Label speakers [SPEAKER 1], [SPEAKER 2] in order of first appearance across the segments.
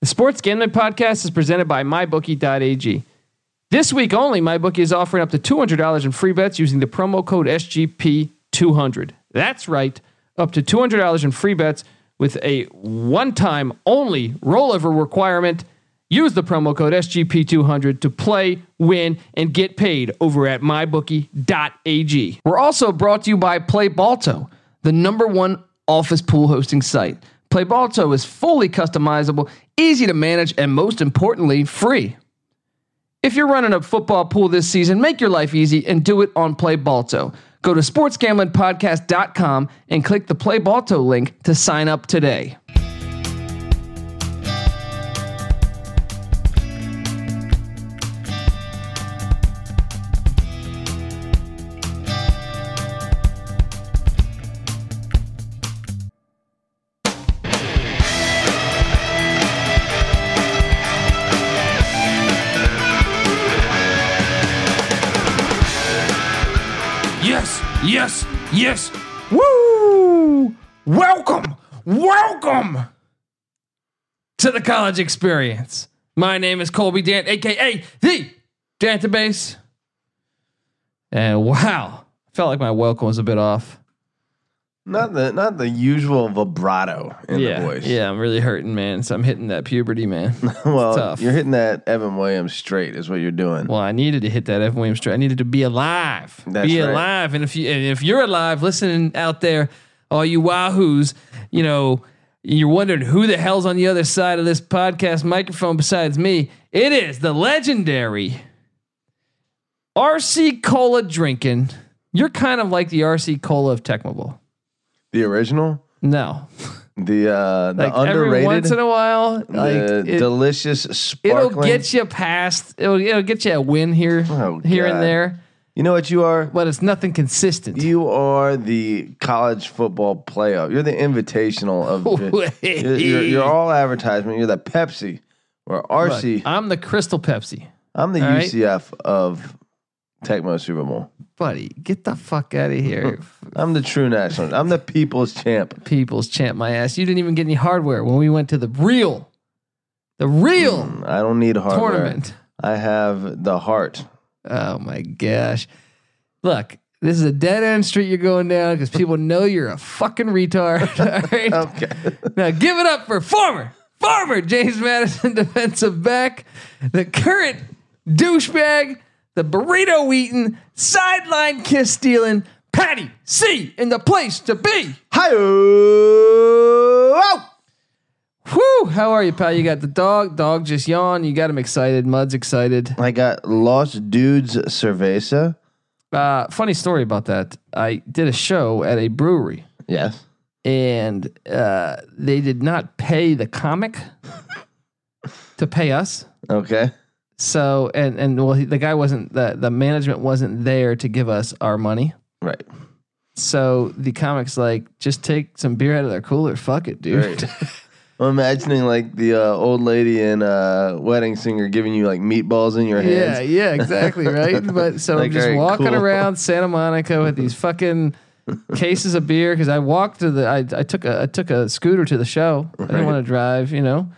[SPEAKER 1] The Sports Gambling Podcast is presented by MyBookie.ag. This week only, MyBookie is offering up to $200 in free bets using the promo code SGP200. That's right, up to $200 in free bets with a one time only rollover requirement. Use the promo code SGP200 to play, win, and get paid over at mybookie.ag. We're also brought to you by PlayBalto, the number one office pool hosting site. PlayBalto is fully customizable, easy to manage, and most importantly, free. If you're running a football pool this season, make your life easy and do it on PlayBalto. Go to sportsgamblingpodcast.com and click the PlayBalto link to sign up today.
[SPEAKER 2] Yes, yes, yes. Woo! Welcome, welcome.
[SPEAKER 1] to the college experience. My name is Colby Dant, aka the Dantabase. And wow, I felt like my welcome was a bit off.
[SPEAKER 3] Not the not the usual vibrato in
[SPEAKER 1] yeah,
[SPEAKER 3] the voice.
[SPEAKER 1] yeah, I'm really hurting, man. So I'm hitting that puberty, man.
[SPEAKER 3] well,
[SPEAKER 1] tough.
[SPEAKER 3] you're hitting that Evan Williams straight is what you're doing.
[SPEAKER 1] well, I needed to hit that Evan Williams straight. I needed to be alive,
[SPEAKER 3] That's
[SPEAKER 1] be
[SPEAKER 3] right.
[SPEAKER 1] alive. And if you and if you're alive, listening out there, all you wahoos, you know. You're wondering who the hell's on the other side of this podcast microphone besides me. It is the legendary RC Cola drinking. You're kind of like the RC Cola of Tecmo
[SPEAKER 3] the original,
[SPEAKER 1] No,
[SPEAKER 3] the uh, the
[SPEAKER 1] like every
[SPEAKER 3] underrated,
[SPEAKER 1] once in a while, like
[SPEAKER 3] the
[SPEAKER 1] it-
[SPEAKER 3] delicious
[SPEAKER 1] it'll
[SPEAKER 3] sparkling.
[SPEAKER 1] get you past. It'll, it'll get you a win here,
[SPEAKER 3] Oh,
[SPEAKER 1] here and
[SPEAKER 3] God.
[SPEAKER 1] there,
[SPEAKER 3] you know what you are?
[SPEAKER 1] but it's nothing consistent.
[SPEAKER 3] You are the college football playoff. You're the invitational of you're, you're, you're all advertisement. You're the Pepsi or
[SPEAKER 1] Look,
[SPEAKER 3] RC.
[SPEAKER 1] I'm the Crystal Pepsi,
[SPEAKER 3] I'm the
[SPEAKER 1] all right.
[SPEAKER 3] UCF of Tecmo Super Bowl.
[SPEAKER 1] buddy. Get the fuck out of here.
[SPEAKER 3] I'm the true national. I'm the people's champ.
[SPEAKER 1] People's champ my ass. You didn't even get any hardware when we went to the real, the real
[SPEAKER 3] I don't need hardware.
[SPEAKER 1] tournament.
[SPEAKER 3] I have the heart.
[SPEAKER 1] Oh my gosh. Look, this is a dead end street you're going down because people know you're a fucking retard. All right.
[SPEAKER 3] Okay.
[SPEAKER 1] Now give it up for former, former James Madison defensive back, the current douchebag, the burrito eating, sideline kiss stealing, Patty C in the place to be.
[SPEAKER 3] Hi.
[SPEAKER 1] Whew, how are you, pal? You got the dog. Dog just yawned. You got him excited. Mud's excited.
[SPEAKER 3] I got Lost Dudes Cerveza.
[SPEAKER 1] Uh, funny story about that. I did a show at a brewery.
[SPEAKER 3] Yes.
[SPEAKER 1] and uh, they did not pay the comic to pay us.
[SPEAKER 3] Okay.
[SPEAKER 1] So and and well, he, the guy wasn't the the management wasn't there to give us our money.
[SPEAKER 3] Right.
[SPEAKER 1] So the comic's like, just take some beer out of their cooler. Fuck it, dude.
[SPEAKER 3] Right. I'm imagining like the uh, old lady in uh, Wedding Singer giving you like meatballs in your
[SPEAKER 1] Yeah,
[SPEAKER 3] hands.
[SPEAKER 1] yeah, exactly, right. But so
[SPEAKER 3] Like,
[SPEAKER 1] I'm just
[SPEAKER 3] all right,
[SPEAKER 1] walking
[SPEAKER 3] cool.
[SPEAKER 1] around Santa Monica with these fucking cases of beer because I walked to the I, I took a I took a scooter to the show. I didn't
[SPEAKER 3] Right. Mm-hmm.
[SPEAKER 1] want to drive, you know,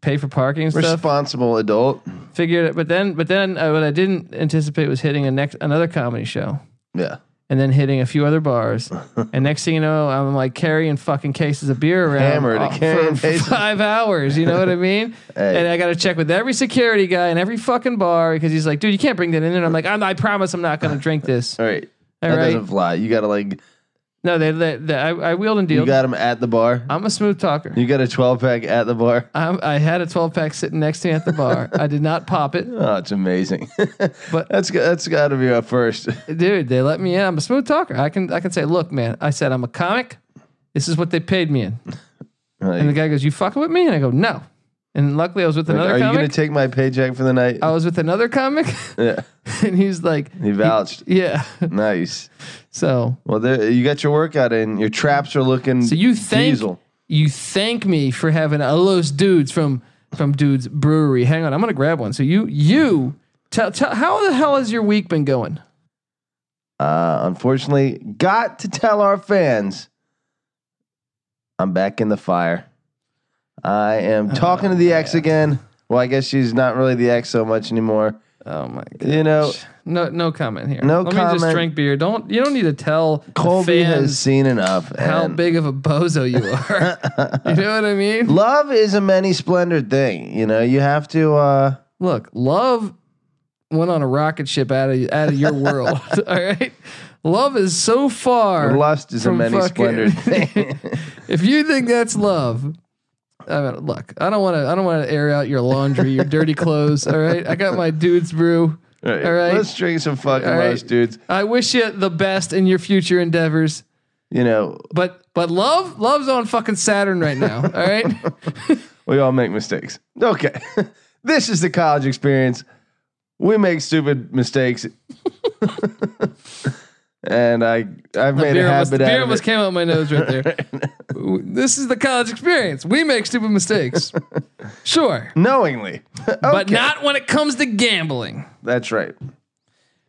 [SPEAKER 1] pay for parking and stuff.
[SPEAKER 3] Responsible adult.
[SPEAKER 1] figured it, but then but then uh, what I didn't anticipate was hitting a next another comedy show
[SPEAKER 3] Yeah.
[SPEAKER 1] and then hitting a few other bars. and next thing you know, I'm like carrying fucking cases of beer around
[SPEAKER 3] Hammered,
[SPEAKER 1] uh,
[SPEAKER 3] carrying
[SPEAKER 1] for, for
[SPEAKER 3] cases.
[SPEAKER 1] five hours. You know what I mean?
[SPEAKER 3] Hey.
[SPEAKER 1] And I got to check with every security guy in every fucking bar because he's like, dude, you can't bring that in. And I'm like, I'm, I promise I'm not going to drink this.
[SPEAKER 3] All right.
[SPEAKER 1] All
[SPEAKER 3] that
[SPEAKER 1] right.
[SPEAKER 3] doesn't fly. You gotta like
[SPEAKER 1] No, they, they, they- I, I wheeled and
[SPEAKER 3] you
[SPEAKER 1] dealed.
[SPEAKER 3] got them at the bar.
[SPEAKER 1] I'm a smooth talker.
[SPEAKER 3] You got a 12 pack at the bar.
[SPEAKER 1] I'm, I had a 12 pack sitting next to me at the bar. I did not pop it.
[SPEAKER 3] Oh, it's amazing.
[SPEAKER 1] But-
[SPEAKER 3] but that's go- that's got to be our first.
[SPEAKER 1] dude they let me in i'm a smooth talker i can i can say look man i said i'm a comic this is what they paid me in and the
[SPEAKER 3] Like,
[SPEAKER 1] guy goes you fucking with me and i go no and luckily i was with another
[SPEAKER 3] are you
[SPEAKER 1] comic Oh.
[SPEAKER 3] gonna take my paycheck for the night?
[SPEAKER 1] i was with another comic
[SPEAKER 3] yeah.
[SPEAKER 1] and he's like
[SPEAKER 3] He vouched.
[SPEAKER 1] yeah
[SPEAKER 3] nice.
[SPEAKER 1] so
[SPEAKER 3] Well, there, you got your workout in. Your traps are looking.
[SPEAKER 1] so you thank
[SPEAKER 3] diesel.
[SPEAKER 1] you thank me for having all those dudes from from dudes brewery hang on i'm gonna grab one so you you tell tell how the hell has your week been going
[SPEAKER 3] Uh, unfortunately, got to tell our fans, I'm back in the fire. I
[SPEAKER 1] Oh,
[SPEAKER 3] am talking to the ex again. Well, I guess she's not really the ex so much anymore.
[SPEAKER 4] Oh my god.
[SPEAKER 3] You know,
[SPEAKER 1] No, no comment here.
[SPEAKER 3] No
[SPEAKER 1] Let me just
[SPEAKER 3] comment.
[SPEAKER 1] drink beer. Don't you don't need to tell the
[SPEAKER 3] Colby has
[SPEAKER 1] fans
[SPEAKER 3] seen enough.
[SPEAKER 1] how
[SPEAKER 3] and
[SPEAKER 1] big of a bozo you are. you know what I mean?
[SPEAKER 3] Love is a many splendored thing. You know, you have to. uh
[SPEAKER 1] Look, love went on a rocket ship out of out of your world. all right, love is so far.
[SPEAKER 3] Lust is a
[SPEAKER 1] from
[SPEAKER 3] many
[SPEAKER 1] fucking-
[SPEAKER 3] splendored thing.
[SPEAKER 1] if you think that's love, I mean, look, I don't want to. I don't want to air out your laundry, your dirty clothes. All right, I got my dude's brew. All right.
[SPEAKER 3] Let's drink some fucking
[SPEAKER 1] All right.
[SPEAKER 3] lust, dudes.
[SPEAKER 1] I wish you the best in your future endeavors.
[SPEAKER 3] You know,
[SPEAKER 1] But but love love's on fucking Saturn right now. All right.
[SPEAKER 3] we all make mistakes. Okay. this is the college experience. We make stupid mistakes. and I I've made a
[SPEAKER 1] beer almost,
[SPEAKER 3] habit
[SPEAKER 1] beer
[SPEAKER 3] out of
[SPEAKER 1] almost
[SPEAKER 3] it.
[SPEAKER 1] came out my nose right there. W- this is the college experience. We make stupid mistakes. Sure.
[SPEAKER 3] knowingly.
[SPEAKER 1] But not when it comes to gambling.
[SPEAKER 3] That's right.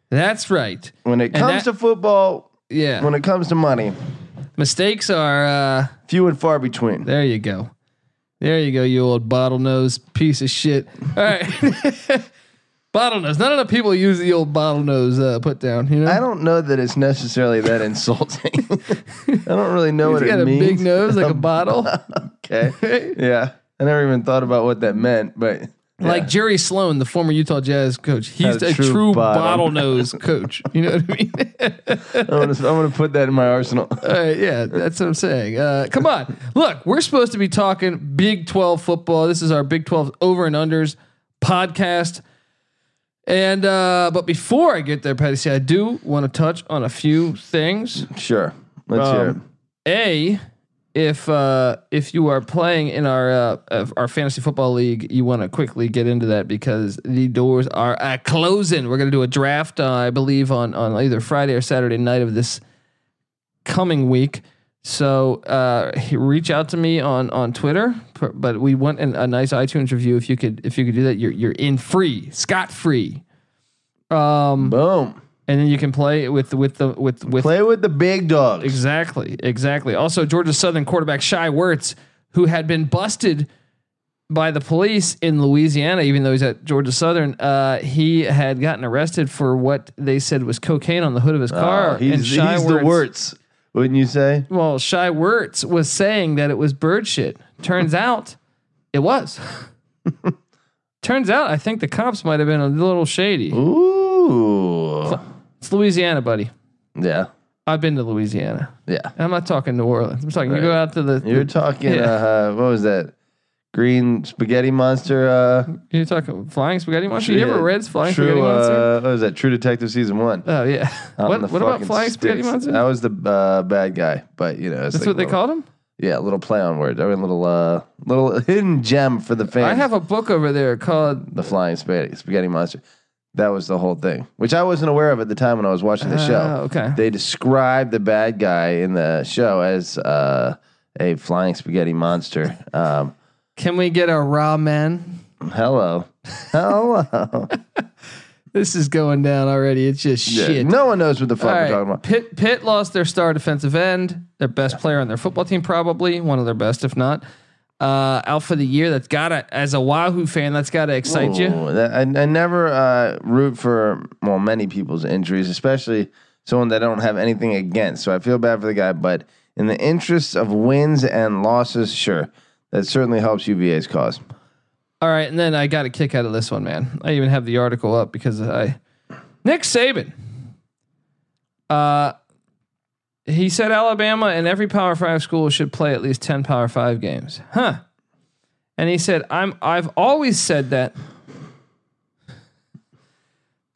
[SPEAKER 1] That's right.
[SPEAKER 3] When it
[SPEAKER 1] And
[SPEAKER 3] comes
[SPEAKER 1] that-
[SPEAKER 3] to football,
[SPEAKER 1] Yeah.
[SPEAKER 3] when it comes to money,
[SPEAKER 1] Mistakes are uh
[SPEAKER 3] few and far between.
[SPEAKER 1] there you go. There you go, you old bottlenose piece of shit. All right. bottlenose. Not enough people use the old bottlenose uh, put down, you know?
[SPEAKER 3] I don't know that it's necessarily that insulting. I don't really know what
[SPEAKER 1] He's
[SPEAKER 3] it
[SPEAKER 1] got a
[SPEAKER 3] means.
[SPEAKER 1] big nose like a bottle.
[SPEAKER 3] Okay. Yeah. I never even thought about what that meant, but
[SPEAKER 1] Like Jerry Sloan, the former Utah Jazz coach. He's
[SPEAKER 3] a
[SPEAKER 1] a
[SPEAKER 3] true
[SPEAKER 1] true
[SPEAKER 3] bottom.
[SPEAKER 1] bottlenose coach. You know what I mean?
[SPEAKER 3] I'm gonna, I'm gonna put that in my arsenal.
[SPEAKER 1] Uh, yeah, that's what I'm saying. Uh, come on. Look, we're supposed to be talking Big 12 football. This is our Big 12 over and unders podcast. And uh, but before I get there, Patty, see, I do want to touch on a few things.
[SPEAKER 3] Sure. Let's hear it.
[SPEAKER 1] A, if uh, if you are playing in our uh, of our fantasy football league, you want to quickly get into that because the doors are uh, closing. We're gonna do a draft, uh, I believe, on on either Friday or Saturday night of this coming week. So uh, he- reach out to me on on Twitter, per- but we want an, a nice iTunes review if you could if you could do that. You're you're in free, scot free,
[SPEAKER 3] Boom.
[SPEAKER 1] and then you can play with with the with with
[SPEAKER 3] Um, Play with the big dogs.
[SPEAKER 1] Exactly, exactly. Also, Georgia Southern quarterback Shy Wertz, who had been busted by the police in Louisiana, even though he's at Georgia Southern, uh, he had gotten arrested for what they said was cocaine on the hood of his car.
[SPEAKER 3] Oh, he's
[SPEAKER 1] Shy
[SPEAKER 3] he's the Wurtz, wouldn't you say?
[SPEAKER 1] Well, Shy Wertz was saying that it was bird shit. Turns out it was. Turns out I think the cops might have been a little shady.
[SPEAKER 3] Ooh.
[SPEAKER 1] It's Louisiana, buddy.
[SPEAKER 3] Yeah.
[SPEAKER 1] I've been to Louisiana.
[SPEAKER 3] Yeah.
[SPEAKER 1] And I'm not talking New Orleans. I'm talking you go out to the
[SPEAKER 3] You're talking.
[SPEAKER 1] Yeah.
[SPEAKER 3] Uh, what was that? Green spaghetti monster. Uh,
[SPEAKER 1] You're talking flying spaghetti monster. You ever
[SPEAKER 3] yeah,
[SPEAKER 1] read flying
[SPEAKER 3] True,
[SPEAKER 1] spaghetti monster?
[SPEAKER 3] Uh, what was that? True Detective season one.
[SPEAKER 1] oh yeah.
[SPEAKER 3] Out
[SPEAKER 1] What,
[SPEAKER 3] in the
[SPEAKER 1] what about
[SPEAKER 3] fucking
[SPEAKER 1] flying spaghetti
[SPEAKER 3] sticks.
[SPEAKER 1] monster?
[SPEAKER 3] I was the uh, bad guy, but you know it's
[SPEAKER 1] That's
[SPEAKER 3] like
[SPEAKER 1] what they
[SPEAKER 3] little-
[SPEAKER 1] called him.
[SPEAKER 3] Yeah, little play on words. I mean, little uh, little hidden gem for the fans.
[SPEAKER 1] I have a book over there called
[SPEAKER 3] the flying spaghetti, spaghetti monster. That was the whole thing, which I wasn't aware of at the time when I was watching the
[SPEAKER 1] Ah,
[SPEAKER 3] show.
[SPEAKER 1] okay.
[SPEAKER 3] They described the bad guy in the show as uh, a flying spaghetti monster. Um,
[SPEAKER 1] "Can We Get a Raw Man?"
[SPEAKER 3] hello, hello.
[SPEAKER 1] This is going down already. It's just shit.
[SPEAKER 3] No one knows what the fuck
[SPEAKER 1] All
[SPEAKER 3] we're
[SPEAKER 1] right.
[SPEAKER 3] talking about.
[SPEAKER 1] Pitt Pitt lost their star defensive end, their best player on their football team, probably one of their best, if not. Uh, out for the year. That's gotta, as a Wahoo fan, that's gotta excite you.
[SPEAKER 3] Ooh, that- I, I never uh, root for well many people's injuries, especially someone that I don't have anything against. So I feel bad for the guy, but in the interests of wins and losses, sure, that certainly helps UVA's cause.
[SPEAKER 1] All right, and then I got a kick out of this one, man. I even have the article up because I Nick Saban. Uh he said Alabama and every Power 5 school should play at least 10 Power 5 games. Huh. And he said I'm I've always said that.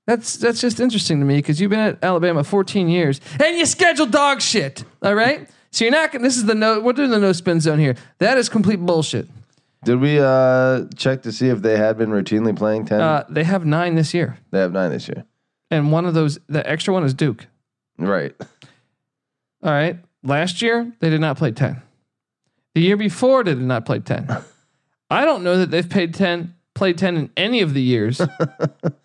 [SPEAKER 1] That's that's just interesting to me cuz you've been at Alabama 14 years and you schedule dog shit, all right? So you're not gonna, this is the no we're doing the no spin zone here. That is complete bullshit.
[SPEAKER 3] Did we uh, check to see if they had been routinely playing ten?
[SPEAKER 1] Uh, they have 9 this year.
[SPEAKER 3] they have nine this year,
[SPEAKER 1] and one of those the extra one is Duke.
[SPEAKER 3] right?
[SPEAKER 1] All right. Last year they did not play 10. The year before they did not play 10. I don't know that they've paid 10 played 10 in any of the years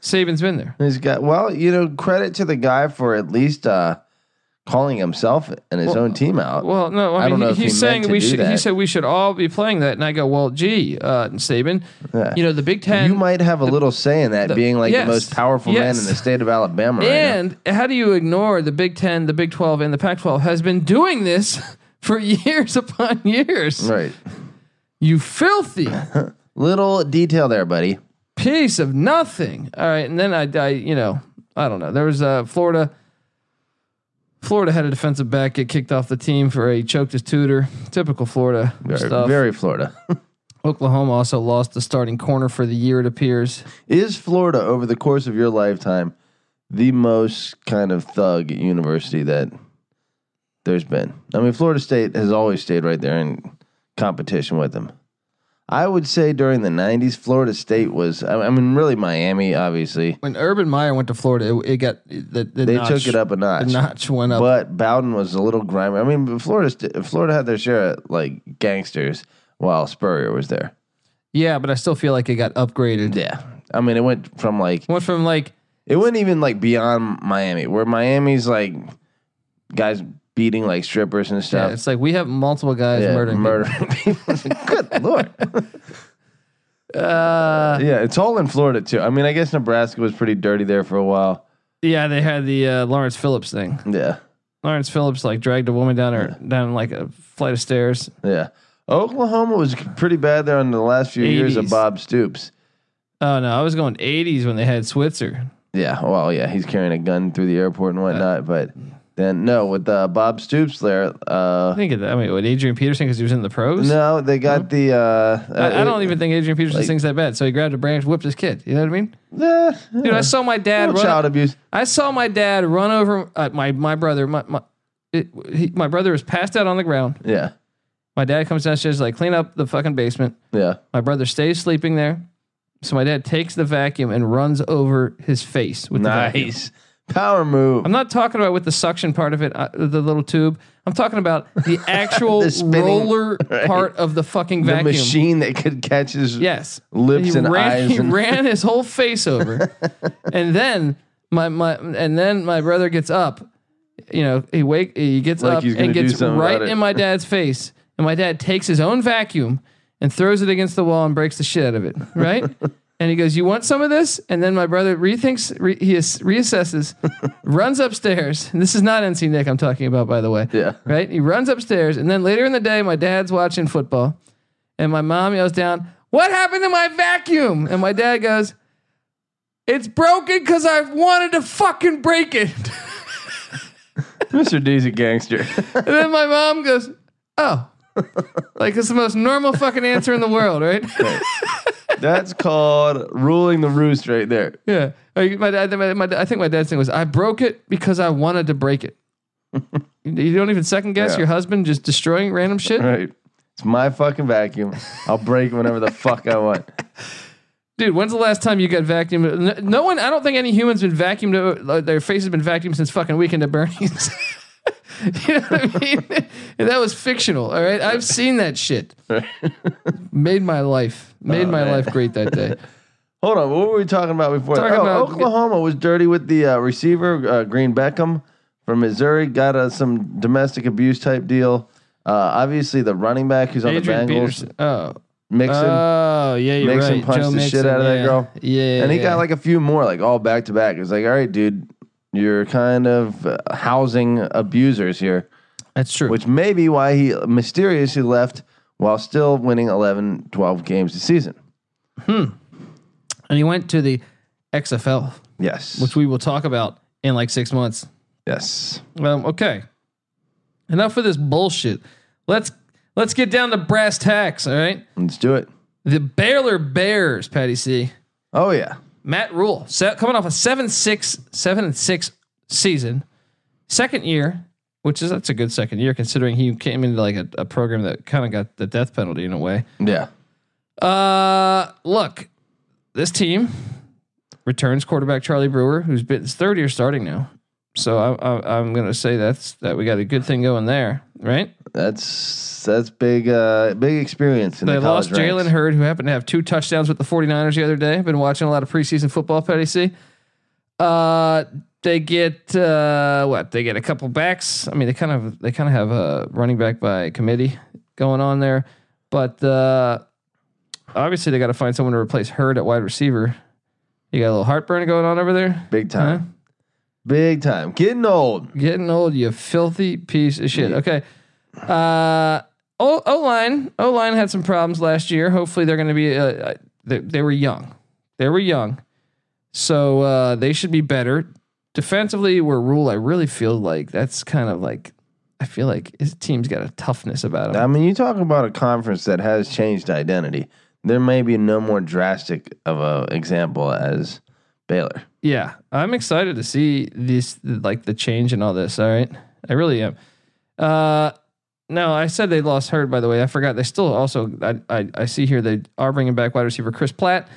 [SPEAKER 1] Saban's been there.
[SPEAKER 3] He's got well, you know, credit to the guy for at least uh, calling himself and his own team out.
[SPEAKER 1] Well, no, I,
[SPEAKER 3] I don't
[SPEAKER 1] mean, he-
[SPEAKER 3] know if he
[SPEAKER 1] he's
[SPEAKER 3] meant
[SPEAKER 1] saying
[SPEAKER 3] to
[SPEAKER 1] we
[SPEAKER 3] do
[SPEAKER 1] should. He
[SPEAKER 3] that.
[SPEAKER 1] said we should all be playing that, and I go, well, gee, uh, Saban,
[SPEAKER 3] Yeah.
[SPEAKER 1] you know the Big Ten.
[SPEAKER 3] you might have a little say in that, being like
[SPEAKER 1] yes,
[SPEAKER 3] the most powerful man
[SPEAKER 1] yes.
[SPEAKER 3] in the state of Alabama. right
[SPEAKER 1] and how do you ignore the Big Ten, the Big Twelve, and the Pac twelve has been doing this for years upon years?
[SPEAKER 3] now. right?
[SPEAKER 1] You filthy
[SPEAKER 3] Little detail there, buddy.
[SPEAKER 1] piece of nothing. All right, and then I, I you know, I don't know. There was uh, Florida. Florida had a defensive back get kicked off the team for a choked his tutor. Typical Florida
[SPEAKER 3] Very,
[SPEAKER 1] stuff.
[SPEAKER 3] very Florida.
[SPEAKER 1] Oklahoma also lost the starting corner for the year. It appears.
[SPEAKER 3] Is Florida over the course of your lifetime the most kind of thug university that there's been? I mean, Florida State has always stayed right there in competition with them. I would say during the '90s, Florida State was. I I mean, really Miami, obviously.
[SPEAKER 1] When Urban Meyer went to Florida, it, it got the, the
[SPEAKER 3] They
[SPEAKER 1] notch,
[SPEAKER 3] took it up a
[SPEAKER 1] The
[SPEAKER 3] notch.
[SPEAKER 1] notch went up.
[SPEAKER 3] But Bowden was a little grimy. I mean, but Florida St- Florida had their share of like gangsters while Spurrier was there.
[SPEAKER 1] yeah, but I still feel like it got upgraded.
[SPEAKER 3] Yeah, I mean, it went from like
[SPEAKER 1] Went from like
[SPEAKER 3] it went even like beyond Miami, where Miami's like guys beating like strippers and
[SPEAKER 1] yeah,
[SPEAKER 3] stuff.
[SPEAKER 1] it's like we have multiple guys
[SPEAKER 3] Yeah,
[SPEAKER 1] murdering. people.
[SPEAKER 3] murdering people. Good lord.
[SPEAKER 1] Uh,
[SPEAKER 3] yeah, it's all in Florida too. I mean, I guess Nebraska was pretty dirty there for a while.
[SPEAKER 1] Yeah, they had the uh, Lawrence Phillips thing.
[SPEAKER 3] Yeah,
[SPEAKER 1] Lawrence Phillips like dragged a woman down her down like a flight of stairs.
[SPEAKER 3] yeah. Oklahoma was pretty bad there in the last few years of
[SPEAKER 1] 80s.
[SPEAKER 3] Bob Stoops.
[SPEAKER 1] Oh no, I was going 80s when they had Switzer.
[SPEAKER 3] Yeah, well, yeah, he's carrying a gun through the airport and whatnot. But then no, with uh, Bob Stoops there, uh,
[SPEAKER 1] I think of that. I mean, with Adrian Peterson because he was in the pros.
[SPEAKER 3] no, they got the. Uh,
[SPEAKER 1] I, I don't even think Adrian Peterson
[SPEAKER 3] like-
[SPEAKER 1] sings that bad. So he grabbed a branch, whipped his kid. You know what I mean?
[SPEAKER 3] Eh,
[SPEAKER 1] Dude, I saw my dad
[SPEAKER 3] little
[SPEAKER 1] run.
[SPEAKER 3] child abuse.
[SPEAKER 1] I saw my dad run over uh, my my brother. My my, it, he, my brother was passed out on the ground.
[SPEAKER 3] Yeah,
[SPEAKER 1] My dad comes downstairs like clean up the fucking basement.
[SPEAKER 3] yeah.
[SPEAKER 1] My brother stays sleeping there. So my dad takes the vacuum and runs over his face with the vacuum.
[SPEAKER 3] Nice power move.
[SPEAKER 1] I'm not talking about with the suction part of it, uh, the little tube. I'm talking about the actual
[SPEAKER 3] The spinning-
[SPEAKER 1] roller
[SPEAKER 3] right.
[SPEAKER 1] part of the fucking
[SPEAKER 3] the
[SPEAKER 1] vacuum.
[SPEAKER 3] machine that could catch his.
[SPEAKER 1] Yes.
[SPEAKER 3] Lips
[SPEAKER 1] he
[SPEAKER 3] and
[SPEAKER 1] ran,
[SPEAKER 3] eyes
[SPEAKER 1] He
[SPEAKER 3] and-
[SPEAKER 1] ran his whole face over, and then my my and then my brother gets up. You know, he wake he gets
[SPEAKER 3] Like
[SPEAKER 1] up
[SPEAKER 3] he's gonna
[SPEAKER 1] and
[SPEAKER 3] do
[SPEAKER 1] gets
[SPEAKER 3] something
[SPEAKER 1] right
[SPEAKER 3] about it.
[SPEAKER 1] in my dad's face, and my dad takes his own vacuum and throws it against the wall and breaks the shit out of it. Right. And he goes, "You want some of this?" And then my brother rethinks, re- he is, reassesses, runs upstairs. And this is not NC Nick I'm talking about, by the way.
[SPEAKER 3] Yeah.
[SPEAKER 1] Right. He runs upstairs, and then later in the day, my dad's watching football, and my mom yells down, What happened to my vacuum? And my dad goes, It's broken because I wanted to fucking break it.
[SPEAKER 3] Mr. D's a gangster.
[SPEAKER 1] And then my mom goes, Oh. Like it's the most normal fucking answer in the world, right?
[SPEAKER 3] That's called ruling the roost right there.
[SPEAKER 1] yeah. Like, my dad, my, my- I think my dad's thing was, I broke it because I wanted to break it. you don't even second guess
[SPEAKER 3] Yeah.
[SPEAKER 1] your husband just destroying random shit.
[SPEAKER 3] Right. It's my fucking vacuum. I'll break it whenever the fuck I want.
[SPEAKER 1] Dude, when's the last time you got vacuumed? No, no one, I don't think any human's been vacuumed. o- uh, Their face has been vacuumed since fucking Weekend at Bernie's. you know what I mean? And that was fictional. All right, I've seen that shit. Made my life. Made my
[SPEAKER 3] Oh, man.
[SPEAKER 1] life great that day.
[SPEAKER 3] Hold on, what were we talking about before?
[SPEAKER 1] Talking
[SPEAKER 3] oh,
[SPEAKER 1] about-
[SPEAKER 3] Oklahoma was dirty with the uh, receiver uh, Green Beckham from Missouri. Got uh, some domestic abuse type deal. Uh, obviously, the running back who's on
[SPEAKER 1] Adrian
[SPEAKER 3] the Bengals,
[SPEAKER 1] Peterson. Oh,
[SPEAKER 3] Mixon,
[SPEAKER 1] oh, yeah, you're
[SPEAKER 3] Mixon
[SPEAKER 1] right.
[SPEAKER 3] punched
[SPEAKER 1] Joe
[SPEAKER 3] the shit
[SPEAKER 1] Mixon,
[SPEAKER 3] out of that
[SPEAKER 1] yeah.
[SPEAKER 3] girl.
[SPEAKER 1] Yeah,
[SPEAKER 3] and he
[SPEAKER 1] yeah.
[SPEAKER 3] got like a few more, like all back to back. It was like, all right, dude, you're kind of uh, housing abusers here,
[SPEAKER 1] that's true.
[SPEAKER 3] which may be why he mysteriously left while still winning 11, 12 games this season.
[SPEAKER 1] and he went to the XFL,
[SPEAKER 3] Yes,
[SPEAKER 1] which we will talk about in like six months.
[SPEAKER 3] yes.
[SPEAKER 1] Um, okay. Enough of this bullshit. Let's let's get down to brass tacks. All right.
[SPEAKER 3] Let's do it.
[SPEAKER 1] The Baylor Bears, Patty C.
[SPEAKER 3] Oh yeah,
[SPEAKER 1] Matt Rule, se- coming off a 7-6, 7-6 season, second year, which is that's a good second year considering he came into like a, a program that kind of got the death penalty in a way.
[SPEAKER 3] yeah.
[SPEAKER 1] Uh, look, this team returns quarterback Charlie Brewer, who's been his third year starting now. So I, I, I'm going to say that's that we got a good thing going there, right?
[SPEAKER 3] That's that's big uh big experience in
[SPEAKER 1] They
[SPEAKER 3] the college
[SPEAKER 1] lost Jalen
[SPEAKER 3] ranks.
[SPEAKER 1] Hurd, who happened to have two touchdowns with the 49ers the other day. Been watching a lot of preseason football, Petty C. Uh, They get uh, what? They get a couple backs. I mean, they kind of they kind of have a running back by committee going on there, but uh, obviously they got to find someone to replace Hurd at wide receiver. You got a little heartburn going on over there.
[SPEAKER 3] Big time. Big time. Getting old.
[SPEAKER 1] Getting old, you filthy piece of shit. Okay. Uh, O line, O line had some problems last year. Hopefully, they're going to be. Uh, uh, they, they were young. They were young, so uh, they should be better. Defensively, were rule. I really feel like that's kind of like. I feel like his team's got a toughness about him.
[SPEAKER 3] I mean, you talk about a conference that has changed identity. There may be no more drastic of a example as Baylor.
[SPEAKER 1] Yeah, I'm excited to see these like the change and all this. All right, I really am. Uh, no, I said they lost Hurd. By the way, I forgot. They still also I I, I see here they are bringing back wide receiver Chris Platt,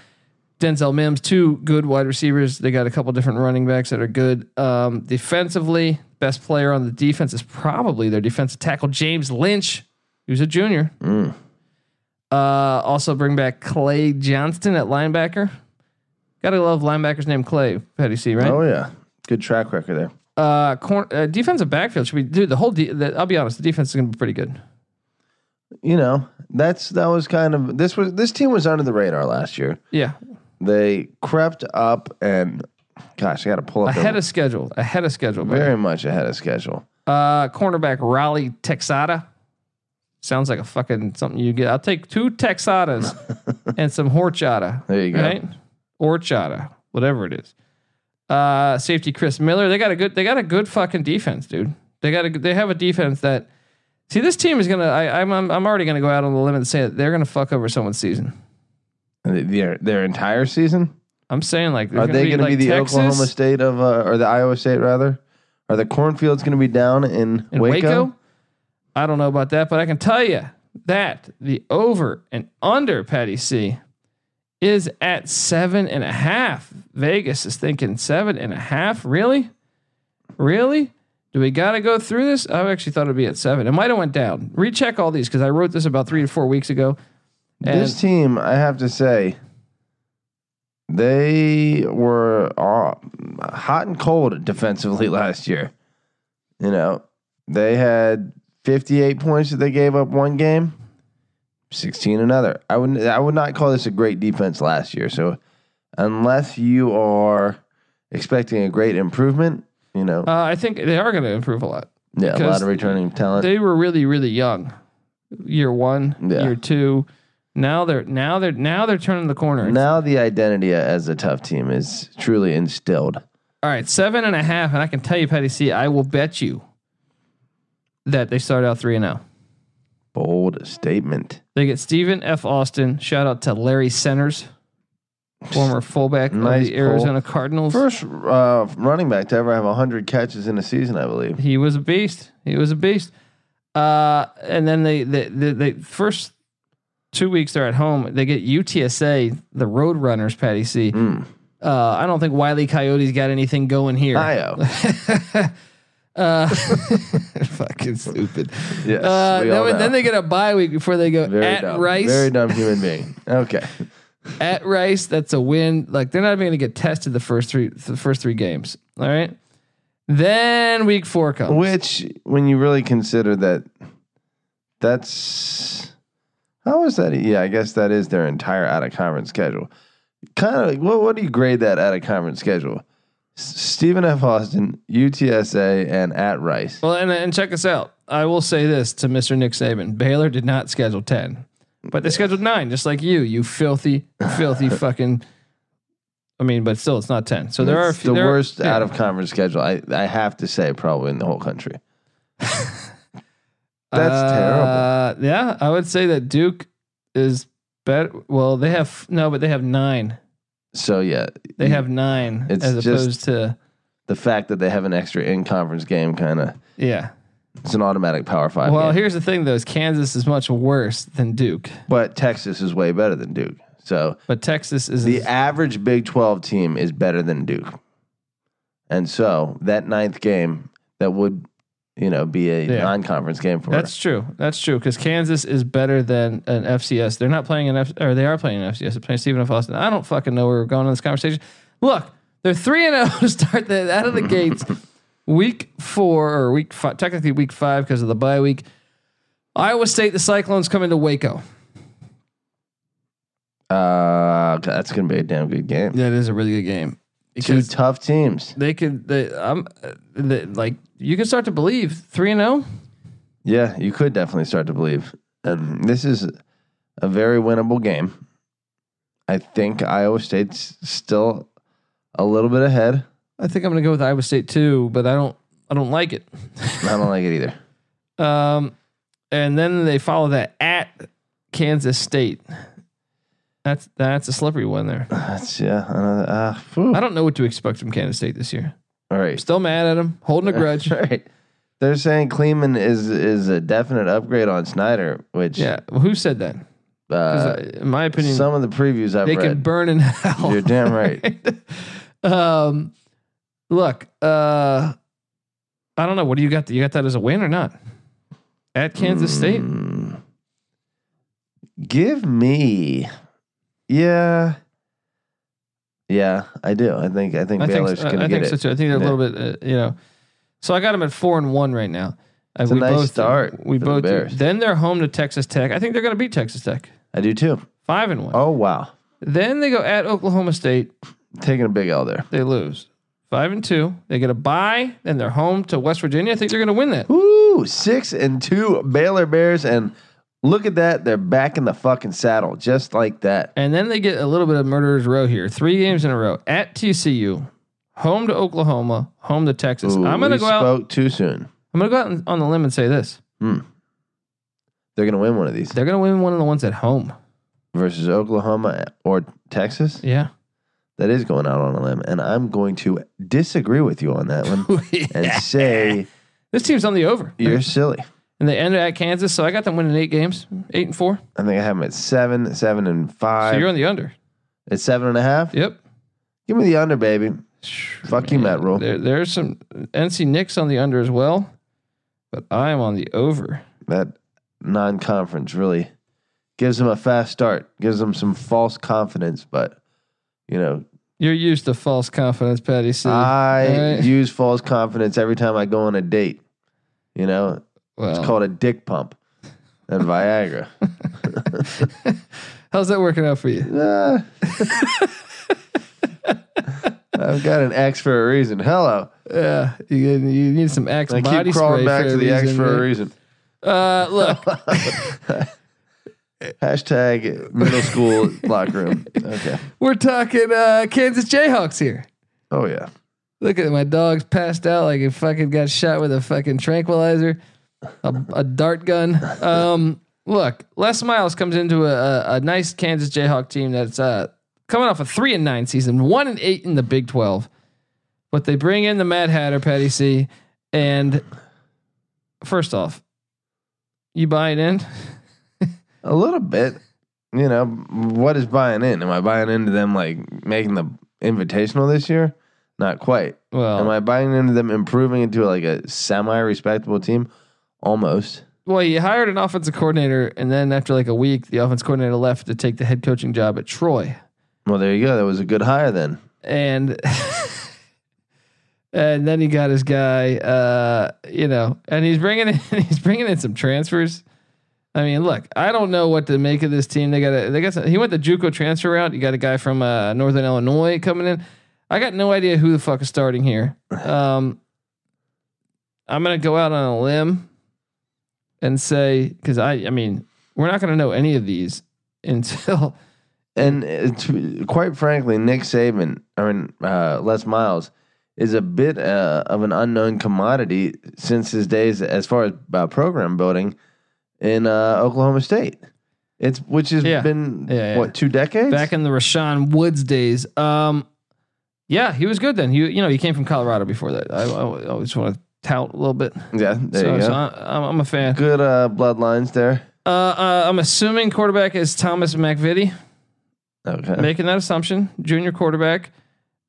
[SPEAKER 1] Denzel Mims, two good wide receivers. They got a couple different running backs that are good. Um, defensively, best player on the defense is probably their defensive tackle James Lynch, who's a junior.
[SPEAKER 3] Mm.
[SPEAKER 1] Uh, also bring back Clay Johnston at linebacker. Gotta love linebackers named Clay. Petty C, right?
[SPEAKER 3] Oh yeah, good track record there.
[SPEAKER 1] Uh, corn, uh, defensive backfield should be dude. The whole de- the, I'll be honest, the defense is gonna be pretty good.
[SPEAKER 3] You know, that's that was kind of this was this team was under the radar last year.
[SPEAKER 1] Yeah,
[SPEAKER 3] They crept up and, gosh, I got to pull up. their-
[SPEAKER 1] ahead of schedule. Ahead of schedule. buddy.
[SPEAKER 3] very much ahead of schedule.
[SPEAKER 1] Uh, cornerback Raleigh Texada. Sounds like a fucking something you get. I'll take two Texadas and some horchata.
[SPEAKER 3] There you go.
[SPEAKER 1] Right? Horchata, whatever it is. Uh, safety Chris Miller. They got a good. They got a good fucking defense, dude. They got a. good- They have a defense that. See, this team is gonna. I, I'm. I'm I'm already gonna go out on the limb and say that they're gonna fuck over someone's season.
[SPEAKER 3] Their their entire season.
[SPEAKER 1] I'm saying like
[SPEAKER 3] Are they going to be, the Oklahoma State of uh, or the Iowa State rather? Are the cornfields going to be down in,
[SPEAKER 1] in Waco?
[SPEAKER 3] Waco?
[SPEAKER 1] I don't know about that, but I can tell you that the over and under Patty C is at seven and a half. Vegas is thinking seven and a half. Really? Really? Do we got to go through this? I actually thought it'd be at seven. It might have went down. Recheck all these because I wrote this about three to four weeks ago. And
[SPEAKER 3] This team, I have to say, they were uh, hot and cold defensively last year. You know, they had 58 points that they gave up one game, 16 another. I would I would not call this a great defense last year. So unless you are expecting a great improvement, you know,
[SPEAKER 1] uh, I think they are going to improve a lot.
[SPEAKER 3] yeah, a lot
[SPEAKER 1] because
[SPEAKER 3] of returning talent.
[SPEAKER 1] They were really, really young. Year one,
[SPEAKER 3] Yeah.
[SPEAKER 1] year two. Now they're now they're now they're turning the corner. It's
[SPEAKER 3] now the identity as a tough team is truly instilled.
[SPEAKER 1] All right, seven and a half, and I can tell you, Patty C, I will bet you that they start out three and zero.
[SPEAKER 3] Bold statement.
[SPEAKER 1] They get Stephen F. Austin. Shout out to Larry Centers, former fullback
[SPEAKER 3] Nice
[SPEAKER 1] of the
[SPEAKER 3] pull.
[SPEAKER 1] Arizona Cardinals.
[SPEAKER 3] First uh, running back to ever have 100 catches in a season, I believe.
[SPEAKER 1] He was a beast. He was a beast. Uh, and then they they, they they first two weeks they're at home. They get UTSA, the Roadrunners, Patty C.
[SPEAKER 3] Mm.
[SPEAKER 1] Uh, I don't think Wiley Coyote's got anything going here.
[SPEAKER 3] Io.
[SPEAKER 1] uh, fucking stupid.
[SPEAKER 3] Yes.
[SPEAKER 1] Uh,
[SPEAKER 3] we
[SPEAKER 1] then,
[SPEAKER 3] all
[SPEAKER 1] when-
[SPEAKER 3] know.
[SPEAKER 1] then they get a bye week before they go
[SPEAKER 3] very
[SPEAKER 1] at
[SPEAKER 3] dumb.
[SPEAKER 1] Rice.
[SPEAKER 3] Very dumb human being. Okay.
[SPEAKER 1] At Rice, that's a win. Like they're not even going to get tested the first three the first three games. All right. Then week four comes.
[SPEAKER 3] Which, when you really consider that, that's how is that? e, Yeah, I guess that is their entire out of conference schedule. Kind of. What, what do you grade that out of conference schedule? S- Stephen F. Austin, UTSA, and at Rice.
[SPEAKER 1] Well, and, and check us out. I will say this to Mr. Nick Saban: Baylor did not schedule ten, but they scheduled nine, just like you. You filthy, filthy fucking. I mean, but still, it's not ten. So there are a
[SPEAKER 3] It's
[SPEAKER 1] few-
[SPEAKER 3] the
[SPEAKER 1] there are-
[SPEAKER 3] worst
[SPEAKER 1] yeah.
[SPEAKER 3] out of conference schedule. I, I have to say, probably in the whole country. Uh, That's
[SPEAKER 1] terrible. Uh, Yeah, I would say that Duke is better. Well, they have no, but they have nine.
[SPEAKER 3] So yeah,
[SPEAKER 1] They have nine
[SPEAKER 3] It's
[SPEAKER 1] as
[SPEAKER 3] just-
[SPEAKER 1] opposed to
[SPEAKER 3] the fact that they have an extra in conference game kind of
[SPEAKER 1] yeah.
[SPEAKER 3] it's an automatic power five.
[SPEAKER 1] Well,
[SPEAKER 3] game.
[SPEAKER 1] here's the thing though: is Kansas is much worse than Duke,
[SPEAKER 3] but Texas is way better than Duke. So
[SPEAKER 1] but Texas is
[SPEAKER 3] the average Big Twelve team is better than Duke, and so that ninth game that would you know be a
[SPEAKER 1] Yeah.
[SPEAKER 3] non conference game for
[SPEAKER 1] That's true. That's true because Kansas is better than an FCS. They're not playing an F, or they are playing an FCS. They're playing Stephen F. Austin. I don't fucking know where we're going in this conversation. Look, They're three and zero to start the out of the gates. Week four or week five, technically week five because of the bye week. Iowa State, the Cyclones come into Waco.
[SPEAKER 3] Uh, that's gonna be a damn good game.
[SPEAKER 1] That is a really good game
[SPEAKER 3] Two
[SPEAKER 1] because
[SPEAKER 3] tough teams.
[SPEAKER 1] they could. They, I'm uh, they, like you can start to believe three and oh. zero.
[SPEAKER 3] Yeah, you could definitely start to believe. And this is a very winnable game. I think Iowa State's still a little bit ahead.
[SPEAKER 1] I think I'm going to go with Iowa State too, but I don't. I don't like it.
[SPEAKER 3] I don't like it either.
[SPEAKER 1] Um, and then they follow that at Kansas State. That's that's a slippery one there.
[SPEAKER 3] That's yeah. Another, uh, whew.
[SPEAKER 1] I don't know what to expect from Kansas State this year.
[SPEAKER 3] All right.
[SPEAKER 1] Still mad at him, holding a grudge.
[SPEAKER 3] All right. They're saying Kleeman is is a definite upgrade on Snyder, which
[SPEAKER 1] Yeah, well, who said that? 'Cause,
[SPEAKER 3] uh,
[SPEAKER 1] uh, in my opinion,
[SPEAKER 3] some of the previews I've
[SPEAKER 1] they can
[SPEAKER 3] read.
[SPEAKER 1] burn in hell.
[SPEAKER 3] You're damn right.
[SPEAKER 1] um, look, uh, I don't know. What do you got? You got that as a win or not? At Kansas State,
[SPEAKER 3] Mm. Give me, yeah, yeah. I do. I think I think
[SPEAKER 1] I think
[SPEAKER 3] Baylor's
[SPEAKER 1] so,
[SPEAKER 3] gonna
[SPEAKER 1] I think
[SPEAKER 3] get
[SPEAKER 1] so
[SPEAKER 3] it.
[SPEAKER 1] too. I think they're
[SPEAKER 3] Yeah.
[SPEAKER 1] a little bit, uh, you know. So I got them at four and one right now. Uh,
[SPEAKER 3] It's a nice start
[SPEAKER 1] We
[SPEAKER 3] for the
[SPEAKER 1] both. do.
[SPEAKER 3] Bears.
[SPEAKER 1] Then they're home to Texas Tech. I think they're going to beat Texas Tech
[SPEAKER 3] I do too.
[SPEAKER 1] five and one.
[SPEAKER 3] Oh wow,
[SPEAKER 1] Then they go at Oklahoma State.
[SPEAKER 3] taking a big L there.
[SPEAKER 1] They lose five and two. They get a bye, and they're home to West Virginia. I think they're going to win that.
[SPEAKER 3] Ooh, six and two Baylor Bears, and look at that. They're back in the fucking saddle, just like that.
[SPEAKER 1] And then they get a little bit of murderers row here. Three games in a row at TCU, home to Oklahoma, home to Texas.
[SPEAKER 3] Ooh,
[SPEAKER 1] I'm going to
[SPEAKER 3] we
[SPEAKER 1] go out.
[SPEAKER 3] spoke too soon.
[SPEAKER 1] I'm going to go out on- on the limb and say this:
[SPEAKER 3] They're gonna win one of these
[SPEAKER 1] they're going to win one of the ones at home.
[SPEAKER 3] versus Oklahoma or Texas.
[SPEAKER 1] Yeah.
[SPEAKER 3] That is going out on a limb, and I'm going to disagree with you on that one and say
[SPEAKER 1] This team's on the over.
[SPEAKER 3] you're silly.
[SPEAKER 1] And they ended at Kansas, so I got them winning eight games, eight and four.
[SPEAKER 3] I think I have them at seven, seven and
[SPEAKER 1] So
[SPEAKER 3] five.
[SPEAKER 1] you're on the under.
[SPEAKER 3] at seven and a half.
[SPEAKER 1] Yep.
[SPEAKER 3] Give me the under, baby. Fuck you, Matt Rule.
[SPEAKER 1] There, there's some NC Knicks on the under as well, but I'm on the over.
[SPEAKER 3] That non-conference really gives them a fast start, gives them some false confidence, but you know,
[SPEAKER 1] You're used to false confidence, Patty C.
[SPEAKER 3] Ah. I
[SPEAKER 1] Alright.
[SPEAKER 3] use false confidence every time I go on a date. You know,
[SPEAKER 1] well,
[SPEAKER 3] it's called a dick pump and Viagra.
[SPEAKER 1] how's that working out for you?
[SPEAKER 3] Ah. I've got an X for a reason. Hello.
[SPEAKER 1] Yeah, you, you need some Axe
[SPEAKER 3] I
[SPEAKER 1] body
[SPEAKER 3] keep crawling
[SPEAKER 1] spray
[SPEAKER 3] back
[SPEAKER 1] for
[SPEAKER 3] to
[SPEAKER 1] a
[SPEAKER 3] the X
[SPEAKER 1] reason,
[SPEAKER 3] for a
[SPEAKER 1] man.
[SPEAKER 3] reason.
[SPEAKER 1] Uh, look,
[SPEAKER 3] Hashtag middle school locker room. Okay.
[SPEAKER 1] we're talking uh, Kansas Jayhawks here.
[SPEAKER 3] Oh yeah.
[SPEAKER 1] Look at it, my dog's passed out like he fucking got shot with a fucking tranquilizer, a, a dart gun. Um, look, Les Miles comes into a, a, a nice Kansas Jayhawk team that's uh, coming off a three and nine season, one and eight in the Big Twelve, but they bring in the Mad Hatter Patty C. And first off, you buying in?
[SPEAKER 3] A little bit. You know, what is buying in? Am I buying into them like making the invitational this year? Not quite. Am
[SPEAKER 1] Well,
[SPEAKER 3] I buying into them improving into like a semi respectable team? Almost.
[SPEAKER 1] well, he hired an offensive coordinator, and then after like a week, the offense coordinator left to take the head coaching job at Troy.
[SPEAKER 3] Well, there you go. That was a good hire then.
[SPEAKER 1] and and then he got his guy uh you know and he's bringing in he's bringing in some transfers i mean look i don't know what to make of this team they got a, they got some, he went the juco transfer route you got a guy from uh northern illinois coming in i got no idea who the fuck is starting here um i'm gonna go out on a limb and say because i i mean we're not gonna know any of these until
[SPEAKER 3] And it's, quite frankly, Nick Saban, I mean, uh, Les Miles, is a bit uh, of an unknown commodity since his days as far as uh, program building in uh, Oklahoma State. It's which has
[SPEAKER 1] Yeah.
[SPEAKER 3] been
[SPEAKER 1] Yeah, yeah.
[SPEAKER 3] what two decades
[SPEAKER 1] back in the Rashawn Woods days. Um, yeah, he was good then. You you know he came from Colorado before that. I, I always want to tout a little bit.
[SPEAKER 3] yeah, there
[SPEAKER 1] so
[SPEAKER 3] you go.
[SPEAKER 1] so I, I'm, I'm a fan.
[SPEAKER 3] Good uh, bloodlines there.
[SPEAKER 1] Uh, uh, I'm assuming quarterback is Thomas McVitie.
[SPEAKER 3] Okay,
[SPEAKER 1] Making that assumption, junior quarterback.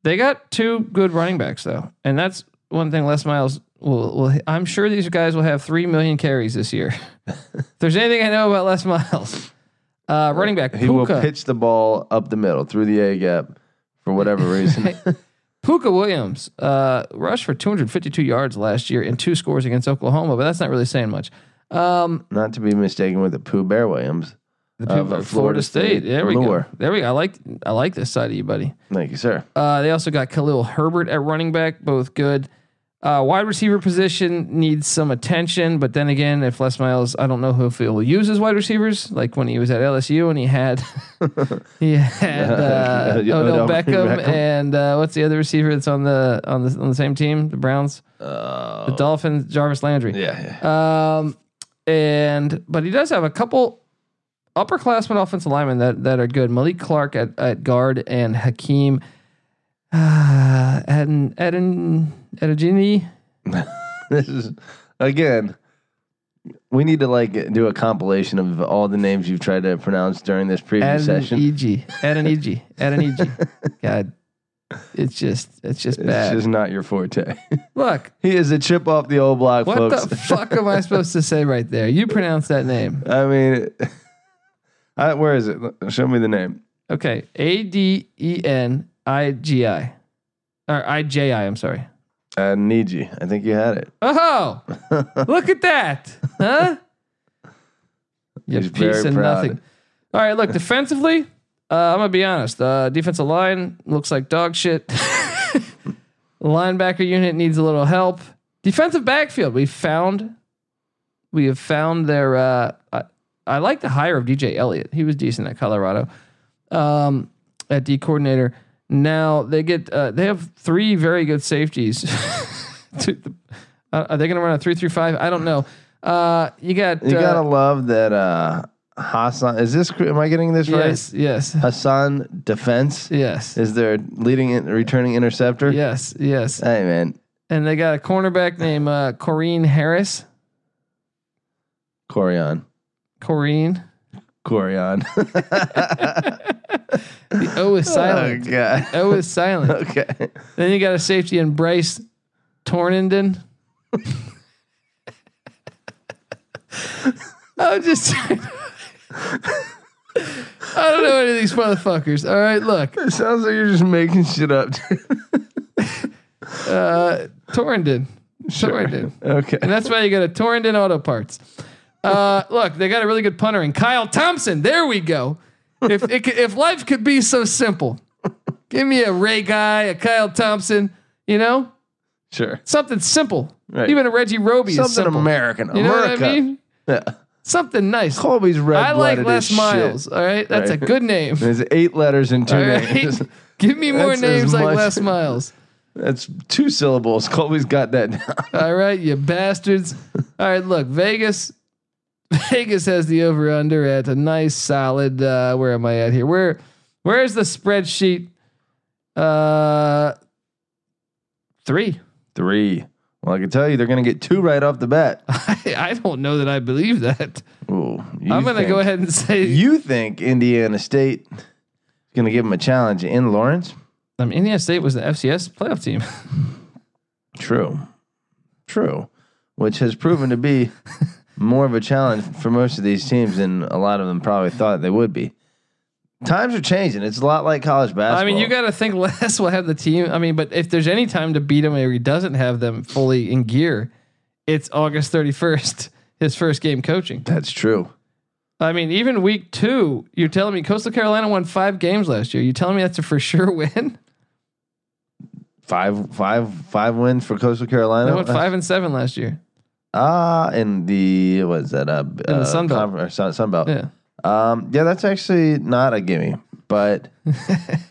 [SPEAKER 1] They got two good running backs though, and that's one thing. Les Miles will. will I'm sure these guys will have three million carries this year. if there's anything I know about Les Miles, uh, running back
[SPEAKER 3] he will
[SPEAKER 1] Puka.
[SPEAKER 3] pitch the ball up the middle through the A gap for whatever reason.
[SPEAKER 1] Puka Williams uh, rushed for 252 yards last year and two scores against Oklahoma, but that's not really saying much. Um,
[SPEAKER 3] Not to be mistaken with the Pooh Bear Williams.
[SPEAKER 1] the
[SPEAKER 3] Of
[SPEAKER 1] Puka-
[SPEAKER 3] a Florida State
[SPEAKER 1] There we
[SPEAKER 3] lure.
[SPEAKER 1] go. There we go. I like I like this side of you, buddy.
[SPEAKER 3] Thank you, sir.
[SPEAKER 1] Uh, they also got Khalil Herbert at running back, both good. Uh, wide receiver position needs some attention, but then again, if Les Miles, I don't know who if he'll use his wide receivers, like when he was at LSU and he had he had uh,
[SPEAKER 3] Yeah,
[SPEAKER 1] Odell
[SPEAKER 3] Odell
[SPEAKER 1] Beckham,
[SPEAKER 3] Beckham.
[SPEAKER 1] and uh, what's the other receiver that's on the on the on the same team, the Browns,
[SPEAKER 3] Uh,
[SPEAKER 1] the Dolphins, Jarvis Landry.
[SPEAKER 3] yeah, yeah.
[SPEAKER 1] Um, and but he does have a couple upperclassmen offensive linemen that that are good. Malik Clark at, at guard and Hakeem uh, Eden Eden Edegini.
[SPEAKER 3] This is again. We need to like do a compilation of all the names you've tried to pronounce during this preview session.
[SPEAKER 1] Adeniji Adeniji Adeniji. God, it's just it's just
[SPEAKER 3] It's
[SPEAKER 1] bad.
[SPEAKER 3] just not your forte.
[SPEAKER 1] Look,
[SPEAKER 3] he is a chip off the old block,
[SPEAKER 1] what
[SPEAKER 3] folks.
[SPEAKER 1] the fuck am I supposed to say right there? You pronounce that name,
[SPEAKER 3] I mean, I, where is it? Look, Show me the name.
[SPEAKER 1] okay? A D E N I G I or I J I. I'm sorry.
[SPEAKER 3] I need you. I think you had it.
[SPEAKER 1] Oh, look at that. Huh? You
[SPEAKER 3] He's
[SPEAKER 1] piece
[SPEAKER 3] very
[SPEAKER 1] of
[SPEAKER 3] proud.
[SPEAKER 1] nothing. All right, look, defensively, uh, I'm going to be honest. Uh, defensive line looks like dog shit. Linebacker unit needs a little help. Defensive backfield, we found. We have found their. Uh, I, I like the hire of DJ Elliott. He was decent at Colorado um, at D coordinator. Now they get uh, they have three very good safeties. To the- uh, are they going to run a three through five? I don't know. Uh, you got
[SPEAKER 3] You
[SPEAKER 1] uh,
[SPEAKER 3] gotta love that. Uh, Hassan, is this? Am I getting this right?
[SPEAKER 1] yes, yes,
[SPEAKER 3] Hassan defense
[SPEAKER 1] yes,
[SPEAKER 3] is their leading in, returning interceptor.
[SPEAKER 1] yes, yes,
[SPEAKER 3] Hey man,
[SPEAKER 1] and they got a cornerback named uh, Corrine Harris.
[SPEAKER 3] Corian,
[SPEAKER 1] Corrine,
[SPEAKER 3] Corian.
[SPEAKER 1] the O is
[SPEAKER 3] oh
[SPEAKER 1] silent.
[SPEAKER 3] god.
[SPEAKER 1] O is silent.
[SPEAKER 3] Okay.
[SPEAKER 1] Then you got a safety in Bryce Tornenden. I'm just trying. I don't know any of these motherfuckers. All right, look,
[SPEAKER 3] It sounds like you're just making shit up.
[SPEAKER 1] uh, Torrenden, Torrenden,
[SPEAKER 3] okay.
[SPEAKER 1] and that's why you got a Torrenden Auto Parts. Uh, look, they got a really good punter in Kyle Thompson. There we go. If it could, if life could be so simple, give me a Ray guy, a Kyle Thompson. You know,
[SPEAKER 3] Sure.
[SPEAKER 1] something simple.
[SPEAKER 3] Right.
[SPEAKER 1] Even a Reggie Roby is
[SPEAKER 3] Something
[SPEAKER 1] simple.
[SPEAKER 3] American.
[SPEAKER 1] You know
[SPEAKER 3] America.
[SPEAKER 1] what I mean?
[SPEAKER 3] Yeah.
[SPEAKER 1] Something nice.
[SPEAKER 3] Colby's red.
[SPEAKER 1] I like
[SPEAKER 3] blooded
[SPEAKER 1] Les
[SPEAKER 3] as
[SPEAKER 1] Miles.
[SPEAKER 3] Shit.
[SPEAKER 1] All right, that's
[SPEAKER 3] Right.
[SPEAKER 1] a good name.
[SPEAKER 3] There's eight letters and two
[SPEAKER 1] All right,
[SPEAKER 3] names.
[SPEAKER 1] give me more
[SPEAKER 3] That's as
[SPEAKER 1] names like
[SPEAKER 3] much-
[SPEAKER 1] Les Miles.
[SPEAKER 3] That's two syllables. Colby's got that down.
[SPEAKER 1] All right, you bastards. All right, look, Vegas. Vegas has the over under at a nice solid. Uh, where am I at here? Where where's the spreadsheet? Uh, three.
[SPEAKER 3] Three. Well, I can tell you they're going to get two right off the bat.
[SPEAKER 1] I, I don't know that I believe that.
[SPEAKER 3] Ooh,
[SPEAKER 1] I'm gonna go ahead and say
[SPEAKER 3] You think Indiana State is going to give them a challenge in Lawrence?
[SPEAKER 1] I mean, Um, Indiana State was the FCS playoff team.
[SPEAKER 3] True. True. Which has proven to be more of a challenge for most of these teams than a lot of them probably thought they would be. Times are changing. It's a lot like college basketball.
[SPEAKER 1] I mean, you got to think Les will have the team. I mean, but if there's any time to beat him, or he doesn't have them fully in gear, it's August 31st, his first game coaching.
[SPEAKER 3] That's true.
[SPEAKER 1] I mean, even week two, you're telling me Coastal Carolina won five games last year. You're telling me that's a for sure win?
[SPEAKER 3] Five, five, five wins for Coastal
[SPEAKER 1] They
[SPEAKER 3] Carolina.
[SPEAKER 1] went five and seven last year.
[SPEAKER 3] Ah, in the what is that? Uh, in
[SPEAKER 1] the Sun Belt.
[SPEAKER 3] Sun, Sun Belt.
[SPEAKER 1] Yeah.
[SPEAKER 3] Um, yeah, that's actually not a gimme, but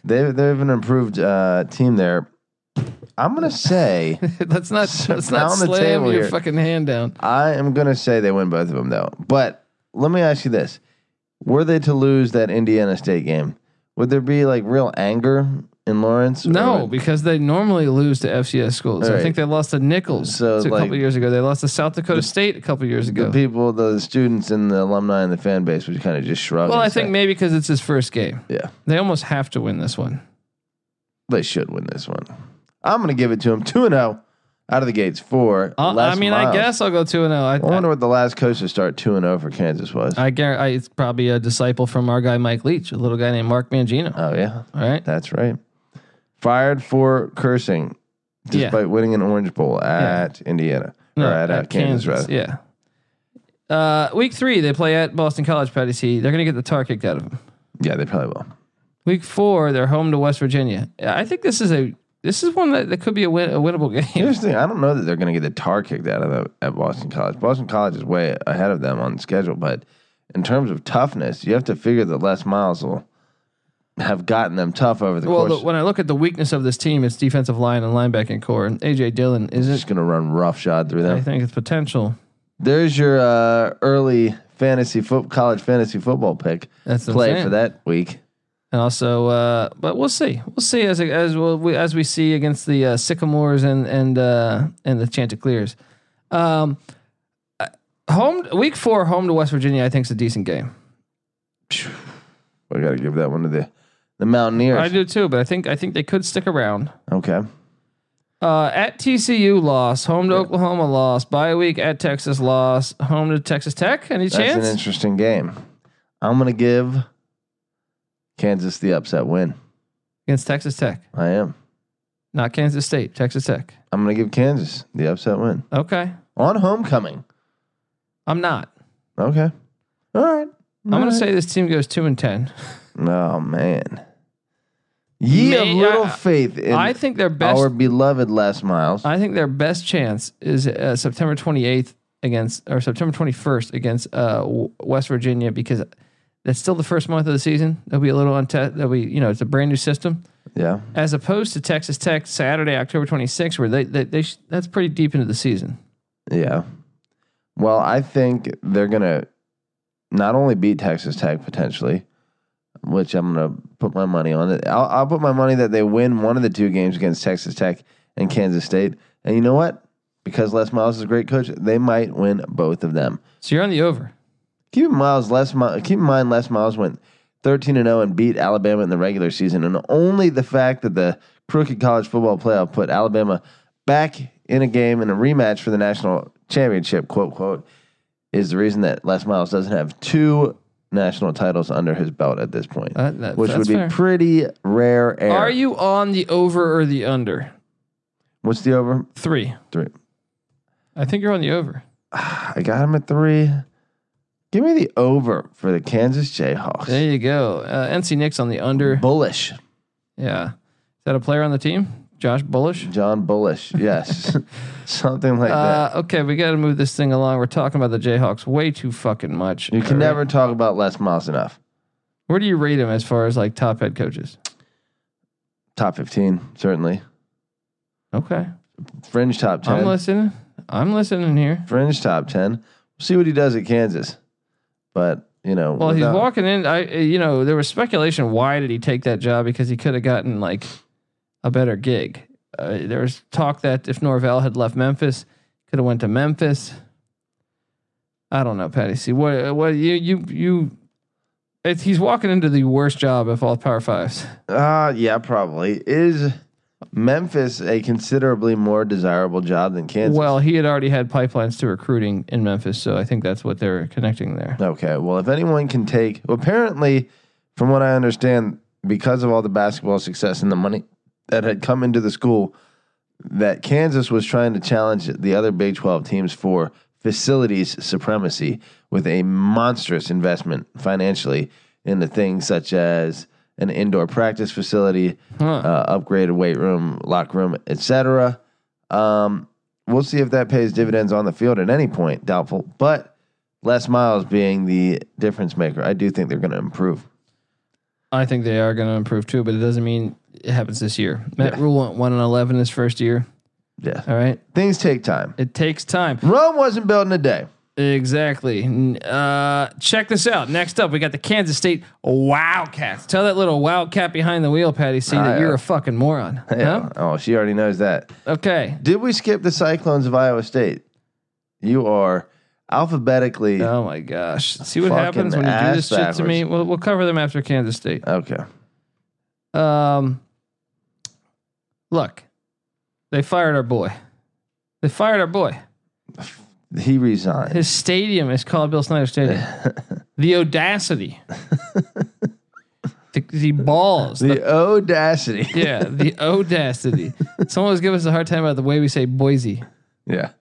[SPEAKER 3] they they've an improved uh, team there. I'm gonna say
[SPEAKER 1] let's not
[SPEAKER 3] So
[SPEAKER 1] let's not
[SPEAKER 3] pound the
[SPEAKER 1] slam
[SPEAKER 3] table
[SPEAKER 1] your
[SPEAKER 3] here.
[SPEAKER 1] fucking hand down.
[SPEAKER 3] I am gonna say they win both of them though. But let me ask you this: Were they to lose that Indiana State game, would there be like real anger in Lawrence? or
[SPEAKER 1] No,
[SPEAKER 3] would-
[SPEAKER 1] because they normally lose to FCS schools. I
[SPEAKER 3] Right.
[SPEAKER 1] think they lost to Nichols
[SPEAKER 3] So,
[SPEAKER 1] a
[SPEAKER 3] like,
[SPEAKER 1] couple years ago. They lost to South Dakota State a couple years ago.
[SPEAKER 3] the people, the students, and the alumni and the fan base would kind of just shrug.
[SPEAKER 1] Well,
[SPEAKER 3] and
[SPEAKER 1] I think
[SPEAKER 3] say,
[SPEAKER 1] maybe because it's his first game.
[SPEAKER 3] yeah,
[SPEAKER 1] They almost have to win this one.
[SPEAKER 3] they should win this one. I'm gonna give it to them two and zero out of the gates for.
[SPEAKER 1] I'll- Uh, I
[SPEAKER 3] Les
[SPEAKER 1] mean, I
[SPEAKER 3] Miles.
[SPEAKER 1] guess I'll go 2 and 0. I,
[SPEAKER 3] I wonder what the last coach to start two and zero for Kansas was.
[SPEAKER 1] I, I guarantee I, it's probably a disciple from our guy Mike Leach, a little guy named Mark Mangino.
[SPEAKER 3] oh yeah,
[SPEAKER 1] All right.
[SPEAKER 3] that's right. Fired for cursing
[SPEAKER 1] Yeah.
[SPEAKER 3] despite winning an Orange Bowl at Indiana or
[SPEAKER 1] No,
[SPEAKER 3] at, uh, Kansas, rather.
[SPEAKER 1] Yeah. Uh, week three, they play at Boston College, Patty C. They're going to get the tar kicked out of them.
[SPEAKER 3] Yeah, they probably will.
[SPEAKER 1] Week four, they're home to West Virginia. Yeah, I think this is a this is one that, that could be a, win, a winnable game.
[SPEAKER 3] Here's the thing: I don't know that they're going to get the tar kicked out of them at Boston College. Boston College is way ahead of them on schedule, but in terms of toughness, you have to figure that Les Miles will have gotten them tough over the
[SPEAKER 1] Well,
[SPEAKER 3] course.
[SPEAKER 1] the, when I look at the weakness of this team, it's defensive line and linebacking core. And AJ Dillon is
[SPEAKER 3] He's
[SPEAKER 1] it?
[SPEAKER 3] just going to run roughshod through
[SPEAKER 1] I
[SPEAKER 3] them.
[SPEAKER 1] think it's potential.
[SPEAKER 3] There's your uh, early fantasy foot college fantasy football pick
[SPEAKER 1] That's what I'm
[SPEAKER 3] play
[SPEAKER 1] saying.
[SPEAKER 3] for that week.
[SPEAKER 1] And also, uh, but we'll see. We'll see as as we'll, we as we see against the uh, Sycamores and and uh, and the Chanticleers. Um, uh, home week four, home to West Virginia. I think is a decent game.
[SPEAKER 3] We got to give that one to the the Mountaineers.
[SPEAKER 1] I do too, but I think I think they could stick around.
[SPEAKER 3] okay,
[SPEAKER 1] Uh, at TCU, loss. Home to Oklahoma, loss. Bye week at Texas, loss. Home to Texas Tech. Any
[SPEAKER 3] that's
[SPEAKER 1] chance?
[SPEAKER 3] an interesting game. I'm going to give Kansas the upset win.
[SPEAKER 1] against Texas Tech,
[SPEAKER 3] I am.
[SPEAKER 1] not Kansas State. Texas Tech.
[SPEAKER 3] I'm going to give Kansas the upset win
[SPEAKER 1] Okay,
[SPEAKER 3] on homecoming.
[SPEAKER 1] I'm not.
[SPEAKER 3] Okay. All right.
[SPEAKER 1] I'm gonna say this team goes two and ten.
[SPEAKER 3] Oh man. Ye of
[SPEAKER 1] May-
[SPEAKER 3] little
[SPEAKER 1] I-
[SPEAKER 3] faith in
[SPEAKER 1] I think their best
[SPEAKER 3] our beloved Les Miles.
[SPEAKER 1] I think their best chance is uh, September 28th against or September 21st against uh, W- West Virginia because that's still the first month of the season. They'll be a little untested. They'll be you know it's a brand new system
[SPEAKER 3] yeah.
[SPEAKER 1] as opposed to Texas Tech Saturday October 26th where they they, they sh- that's pretty deep into the season.
[SPEAKER 3] Yeah. Well, I think they're going to not only beat Texas Tech potentially, which I'm going to put my money on it. I'll, I'll put my money that they win one of the two games against Texas Tech and Kansas State. And you know what? Because Les Miles is a great coach, they might win both of them.
[SPEAKER 1] So you're on the over.
[SPEAKER 3] Keep in mind, Les Miles, keep in mind, Les Miles went 13 and 0 and beat Alabama in the regular season, and only the fact that the crooked college football playoff put Alabama back in a game in a rematch for the national championship, quote quote, is the reason that Les Miles doesn't have two national titles under his belt at this point,
[SPEAKER 1] Uh, that-
[SPEAKER 3] which would
[SPEAKER 1] that's
[SPEAKER 3] be
[SPEAKER 1] fair.
[SPEAKER 3] pretty rare. Air.
[SPEAKER 1] Are you on the over or the under?
[SPEAKER 3] What's the over?
[SPEAKER 1] Three.
[SPEAKER 3] Three.
[SPEAKER 1] I think you're on the over.
[SPEAKER 3] I got him at three. Give me the over for the Kansas Jayhawks.
[SPEAKER 1] There you go. Uh, NC Nick's on the under.
[SPEAKER 3] Bullish.
[SPEAKER 1] Yeah. Is that a player on the team? Josh Bullish.
[SPEAKER 3] John Bullish. Yes. Something like that.
[SPEAKER 1] Uh, okay, we got to move this thing along. We're talking about the Jayhawks way too fucking much.
[SPEAKER 3] You
[SPEAKER 1] All
[SPEAKER 3] can
[SPEAKER 1] right.
[SPEAKER 3] never talk about Les Miles enough.
[SPEAKER 1] Where do you rate them as far as like top head coaches?
[SPEAKER 3] Top 15, certainly.
[SPEAKER 1] Okay,
[SPEAKER 3] Fringe top 10.
[SPEAKER 1] I'm listening. I'm listening here.
[SPEAKER 3] Fringe top 10. We'll see what he does at Kansas. But, you know,
[SPEAKER 1] Well, he's
[SPEAKER 3] without-
[SPEAKER 1] walking in. I, uh, you know, there was speculation. Why did he take that job? Because he could have gotten like a better gig. Uh, there was talk that if Norvell had left Memphis, could have went to Memphis. I don't know, Patty. See what? What you you you? It's, he's walking into the worst job of all Power Fives.
[SPEAKER 3] Uh, yeah, probably. Is Memphis a considerably more desirable job than Kansas?
[SPEAKER 1] Well, he had already had pipelines to recruiting in Memphis, so I think that's what they're connecting there.
[SPEAKER 3] Okay. Well, if anyone can take, well, apparently, from what I understand, because of all the basketball success and the money that had come into the school, that Kansas was trying to challenge the other Big 12 teams for facilities supremacy with a monstrous investment financially into things such as an indoor practice facility, uh, upgraded weight room, locker room, etc. Um, we'll see if that pays dividends on the field at any point. Doubtful, but Les Miles being the difference maker, I do think they're going to improve.
[SPEAKER 1] I think they are going to improve too, but it doesn't mean it happens this year. Matt Rule went one and eleven his first year.
[SPEAKER 3] Yeah,
[SPEAKER 1] All right,
[SPEAKER 3] things take time.
[SPEAKER 1] it takes time.
[SPEAKER 3] Rome wasn't built in a day.
[SPEAKER 1] Exactly. N- Uh, check this out. Next up, we got the Kansas State Wildcats. Tell that little Wildcat behind the wheel, Patty, see that
[SPEAKER 3] Ah,
[SPEAKER 1] you're
[SPEAKER 3] yeah.
[SPEAKER 1] a fucking moron.
[SPEAKER 3] Yeah. Oh, she already knows that.
[SPEAKER 1] Huh? Okay.
[SPEAKER 3] Did we skip the Cyclones of Iowa State? You are alphabetically
[SPEAKER 1] Oh my gosh. See what
[SPEAKER 3] Fucking
[SPEAKER 1] happens when you do
[SPEAKER 3] ass
[SPEAKER 1] this shit to me. We'll, we'll cover them after Kansas State.
[SPEAKER 3] okay.
[SPEAKER 1] Um, look, they fired our boy. They fired our boy.
[SPEAKER 3] He resigned.
[SPEAKER 1] His stadium is called Bill Snyder Stadium. the audacity. The, the balls. The,
[SPEAKER 3] The audacity.
[SPEAKER 1] yeah, the audacity. Someone was giving us a hard time about the way we say Boise.
[SPEAKER 3] Yeah.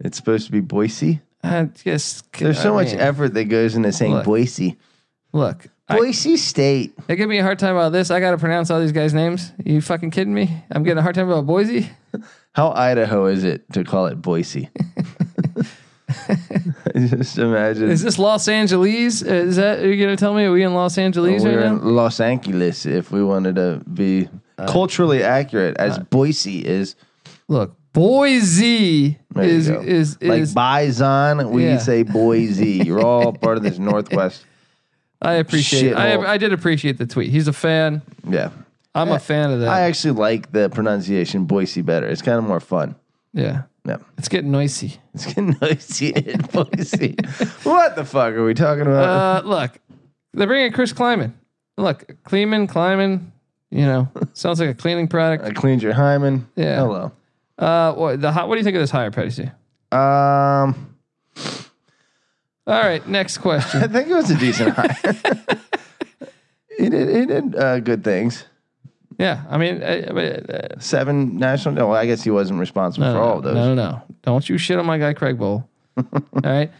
[SPEAKER 3] It's supposed to be Boise.
[SPEAKER 1] I guess
[SPEAKER 3] There's so
[SPEAKER 1] I
[SPEAKER 3] much
[SPEAKER 1] mean,
[SPEAKER 3] effort that goes into saying
[SPEAKER 1] Look.
[SPEAKER 3] Boise.
[SPEAKER 1] Look, I,
[SPEAKER 3] Boise State.
[SPEAKER 1] they give me a hard time about this. I got to pronounce all these guys' names. you fucking kidding me? I'm getting a hard time about Boise.
[SPEAKER 3] How Idaho is it to call it Boise? I just imagine.
[SPEAKER 1] Is this Los Angeles? Is that you're gonna tell me? Are we in Los Angeles
[SPEAKER 3] Oh, we're
[SPEAKER 1] right now?
[SPEAKER 3] in Los Angeles if we wanted to be culturally accurate, as Boise is.
[SPEAKER 1] Look, Boise
[SPEAKER 3] There you
[SPEAKER 1] is
[SPEAKER 3] go.
[SPEAKER 1] is
[SPEAKER 3] like
[SPEAKER 1] is.
[SPEAKER 3] Bison, we
[SPEAKER 1] Yeah.
[SPEAKER 3] say Boise. You're all part of this Northwest.
[SPEAKER 1] I appreciate. I
[SPEAKER 3] shithole.
[SPEAKER 1] I did appreciate the tweet. He's a fan.
[SPEAKER 3] Yeah.
[SPEAKER 1] I'm a fan of that.
[SPEAKER 3] I actually like the pronunciation Boise better. It's kind of more fun.
[SPEAKER 1] yeah,
[SPEAKER 3] Yeah.
[SPEAKER 1] it's getting noisy.
[SPEAKER 3] It's getting noisy in Boise. what the fuck are we talking about?
[SPEAKER 1] Uh, look, they're bringing Chris Kleiman. Look, Kleiman, Kleiman. You know, sounds like a cleaning
[SPEAKER 3] I
[SPEAKER 1] product.
[SPEAKER 3] cleaned your hymen.
[SPEAKER 1] Yeah.
[SPEAKER 3] Hello.
[SPEAKER 1] Uh, what the? hi- What do you think of this hire, Petty? C?
[SPEAKER 3] Um,
[SPEAKER 1] All right, next question.
[SPEAKER 3] I think it was a decent hire. he did, he did uh, good things.
[SPEAKER 1] Yeah, I mean, I, I mean, uh,
[SPEAKER 3] Seven national. No, I guess he wasn't responsible
[SPEAKER 1] no,
[SPEAKER 3] for
[SPEAKER 1] no,
[SPEAKER 3] all of those.
[SPEAKER 1] Uh, No, no, no. Don't you shit on my guy Craig Bowl. All right.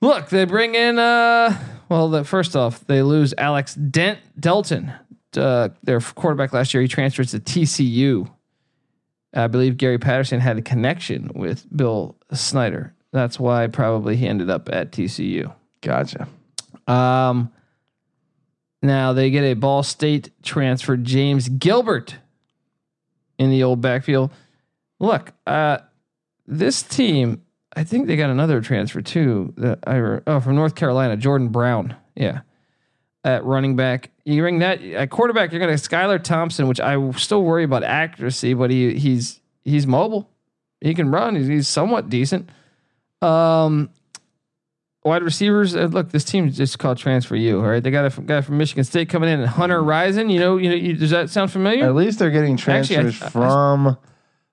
[SPEAKER 1] Look, they bring in uh well, the, first off, they lose Alex Dent Delton, uh, their quarterback last year. He transfers to TCU. I believe Gary Patterson had a connection with Bill Snyder. That's why probably he ended up at TCU.
[SPEAKER 3] Gotcha.
[SPEAKER 1] Um, now they get a Ball State transfer, James Gilbert, in the old backfield. Look, uh, this team, I think they got another transfer too. That I re- oh from North Carolina, Jordan Brown. Yeah, at running back, you bring that at quarterback. You're going to Skylar Thompson, which I still worry about accuracy, but he he's he's mobile. He can run. He's, he's somewhat decent. Um, wide receivers. Uh, look, this team's just called transfer you. All right, they got a f- guy from Michigan State coming in, and Hunter Risen. You know, you know, you, does that sound familiar?
[SPEAKER 3] At least they're getting
[SPEAKER 1] Actually, I-
[SPEAKER 3] transfers from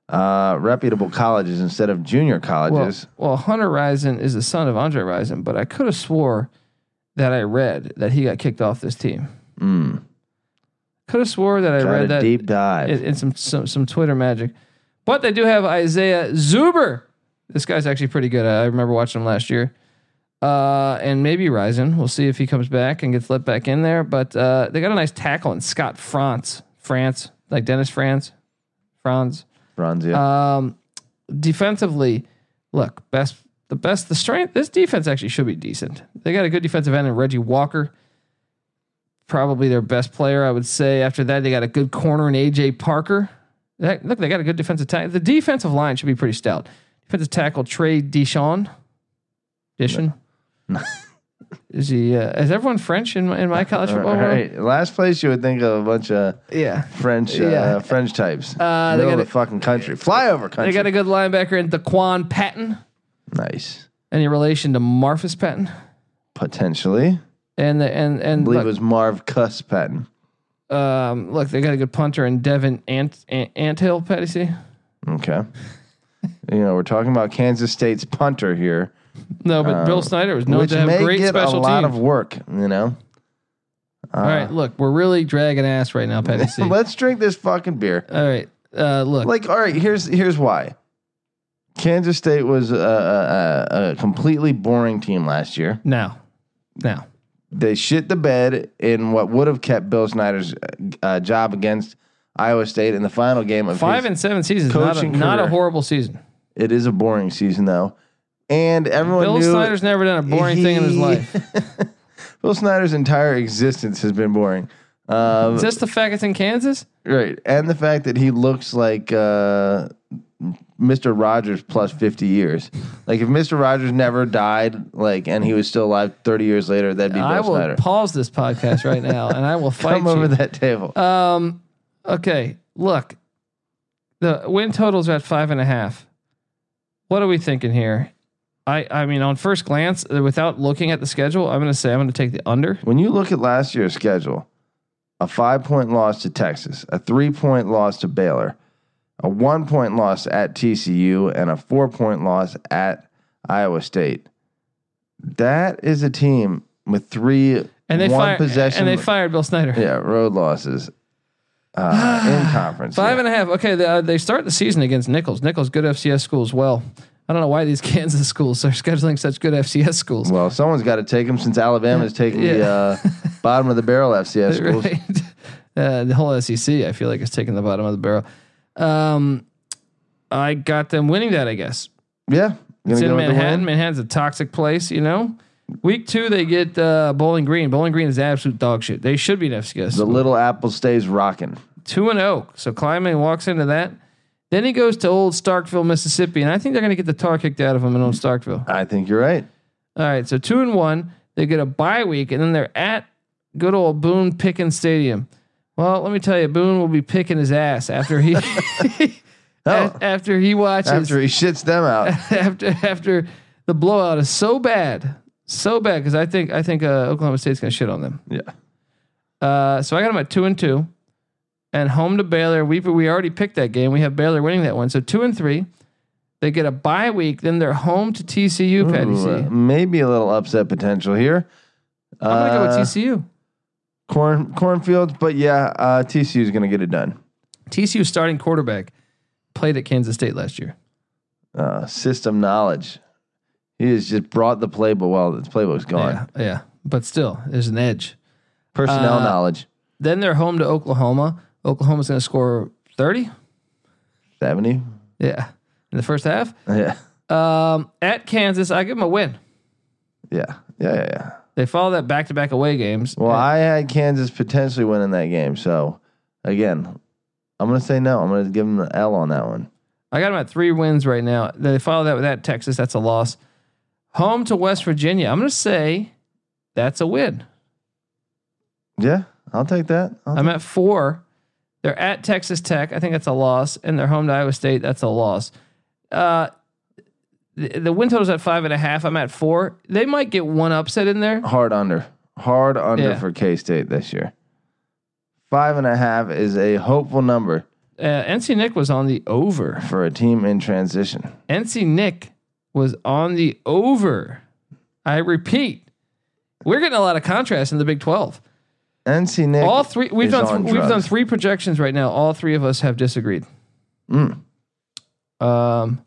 [SPEAKER 3] uh, reputable colleges instead of junior
[SPEAKER 1] Well,
[SPEAKER 3] colleges.
[SPEAKER 1] well, Hunter Risen is the son of Andre Risen, but I could have swore that I read that he got kicked off this team.
[SPEAKER 3] Mm.
[SPEAKER 1] Could have swore that I
[SPEAKER 3] Got a
[SPEAKER 1] read that
[SPEAKER 3] deep dive.
[SPEAKER 1] in, in some, some some Twitter magic. But they do have Isaiah Zuber. This guy's actually pretty good. I remember watching him last year. Uh, and maybe Rising. We'll see if he comes back and gets let back in there. But uh, they got a nice tackle in Scott France, France, like Dennis France, Franz.
[SPEAKER 3] Bronzia.
[SPEAKER 1] Um, defensively, look, best the best the strength. This defense actually should be decent. They got a good defensive end in Reggie Walker, probably their best player, I would say. After that, they got a good corner in AJ Parker. That, look, they got a good defensive tackle. The defensive line should be pretty stout. Defensive tackle Trey Dishon. Dishon. Is he? Uh, is everyone French in my, in my college
[SPEAKER 3] All
[SPEAKER 1] football? world?
[SPEAKER 3] right. Last place you would think of a bunch of
[SPEAKER 1] Yeah.
[SPEAKER 3] French
[SPEAKER 1] Yeah.
[SPEAKER 3] uh, French types.
[SPEAKER 1] Uh, they
[SPEAKER 3] Middle
[SPEAKER 1] got
[SPEAKER 3] of
[SPEAKER 1] a-
[SPEAKER 3] the fucking country. Flyover
[SPEAKER 1] They
[SPEAKER 3] country.
[SPEAKER 1] got a good linebacker in Daquan Patton.
[SPEAKER 3] nice.
[SPEAKER 1] Any relation to Marfus Patton?
[SPEAKER 3] Potentially.
[SPEAKER 1] And the, and
[SPEAKER 3] I
[SPEAKER 1] and
[SPEAKER 3] believe
[SPEAKER 1] look,
[SPEAKER 3] it was Marv Cuss Patton.
[SPEAKER 1] um, look, they got a good punter in Devin Ant Ant Anthill Petty.
[SPEAKER 3] Okay. you know, we're talking about Kansas State's punter here,
[SPEAKER 1] No, but Bill Snyder was known
[SPEAKER 3] Uh, which
[SPEAKER 1] to have
[SPEAKER 3] may
[SPEAKER 1] great
[SPEAKER 3] get a
[SPEAKER 1] special
[SPEAKER 3] lot
[SPEAKER 1] teams.
[SPEAKER 3] of uh, work, you know.
[SPEAKER 1] All right, look, we're really dragging ass right now, Petty. C. All
[SPEAKER 3] Let's drink this fucking beer.
[SPEAKER 1] right, uh, look,
[SPEAKER 3] Like, all right, here's here's why. Kansas State was a, a, a- a completely boring team last year.
[SPEAKER 1] now, now,
[SPEAKER 3] They shit the bed in what would have kept Bill Snyder's uh, uh, job against Iowa State in the final game of
[SPEAKER 1] five
[SPEAKER 3] his-
[SPEAKER 1] and seven seasons, not a,
[SPEAKER 3] coaching
[SPEAKER 1] not a
[SPEAKER 3] career.
[SPEAKER 1] horrible season.
[SPEAKER 3] It is a boring season though, and everyone
[SPEAKER 1] Bill
[SPEAKER 3] knew
[SPEAKER 1] Snyder's never done a boring thing in his
[SPEAKER 3] he-
[SPEAKER 1] life.
[SPEAKER 3] Bill Snyder's entire existence has been boring. Um,
[SPEAKER 1] Just the fact it's in Kansas.
[SPEAKER 3] right, and the fact that he looks like uh, Mr. Rogers plus fifty years. Like if Mr. Rogers never died, like and he was still alive thirty years later, that'd be Bill
[SPEAKER 1] I will
[SPEAKER 3] Snyder.
[SPEAKER 1] pause this podcast right now, and I will fight
[SPEAKER 3] Come
[SPEAKER 1] you.
[SPEAKER 3] over that table.
[SPEAKER 1] Um. Okay. Look, the win totals are at five and a half. What are we thinking here? I I mean, on first glance, uh, without looking at the schedule, I'm going to say I'm going to take the under.
[SPEAKER 3] when you look at last year's schedule, a five point loss to Texas, a three point loss to Baylor, a one point loss at TCU, and a four point loss at Iowa State. That is a team with three
[SPEAKER 1] And they
[SPEAKER 3] One
[SPEAKER 1] fired
[SPEAKER 3] possession-
[SPEAKER 1] and they fired Bill Snyder.
[SPEAKER 3] Yeah, road losses uh, in conference.
[SPEAKER 1] Five
[SPEAKER 3] yeah.
[SPEAKER 1] and a half. Okay, they, uh, they start the season against Nichols. Nichols, good FCS schools. Well, I don't know why these Kansas schools are scheduling such good FCS schools.
[SPEAKER 3] Well, someone's got to take them since Alabama's taking the
[SPEAKER 1] Yeah.
[SPEAKER 3] uh, bottom of the barrel FCS schools.
[SPEAKER 1] Right? Uh, the whole SEC, I feel like, is taking the bottom of the barrel. Um, I got them winning that, I guess.
[SPEAKER 3] Yeah,
[SPEAKER 1] It's
[SPEAKER 3] gonna
[SPEAKER 1] in
[SPEAKER 3] go with the
[SPEAKER 1] Manhattan.
[SPEAKER 3] win.
[SPEAKER 1] Manhattan's a toxic place, you know. Week two, they get uh, Bowling Green. Bowling Green is absolute dog shit. They should be an FCS.
[SPEAKER 3] The Little Apple stays rocking.
[SPEAKER 1] two and oh. So climbing walks into that. Then he goes to old Starkville, Mississippi, and I think they're going to get the tar kicked out of him in old Starkville.
[SPEAKER 3] I think you're right.
[SPEAKER 1] All right, so two and one, they get a bye week, and then they're at good old Boone Pickens Stadium. Well, let me tell you, Boone will be picking his ass after he
[SPEAKER 3] Oh.
[SPEAKER 1] after he watches
[SPEAKER 3] After he shits them out,
[SPEAKER 1] after after the blowout is so bad, so bad because I think I think uh, Oklahoma State's gonna shit on them.
[SPEAKER 3] yeah,
[SPEAKER 1] Uh, so I got them at two and two, and home to Baylor. We we already picked that game. We have Baylor winning that one. So two and three, they get a bye week. Then they're home to TCU. Patty
[SPEAKER 3] Ooh,
[SPEAKER 1] C.
[SPEAKER 3] uh,
[SPEAKER 1] I'm
[SPEAKER 3] maybe a little upset potential here. Uh,
[SPEAKER 1] gonna go with TCU.
[SPEAKER 3] Corn cornfields, but yeah, uh, TCU is gonna get it done.
[SPEAKER 1] TCU 's starting quarterback played at Kansas State last year.
[SPEAKER 3] Uh, system knowledge. He has just brought the playbook. Well, the playbook's gone.
[SPEAKER 1] Yeah, yeah, but still, there's an edge.
[SPEAKER 3] Personnel
[SPEAKER 1] Uh,
[SPEAKER 3] knowledge.
[SPEAKER 1] Then they're home to Oklahoma. Oklahoma's gonna score thirty.
[SPEAKER 3] Seventy.
[SPEAKER 1] Yeah, in the first half.
[SPEAKER 3] Yeah.
[SPEAKER 1] Um, at Kansas, I give them a win.
[SPEAKER 3] Yeah. Yeah. Yeah. Yeah.
[SPEAKER 1] They follow that back to back away games.
[SPEAKER 3] Well, I had Kansas potentially winning that game. So, again, I'm going to say no. I'm going to give them an L on that one.
[SPEAKER 1] I got them at three wins right now. They follow that with that Texas. That's a loss. Home to West Virginia. I'm going to say that's a win.
[SPEAKER 3] Yeah, I'll take that. I'll-
[SPEAKER 1] I'm at four. They're at Texas Tech. I think that's a loss. And they're home to Iowa State. That's a loss. Uh, the, the win total's at five and a half. I'm at four. They might get one upset in there.
[SPEAKER 3] hard under. Hard under
[SPEAKER 1] Yeah.
[SPEAKER 3] for K State this year. Five and a half is a hopeful number
[SPEAKER 1] Uh, NC Nick was on the over.
[SPEAKER 3] for a team in transition.
[SPEAKER 1] NC Nick was on the over. I repeat, we're getting a lot of contrast in the Big Twelve.
[SPEAKER 3] NC Nick.
[SPEAKER 1] All three we've
[SPEAKER 3] is
[SPEAKER 1] done
[SPEAKER 3] on
[SPEAKER 1] th- we've done
[SPEAKER 3] drugs.
[SPEAKER 1] three projections right now. All three of us have disagreed.
[SPEAKER 3] Mm.
[SPEAKER 1] Um,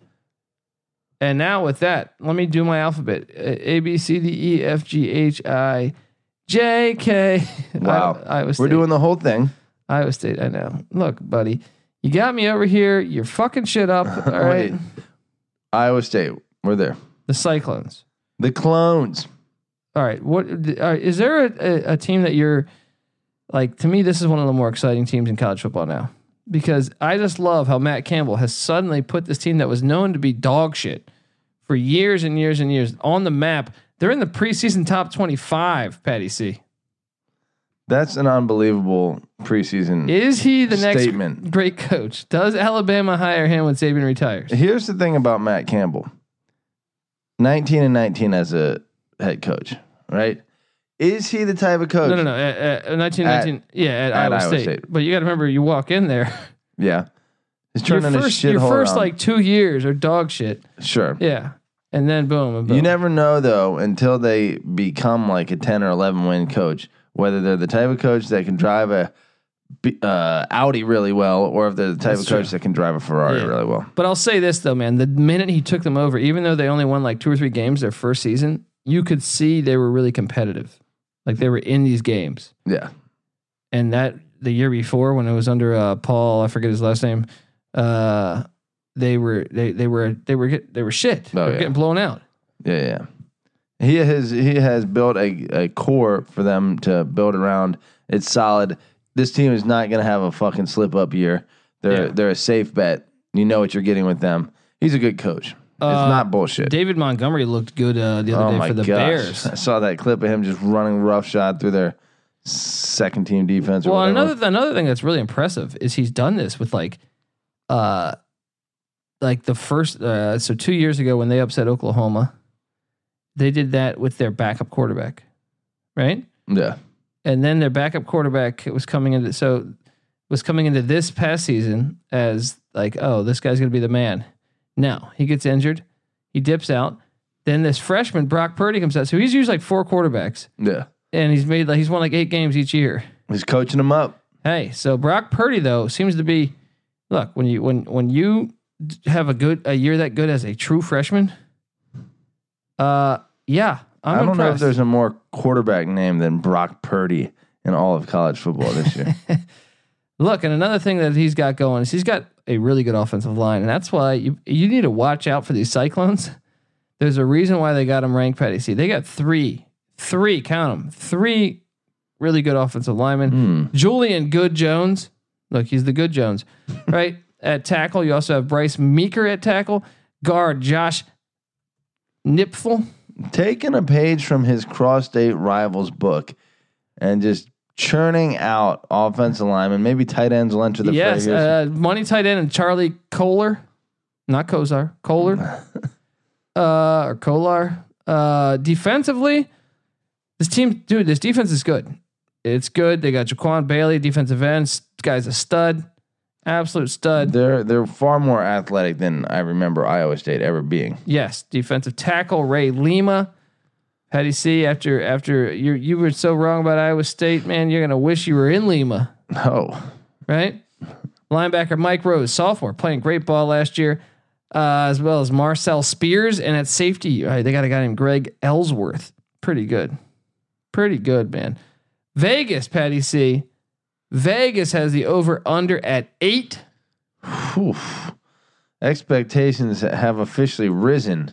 [SPEAKER 1] and now with that, let me do my alphabet: A A, B C D E F G H I J K.
[SPEAKER 3] Wow.
[SPEAKER 1] Iowa, Iowa State.
[SPEAKER 3] We're doing the whole thing.
[SPEAKER 1] Iowa State. I know. Look, buddy, you got me over here. You're fucking shit up. All right,
[SPEAKER 3] Wait. Iowa State. We're there.
[SPEAKER 1] the Cyclones.
[SPEAKER 3] The clones.
[SPEAKER 1] All right. What all right, is there a, a, a team that you're like? To me, this is one of the more exciting teams in college football now because I just love how Matt Campbell has suddenly put this team that was known to be dog shit for years and years and years on the map. They're in the preseason top twenty-five. Patty C.
[SPEAKER 3] That's an unbelievable preseason.
[SPEAKER 1] Is he the next
[SPEAKER 3] Statement.
[SPEAKER 1] great coach? Does Alabama hire him when Saban retires?
[SPEAKER 3] Here's the thing about Matt Campbell 19 and 19 as a head coach, right? Is he the type of coach?
[SPEAKER 1] No, no, no. At, at 1919. yeah, at, Iowa,
[SPEAKER 3] Iowa
[SPEAKER 1] State.
[SPEAKER 3] State.
[SPEAKER 1] But you got to remember, you walk in there.
[SPEAKER 3] Yeah. He's
[SPEAKER 1] Your
[SPEAKER 3] turning
[SPEAKER 1] first,
[SPEAKER 3] his shithole
[SPEAKER 1] your first
[SPEAKER 3] around.
[SPEAKER 1] like two years are dog shit.
[SPEAKER 3] sure.
[SPEAKER 1] Yeah. And then boom, and boom.
[SPEAKER 3] You never know though until they become like a 10 or 11 win coach whether they're the type of coach that can drive a B- uh, Audi really well or if they're the type
[SPEAKER 1] That's
[SPEAKER 3] of coach
[SPEAKER 1] true.
[SPEAKER 3] that can drive a Ferrari
[SPEAKER 1] Yeah.
[SPEAKER 3] really well.
[SPEAKER 1] but I'll say this though, man. The minute he took them over, even though they only won like two or three games their first season, you could see they were really competitive. Like they were in these games.
[SPEAKER 3] Yeah.
[SPEAKER 1] And that the year before when it was under uh, Paul, I forget his last name, uh, they were they they were they were get, they were shit. they
[SPEAKER 3] Oh,
[SPEAKER 1] were
[SPEAKER 3] yeah.
[SPEAKER 1] getting blown out.
[SPEAKER 3] Yeah, yeah. He has he has built a, a core for them to build around. It's solid. This team is not going to have a fucking slip up year. They're
[SPEAKER 1] Yeah.
[SPEAKER 3] they're a safe bet. You know what you're getting with them. He's a good coach.
[SPEAKER 1] Uh,
[SPEAKER 3] it's not bullshit.
[SPEAKER 1] David Montgomery looked good uh, the other
[SPEAKER 3] oh
[SPEAKER 1] day
[SPEAKER 3] my
[SPEAKER 1] for the
[SPEAKER 3] gosh!
[SPEAKER 1] Bears.
[SPEAKER 3] I saw that clip of him just running roughshod through their second team defense. or
[SPEAKER 1] Well,
[SPEAKER 3] whatever.
[SPEAKER 1] another another thing that's really impressive is he's done this with like, uh, like the first uh, so two years ago when they upset Oklahoma, they did that with their backup quarterback, right?
[SPEAKER 3] yeah,
[SPEAKER 1] And then their backup quarterback was coming into so was coming into this past season as like, oh, this guy's gonna be the man. No, he gets injured, he dips out. Then this freshman Brock Purdy comes out, so he's used like four quarterbacks.
[SPEAKER 3] yeah.
[SPEAKER 1] and he's made like he's won like eight games each year.
[SPEAKER 3] He's coaching them up.
[SPEAKER 1] Hey, so Brock Purdy though seems to be look when you when when you d- have a good a year that good as a true freshman. Uh, yeah, I'm
[SPEAKER 3] I'm I do not know if
[SPEAKER 1] impressed.
[SPEAKER 3] there's a more quarterback name than Brock Purdy in all of college football this year.
[SPEAKER 1] Look, and another thing that he's got going is he's got a really good offensive line, and that's why you you need to watch out for these Cyclones. There's a reason why they got him ranked petty. See, they got three, three, count them, three really good offensive linemen.
[SPEAKER 3] Hmm.
[SPEAKER 1] Julian Good Jones. Look, he's the Good Jones, right? at tackle, you also have Bryce Meeker at tackle, guard Josh Nipfel.
[SPEAKER 3] Taking a page from his cross-state rivals book and just churning out offensive linemen. Maybe tight ends will enter the
[SPEAKER 1] yes,
[SPEAKER 3] fray. here.
[SPEAKER 1] uh, money tight end and Charlie Kohler, not Kozar, Kohler, uh, or Kolar. Uh, defensively, this team, dude, this defense is good. It's good. They got Jaquan Bailey, defensive end. This guy's a stud, absolute stud.
[SPEAKER 3] they're they're far more athletic than I remember Iowa State ever being.
[SPEAKER 1] Yes, defensive tackle Ray Lima. How do you see after after you you were so wrong about Iowa State, man? You're gonna wish you were in Lima,
[SPEAKER 3] No.
[SPEAKER 1] right? Linebacker Mike Rose, sophomore, playing great ball last year, uh, as well as Marcel Spears, and at safety all right, they got a guy named Greg Ellsworth. Pretty good, pretty good, man. Vegas, Patty C. Vegas has the over under at eight.
[SPEAKER 3] Oof. Expectations have officially risen.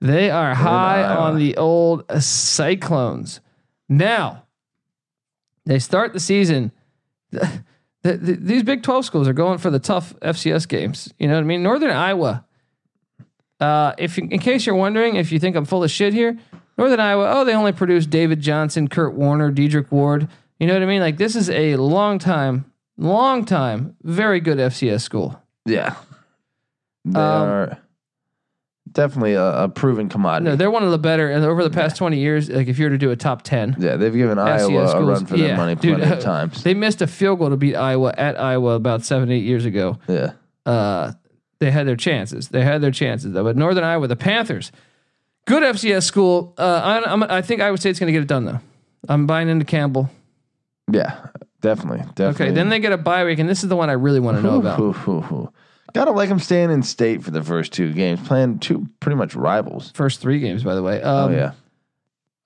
[SPEAKER 1] They are high
[SPEAKER 3] Iowa.
[SPEAKER 1] on the old Cyclones. Now, they start the season. The- the- these Big 12 schools are going for the tough FCS games. You know what I mean? Northern Iowa. Uh, if in case you're wondering, if you think I'm full of shit here, Northern Iowa. Oh, they only produced David Johnson, Kurt Warner, Dedrick Ward. You know what I mean? Like this is a long time, long time, very good FCS school.
[SPEAKER 3] Yeah. They
[SPEAKER 1] Um,
[SPEAKER 3] are definitely a, a proven commodity.
[SPEAKER 1] No, they're one of the better. And over the past 20 years, like if you were to do a top 10,
[SPEAKER 3] yeah, they've given Iowa a
[SPEAKER 1] E schools.
[SPEAKER 3] run for their
[SPEAKER 1] Yeah,
[SPEAKER 3] money
[SPEAKER 1] dude,
[SPEAKER 3] plenty
[SPEAKER 1] uh,
[SPEAKER 3] of times.
[SPEAKER 1] They missed a field goal to beat Iowa at Iowa about seven, eight years ago.
[SPEAKER 3] yeah.
[SPEAKER 1] Uh, they had their chances. They had their chances though. But Northern Iowa, the Panthers, good FCS school. Uh, I, I'm, I think Iowa State's going to get it done though. I'm buying into Campbell.
[SPEAKER 3] Yeah. Definitely. Definitely.
[SPEAKER 1] Okay, then they get a bye week, and this is the one I really want to know
[SPEAKER 3] Ooh,
[SPEAKER 1] about.
[SPEAKER 3] ooh, ooh, ooh. Gotta like them staying in state for the first two games, playing two pretty much rivals.
[SPEAKER 1] First three games, by the way. Um,
[SPEAKER 3] oh yeah.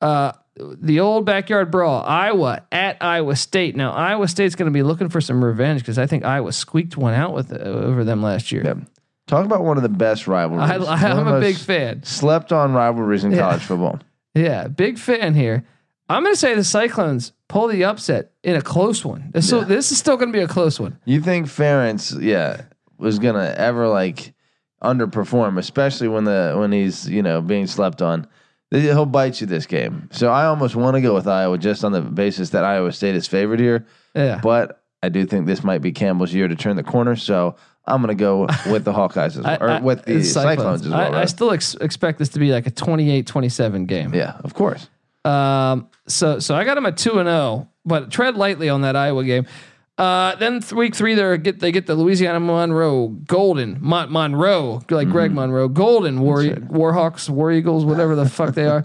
[SPEAKER 1] uh,
[SPEAKER 3] Oh,
[SPEAKER 1] the old backyard brawl, Iowa at Iowa State. Now Iowa State's going to be looking for some revenge because I think Iowa squeaked one out with over them last year.
[SPEAKER 3] Yep. Um, Talk about one of the best rivalries.
[SPEAKER 1] I,
[SPEAKER 3] One of
[SPEAKER 1] I'm
[SPEAKER 3] the
[SPEAKER 1] a big
[SPEAKER 3] most
[SPEAKER 1] fan.
[SPEAKER 3] Slept on rivalries in
[SPEAKER 1] Yeah.
[SPEAKER 3] college football.
[SPEAKER 1] Yeah, big fan here. I'm going to say the Cyclones pull the upset in a close one. This, so this is still going to be a close one.
[SPEAKER 3] You think Ferentz, yeah, was gonna ever like underperform, especially when the when he's you know being slept on. He'll bite you this game. So I almost want to go with Iowa just on the basis that Iowa State is favored here,
[SPEAKER 1] Yeah.
[SPEAKER 3] but I do think this might be Campbell's year to turn the corner. So I'm gonna go with the Hawkeyes as well, or with the Cyclones, as well.
[SPEAKER 1] I, I
[SPEAKER 3] right?
[SPEAKER 1] still ex- expect this to be like a 28-27 game.
[SPEAKER 3] yeah, of course.
[SPEAKER 1] Um, so so I got them at two and zero, but tread lightly on that Iowa game. Uh, then th- week three, they get they get the Louisiana Monroe Golden Mon- Monroe,
[SPEAKER 3] Mm-hmm.
[SPEAKER 1] like Greg Monroe Golden War Warhawks War Eagles, whatever the fuck they are.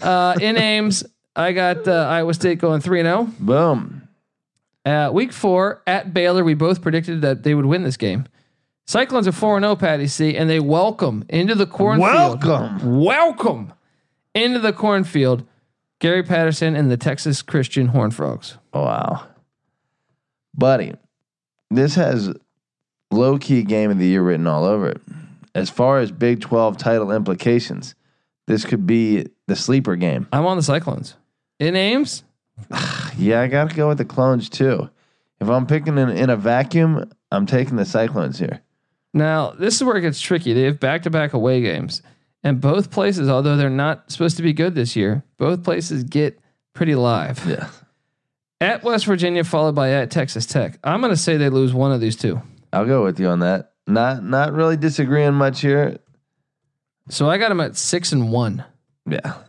[SPEAKER 1] Uh, in Ames, I got uh, Iowa State going three and oh. zero.
[SPEAKER 3] Boom.
[SPEAKER 1] Uh, week four at Baylor, we both predicted that they would win this game. Cyclones are four and zero, Patty C, and they welcome into the cornfield.
[SPEAKER 3] Welcome.
[SPEAKER 1] Welcome into the cornfield, Gary Patterson and the Texas Christian Horn Frogs.
[SPEAKER 3] Wow, buddy, this has low key game of the year written all over it. As far as Big 12 title implications, this could be the sleeper game.
[SPEAKER 1] I'm on the Cyclones. In Ames,
[SPEAKER 3] Yeah, I got to go with the Clones too. If I'm picking in, in a vacuum, I'm taking the Cyclones here.
[SPEAKER 1] now this is where it gets tricky. They have back to back away games, and both places, although they're not supposed to be good this year, both places get pretty live.
[SPEAKER 3] Yeah.
[SPEAKER 1] At West Virginia, followed by at Texas Tech. I'm going to say they lose one of these two.
[SPEAKER 3] I'll go with you on that. Not not really disagreeing much here.
[SPEAKER 1] So I got them at six and one.
[SPEAKER 3] Yeah.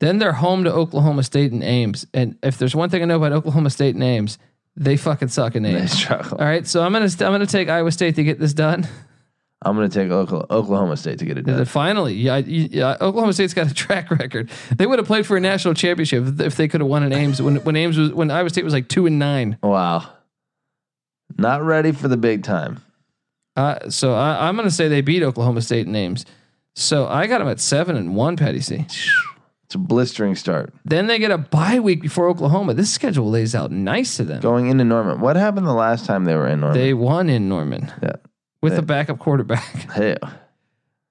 [SPEAKER 1] Then they're home to Oklahoma State and Ames. And if there's one thing I know about Oklahoma State and Ames, they fucking suck in
[SPEAKER 3] They
[SPEAKER 1] Ames.
[SPEAKER 3] struggle.
[SPEAKER 1] All right, so I'm gonna st- I'm gonna take Iowa State to get this done.
[SPEAKER 3] I'm going to take Oklahoma, Oklahoma State to get it
[SPEAKER 1] Is
[SPEAKER 3] done.
[SPEAKER 1] it finally, yeah, I- yeah, Oklahoma State's got a track record. They would have played for a national championship if- if they could have won at Ames when when Ames was when Iowa State was like two and nine.
[SPEAKER 3] Wow. Not ready for the big time.
[SPEAKER 1] Uh, so I, I'm going to say they beat Oklahoma State in Ames. So I got them at seven and one, Patty C.
[SPEAKER 3] It's a blistering start.
[SPEAKER 1] Then they get a bye week before Oklahoma. This schedule lays out nice to them.
[SPEAKER 3] Going into Norman. What happened the last time they were in Norman?
[SPEAKER 1] They won in Norman
[SPEAKER 3] yeah.
[SPEAKER 1] with
[SPEAKER 3] They-
[SPEAKER 1] a backup quarterback.
[SPEAKER 3] Hey,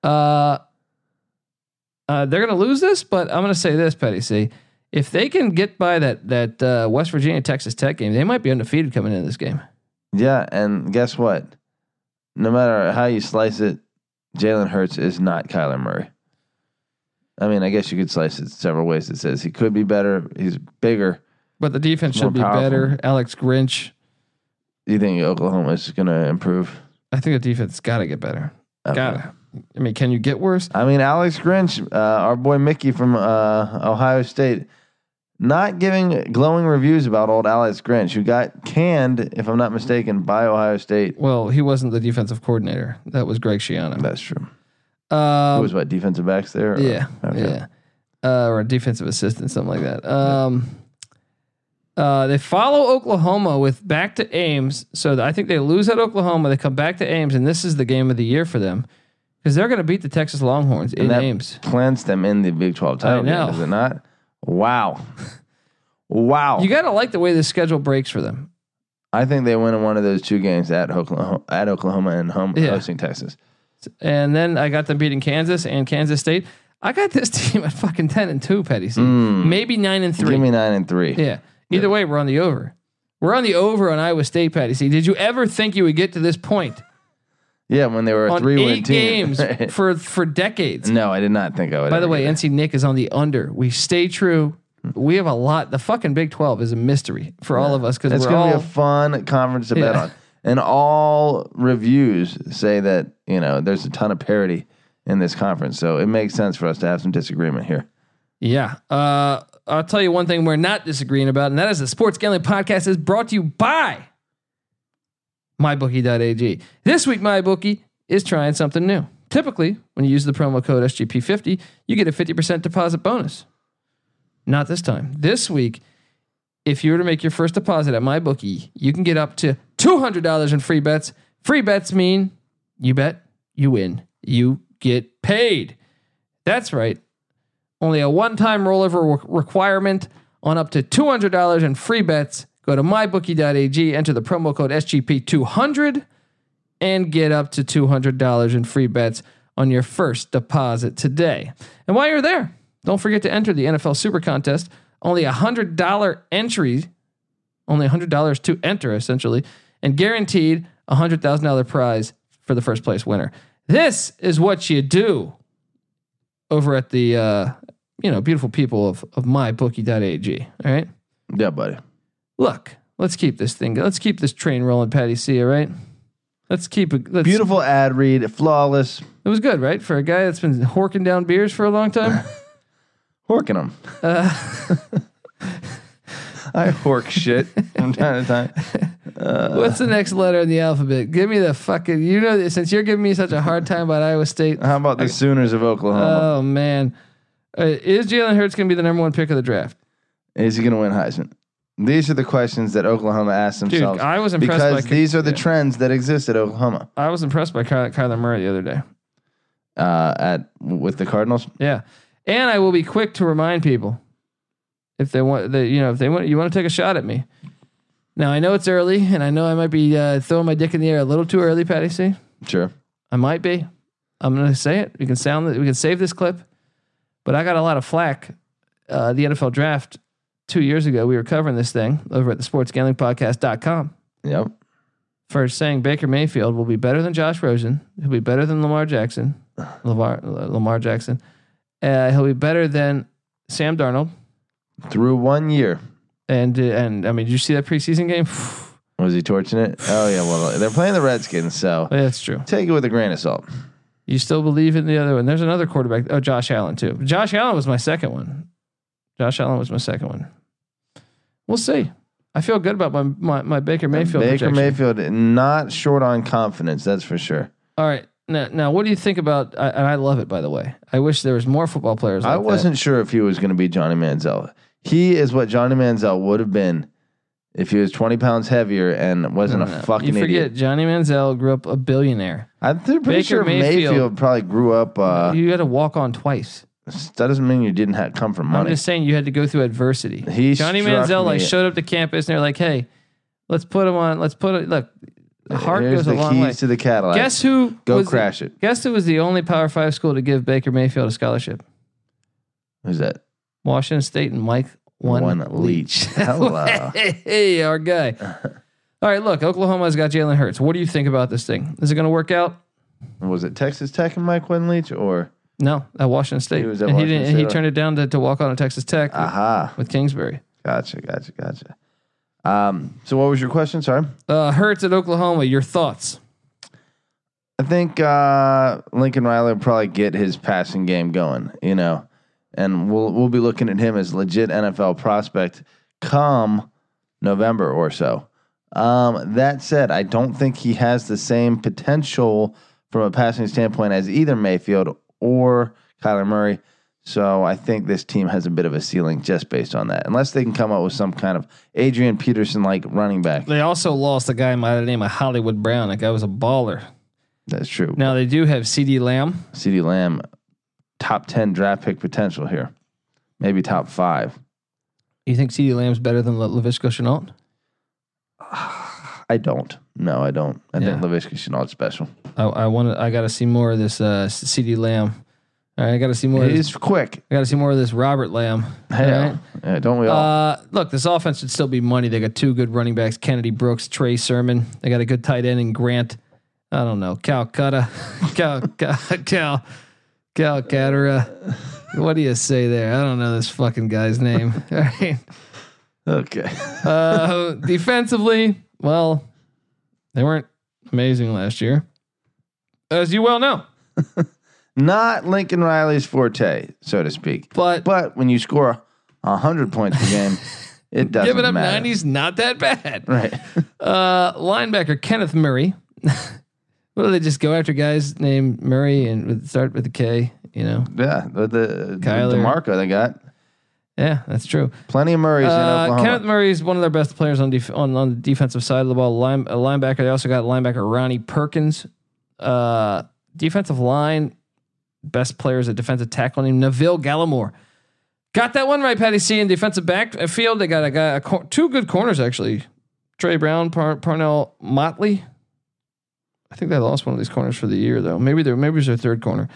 [SPEAKER 1] Uh, uh, they're going to lose this, but I'm going to say this, Petty C. If they can get by that that uh, West Virginia Texas Tech game, they might be undefeated coming into this game.
[SPEAKER 3] Yeah, and guess what? No matter how you slice it, Jalen Hurts is not Kyler Murray. I mean, I guess you could slice it several ways. It says he could be better. He's bigger.
[SPEAKER 1] But the defense
[SPEAKER 3] More
[SPEAKER 1] should be
[SPEAKER 3] powerful.
[SPEAKER 1] better. Alex Grinch,
[SPEAKER 3] Do you think Oklahoma is going to improve?
[SPEAKER 1] I think the defense got to get better.
[SPEAKER 3] Okay.
[SPEAKER 1] Got to. I mean, can you get worse?
[SPEAKER 3] I mean, Alex Grinch, uh, our boy Mickey from uh, Ohio State, not giving glowing reviews about old Alex Grinch, who got canned, if I'm not mistaken, by Ohio State.
[SPEAKER 1] Well, he wasn't the defensive coordinator. That was Greg Schiano.
[SPEAKER 3] That's true.
[SPEAKER 1] Um,
[SPEAKER 3] Who was what defensive backs there?
[SPEAKER 1] Yeah,
[SPEAKER 3] Okay.
[SPEAKER 1] yeah, uh, or a defensive assistant, something like that. Um, uh, they follow Oklahoma with back to Ames, so I think they lose at Oklahoma. They come back to Ames, and this is the game of the year for them because they're going to beat the Texas Longhorns in
[SPEAKER 3] and that
[SPEAKER 1] Ames.
[SPEAKER 3] plants them in the Big 12 title
[SPEAKER 1] know.
[SPEAKER 3] game, does it not? Wow. wow.
[SPEAKER 1] You got to like the way the schedule breaks for them.
[SPEAKER 3] I think they win in one of those two games at Oklahoma, at Oklahoma and home
[SPEAKER 1] Yeah.
[SPEAKER 3] hosting Texas.
[SPEAKER 1] And then I got them beating Kansas and Kansas State. I got this team at fucking ten and two, Petty C. Maybe nine and three.
[SPEAKER 3] Mm. Give me 9 and 3.
[SPEAKER 1] Yeah. Either way, we're on the over. We're on the over on Iowa State, Patty. See, did you ever think you would get to this point
[SPEAKER 3] Yeah, when they were a
[SPEAKER 1] on
[SPEAKER 3] 3 win
[SPEAKER 1] eight
[SPEAKER 3] team.
[SPEAKER 1] games for for decades?
[SPEAKER 3] no, I did not think I would.
[SPEAKER 1] By the
[SPEAKER 3] ever
[SPEAKER 1] way,
[SPEAKER 3] get
[SPEAKER 1] NC Nick is on the under. We stay true. We have a lot. The fucking Big Twelve is a mystery for all of us
[SPEAKER 3] there.
[SPEAKER 1] because
[SPEAKER 3] it's
[SPEAKER 1] we're
[SPEAKER 3] going to
[SPEAKER 1] all.
[SPEAKER 3] be a fun conference to bet
[SPEAKER 1] Yeah.
[SPEAKER 3] on. And all reviews say that, you know, there's a ton of parity in this conference. So it makes sense for us to have some disagreement here.
[SPEAKER 1] yeah. Uh, I'll tell you one thing we're not disagreeing about, and that is the Sports Gambling Podcast is brought to you by mybookie.ag. This week, MyBookie is trying something new. Typically, when you use the promo code SGP50, you get a 50% deposit bonus. Not this time. This week, if you were to make your first deposit at MyBookie, you can get up to $200 in free bets. Free bets mean you bet, you win, you get paid. That's right. Only a one time rollover re- requirement on up to $200 in free bets. Go to mybookie.ag, enter the promo code SGP200, and get up to $200 in free bets on your first deposit today. And while you're there, don't forget to enter the NFL Super Contest. Only a $100 entry, only $100 to enter essentially, and guaranteed a $100,000 prize for the first place winner. This is what you do over at the uh, you know beautiful people of of mybookie.ag. All right,
[SPEAKER 3] Yeah, buddy.
[SPEAKER 1] look, let's keep this thing. Let's keep this train rolling, Patty C. All right, let's keep it. Let's,
[SPEAKER 3] Beautiful ad read, flawless,
[SPEAKER 1] It was good, right, for a guy that's been horking down beers for a long time.
[SPEAKER 3] horking them.
[SPEAKER 1] Uh,
[SPEAKER 3] I hork shit from time to time.
[SPEAKER 1] What's the next letter in the alphabet? Give me the fucking. You know, that since you're giving me such a hard time about Iowa State.
[SPEAKER 3] How about the Sooners of Oklahoma?
[SPEAKER 1] Oh man, uh, is Jalen Hurts going to be the number one pick of the draft?
[SPEAKER 3] Is he going to win Heisman? These are the questions that Oklahoma asked
[SPEAKER 1] Dude,
[SPEAKER 3] themselves.
[SPEAKER 1] I was impressed by
[SPEAKER 3] because
[SPEAKER 1] Ky-
[SPEAKER 3] these are the
[SPEAKER 1] yeah.
[SPEAKER 3] trends that exist at Oklahoma
[SPEAKER 1] I was impressed by Ky- Kyler Murray the other day.
[SPEAKER 3] uh, at with the Cardinals.
[SPEAKER 1] Yeah. And I will be quick to remind people if they want that, you know, if they want, you want to take a shot at me. Now I know it's early and I know I might be uh, throwing my dick in the air a little too early, Patty C.
[SPEAKER 3] Sure,
[SPEAKER 1] I might be. I'm going to say it. We can sound it. We can save this clip, but I got a lot of flack. Uh, the NFL draft two years ago, we were covering this thing over at the sportsgamblingpodcast.com
[SPEAKER 3] yep.
[SPEAKER 1] for saying Baker Mayfield will be better than Josh Rosen. He'll be better than Lamar Jackson. Lamar, Lamar Jackson. Uh, he'll be better than Sam Darnold.
[SPEAKER 3] Through one year,
[SPEAKER 1] And uh, and I mean, did you see that preseason game?
[SPEAKER 3] was he torching it? Oh yeah, well they're playing the Redskins, so
[SPEAKER 1] That's true.
[SPEAKER 3] take it with a grain of salt.
[SPEAKER 1] You still believe in the other one? There's another quarterback. Oh, Josh Allen too. Josh Allen was my second one. Josh Allen was my second one. We'll see. I feel good about my my, my Baker Mayfield.
[SPEAKER 3] Baker
[SPEAKER 1] projection.
[SPEAKER 3] Mayfield not short on confidence, that's for sure.
[SPEAKER 1] All right. Now, now, what do you think about? I- And I love it, by the way. I wish there was more football players. Like
[SPEAKER 3] I wasn't sure if he was going to be Johnny Manziel. He is what Johnny Manziel would have been if he was 20 pounds heavier and
[SPEAKER 1] that.
[SPEAKER 3] wasn't
[SPEAKER 1] No, no,
[SPEAKER 3] a
[SPEAKER 1] no.
[SPEAKER 3] fucking
[SPEAKER 1] Mm, You forget
[SPEAKER 3] idiot.
[SPEAKER 1] Johnny Manziel grew up a billionaire.
[SPEAKER 3] I'm th- pretty
[SPEAKER 1] Baker
[SPEAKER 3] sure
[SPEAKER 1] Mayfield.
[SPEAKER 3] Mayfield. probably grew up. Uh,
[SPEAKER 1] you had to walk on twice.
[SPEAKER 3] that doesn't mean you didn't have, come from
[SPEAKER 1] I'm
[SPEAKER 3] money.
[SPEAKER 1] just saying you had to go through adversity.
[SPEAKER 3] He
[SPEAKER 1] Johnny
[SPEAKER 3] struck
[SPEAKER 1] Manziel like
[SPEAKER 3] me-
[SPEAKER 1] showed up to campus and they're like, "Hey, let's put him on. Let's put it. Look, the heart
[SPEAKER 3] Here's
[SPEAKER 1] goes
[SPEAKER 3] the
[SPEAKER 1] a long
[SPEAKER 3] keys
[SPEAKER 1] way."
[SPEAKER 3] to the Cadillac.
[SPEAKER 1] Guess who?
[SPEAKER 3] Go
[SPEAKER 1] was the-
[SPEAKER 3] crash it.
[SPEAKER 1] guess who was the only Power Five school to give Baker Mayfield a scholarship?
[SPEAKER 3] Who's that?
[SPEAKER 1] Washington State and Mike One,
[SPEAKER 3] One
[SPEAKER 1] Leach.
[SPEAKER 3] Leach. Hello.
[SPEAKER 1] hey, our guy. All right, look, Oklahoma's got Jalen Hurts. What do you think about this thing? Is it going to work out?
[SPEAKER 3] Was it Texas Tech and Mike Winleach or
[SPEAKER 1] No, at Washington State.
[SPEAKER 3] He was at
[SPEAKER 1] and
[SPEAKER 3] Washington
[SPEAKER 1] he didn't. He
[SPEAKER 3] State. Ah.
[SPEAKER 1] turned it down to, to walk on to Texas Tech
[SPEAKER 3] Aha?
[SPEAKER 1] with Kingsbury.
[SPEAKER 3] Gotcha, gotcha, gotcha. Um, so what was your question? Sorry.
[SPEAKER 1] Uh, Hurts at Oklahoma. Your thoughts?
[SPEAKER 3] I think uh, Lincoln Riley will probably get his passing game going, you know, and we'll we'll be looking at him as legit NFL prospect come November or so. Um, that said, I don't think he has the same potential from a passing standpoint as either Mayfield or Kyler Murray. So I think this team has a bit of a ceiling just based on that, unless they can come up with some kind of Adrian Peterson like running back.
[SPEAKER 1] They also lost a guy by the name of Hollywood Brown. That guy was a baller.
[SPEAKER 3] That's true.
[SPEAKER 1] Now they do have C.D. Lamb.
[SPEAKER 3] CD Lamb, top 10 draft pick potential here. Maybe top five.
[SPEAKER 1] You think C.D. Lamb's better than La- Lavisco Chenault?
[SPEAKER 3] I don't. No, I don't. I think
[SPEAKER 1] Yeah.
[SPEAKER 3] LaVishka Chenault's special.
[SPEAKER 1] I, I want. I got to see more of this uh, C.D. Lamb. All right, I got to see more. Of this,
[SPEAKER 3] He's quick.
[SPEAKER 1] I got to see more of this Robert Lamb.
[SPEAKER 3] Hell.
[SPEAKER 1] All right.
[SPEAKER 3] Yeah, don't we all?
[SPEAKER 1] Uh, look, this offense should still be money. They got two good running backs: Kennedy Brooks, Trey Sermon. They got a good tight end in Grant. I don't know Calcutta, Cal, Cal, Cal, Calcatera. What do you say there? I don't know this fucking guy's name. All right.
[SPEAKER 3] okay.
[SPEAKER 1] Uh, defensively, well, they weren't amazing last year, as you well know.
[SPEAKER 3] Not Lincoln Riley's forte, so to speak.
[SPEAKER 1] But,
[SPEAKER 3] But when you score 100 points a game, it doesn't
[SPEAKER 1] giving up
[SPEAKER 3] matter.
[SPEAKER 1] nineties not that bad.
[SPEAKER 3] Right.
[SPEAKER 1] Uh, linebacker Kenneth Murray. what do they just go after guys named Murray and with, start with a K? You know,
[SPEAKER 3] yeah. The, the,
[SPEAKER 1] Kyler.
[SPEAKER 3] DeMarco they got.
[SPEAKER 1] yeah, that's true.
[SPEAKER 3] Plenty of Murray's in
[SPEAKER 1] Uh,
[SPEAKER 3] Oklahoma.
[SPEAKER 1] Kenneth Murray is one of their best players on, def- on on the defensive side of the ball. Line, a linebacker. They also got linebacker Ronnie Perkins. Uh, defensive line, best players at defensive tackle named Neville Gallimore. Got that one right, Patty C. In defensive back uh, field, they got a guy, a cor- two good corners actually. Trey Brown, Par- Parnell Motley. I think they lost one of these corners for the year though. Maybe they're maybe it's their third corner.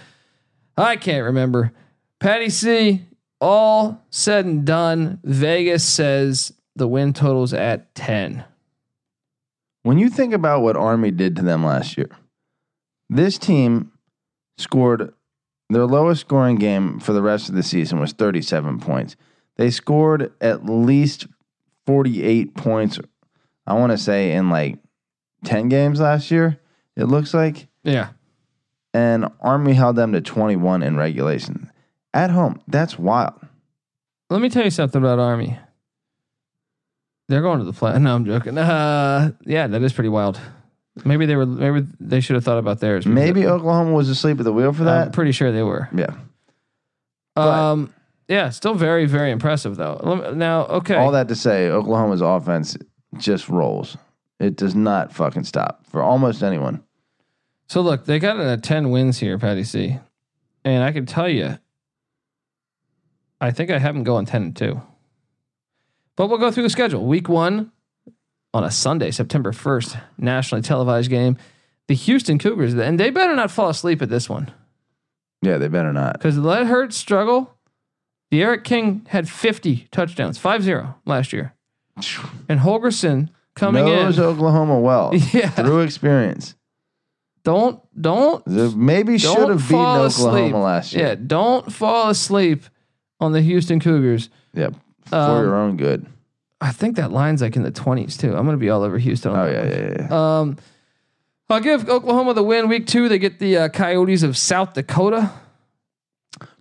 [SPEAKER 1] I can't remember. Patty C, all said and done, Vegas says the win total's at 10.
[SPEAKER 3] when you think about what Army did to them last year, this team scored their lowest scoring game for the rest of the season was 37 points. They scored at least 48 points, I want to say, in like 10 games last year, it looks like
[SPEAKER 1] Yeah.
[SPEAKER 3] and Army held them to 21 in regulation. At home, that's wild.
[SPEAKER 1] Let me tell you something about Army. They're going to the play. No, I'm joking. Uh, yeah, that is pretty wild. Maybe they were. Maybe they should have thought about theirs.
[SPEAKER 3] Maybe Oklahoma was asleep at the wheel for
[SPEAKER 1] I'm
[SPEAKER 3] that.
[SPEAKER 1] pretty sure they were.
[SPEAKER 3] yeah. But-
[SPEAKER 1] Um, yeah, still very, very impressive though. Lem- Now, okay,
[SPEAKER 3] All that to say, Oklahoma's offense just rolls. It does not fucking stop for almost anyone.
[SPEAKER 1] So look, they got uh, ten wins here, Patty C, and I can tell you, I think I have them going ten and two. But we'll go through the schedule. Week one on a Sunday, September first, nationally televised game. The Houston Cougars, and they better not fall asleep at this one
[SPEAKER 3] Yeah, they better not.
[SPEAKER 1] because let Hurts struggle. The Eric King had 50 touchdowns, 5-0 last year, and Holgerson coming
[SPEAKER 3] Knows
[SPEAKER 1] in.
[SPEAKER 3] Oklahoma well
[SPEAKER 1] Yeah.
[SPEAKER 3] through experience.
[SPEAKER 1] Don't don't
[SPEAKER 3] They maybe
[SPEAKER 1] Don't
[SPEAKER 3] should have beaten
[SPEAKER 1] fall
[SPEAKER 3] Oklahoma
[SPEAKER 1] asleep.
[SPEAKER 3] last year.
[SPEAKER 1] Yeah, don't fall asleep on the Houston Cougars.
[SPEAKER 3] Yep. For
[SPEAKER 1] Um,
[SPEAKER 3] your own good.
[SPEAKER 1] I think that line's like in the twenties too. I'm gonna be all over Houston.
[SPEAKER 3] Oh yeah, yeah, yeah.
[SPEAKER 1] Um, I'll give Oklahoma the win week two. They get the uh, Coyotes of South Dakota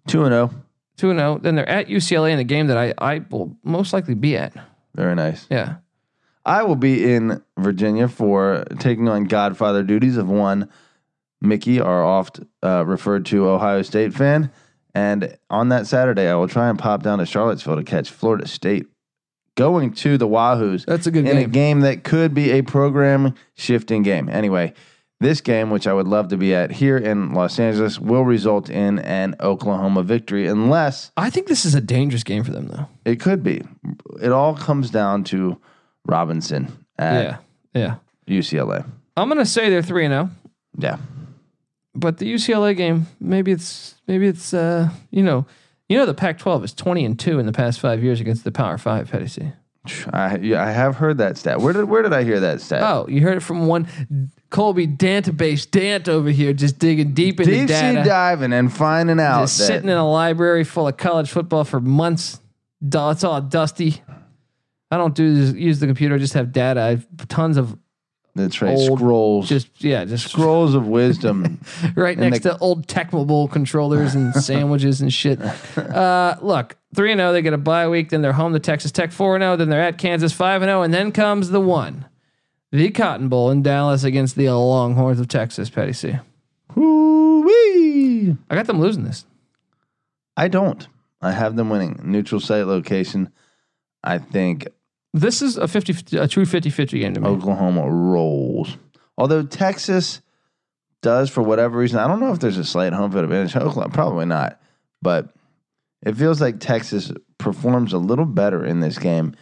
[SPEAKER 3] Two and oh. zero.
[SPEAKER 1] two and zero. Then they're at UCLA in a game that I I will most likely be at.
[SPEAKER 3] Very nice.
[SPEAKER 1] Yeah,
[SPEAKER 3] I will be in Virginia for taking on Godfather duties of one Mickey, our oft uh, referred to Ohio State fan. And on that Saturday, I will try and pop down to Charlottesville to catch Florida State going to the Wahoos
[SPEAKER 1] That's a good
[SPEAKER 3] in a
[SPEAKER 1] game.
[SPEAKER 3] game that could be a program shifting game. Anyway, this game, which I would love to be at here in Los Angeles, will result in an Oklahoma victory unless
[SPEAKER 1] I think this is a dangerous game for them, though.
[SPEAKER 3] it could be. It all comes down to Robinson
[SPEAKER 1] Yeah,
[SPEAKER 3] at
[SPEAKER 1] yeah.
[SPEAKER 3] UCLA.
[SPEAKER 1] I'm gonna say they're three and oh. zero,
[SPEAKER 3] Yeah.
[SPEAKER 1] but the UCLA game, maybe it's maybe it's uh you know you know the Pac-12 is 20 and two in the past five years against the Power Five. How do you see?
[SPEAKER 3] I, yeah, I have heard that stat. Where did where did I hear that stat?
[SPEAKER 1] Oh, you heard it from one Colby Dantabase Dant over here, just digging deep into
[SPEAKER 3] Deep sea
[SPEAKER 1] data,
[SPEAKER 3] diving and finding out
[SPEAKER 1] just
[SPEAKER 3] that
[SPEAKER 1] sitting in a library full of college football for months. Du- It's all dusty. I don't do use the computer. I just have data. I have tons of
[SPEAKER 3] that's right.
[SPEAKER 1] old-
[SPEAKER 3] Scrolls,
[SPEAKER 1] just yeah, just
[SPEAKER 3] scrolls of wisdom.
[SPEAKER 1] right next
[SPEAKER 3] the-
[SPEAKER 1] to old Tecmo Bowl controllers and sandwiches and shit. Uh, look, 3 and 0, they get a bye week, then they're home to Texas Tech 4 and 0, then they're at Kansas 5 and 0, and then comes the one. The Cotton Bowl in Dallas against the Longhorns of Texas, Petty C.
[SPEAKER 3] Hoo-wee.
[SPEAKER 1] I got them losing this.
[SPEAKER 3] I don't. I have them winning. Neutral site location. I think
[SPEAKER 1] This is a 50 a true 50-50 game to
[SPEAKER 3] Oh,
[SPEAKER 1] me.
[SPEAKER 3] Oklahoma rolls. Although Texas does for whatever reason. I don't know if there's a slight home field advantage. Oklahoma probably not, but it feels like Texas performs a little better in this game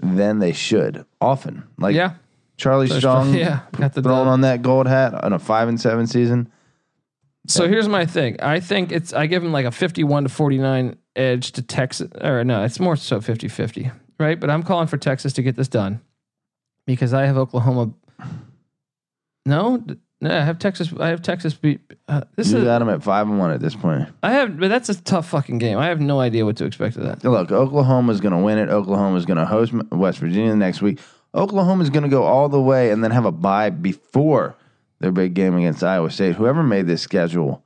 [SPEAKER 3] than they should often. Like
[SPEAKER 1] yeah.
[SPEAKER 3] Charlie Strong
[SPEAKER 1] yeah, got the
[SPEAKER 3] throwing
[SPEAKER 1] dub.
[SPEAKER 3] on that gold hat on a five and seven season.
[SPEAKER 1] So here's my thing. I think it's I give them like a 51 to 49 edge to Texas or no, it's more so 50-50, right? But I'm calling for Texas to get this done because I have Oklahoma No, d- no, I have Texas I have Texas beat uh, this
[SPEAKER 3] You
[SPEAKER 1] is
[SPEAKER 3] got them at five and one at this point.
[SPEAKER 1] I have but that's a tough fucking game. I have no idea what to expect of that.
[SPEAKER 3] Look, Oklahoma's going to win it. Oklahoma's going to host M- West Virginia next week. Oklahoma's going to go all the way and then have a bye before their big game against Iowa State. Whoever made this schedule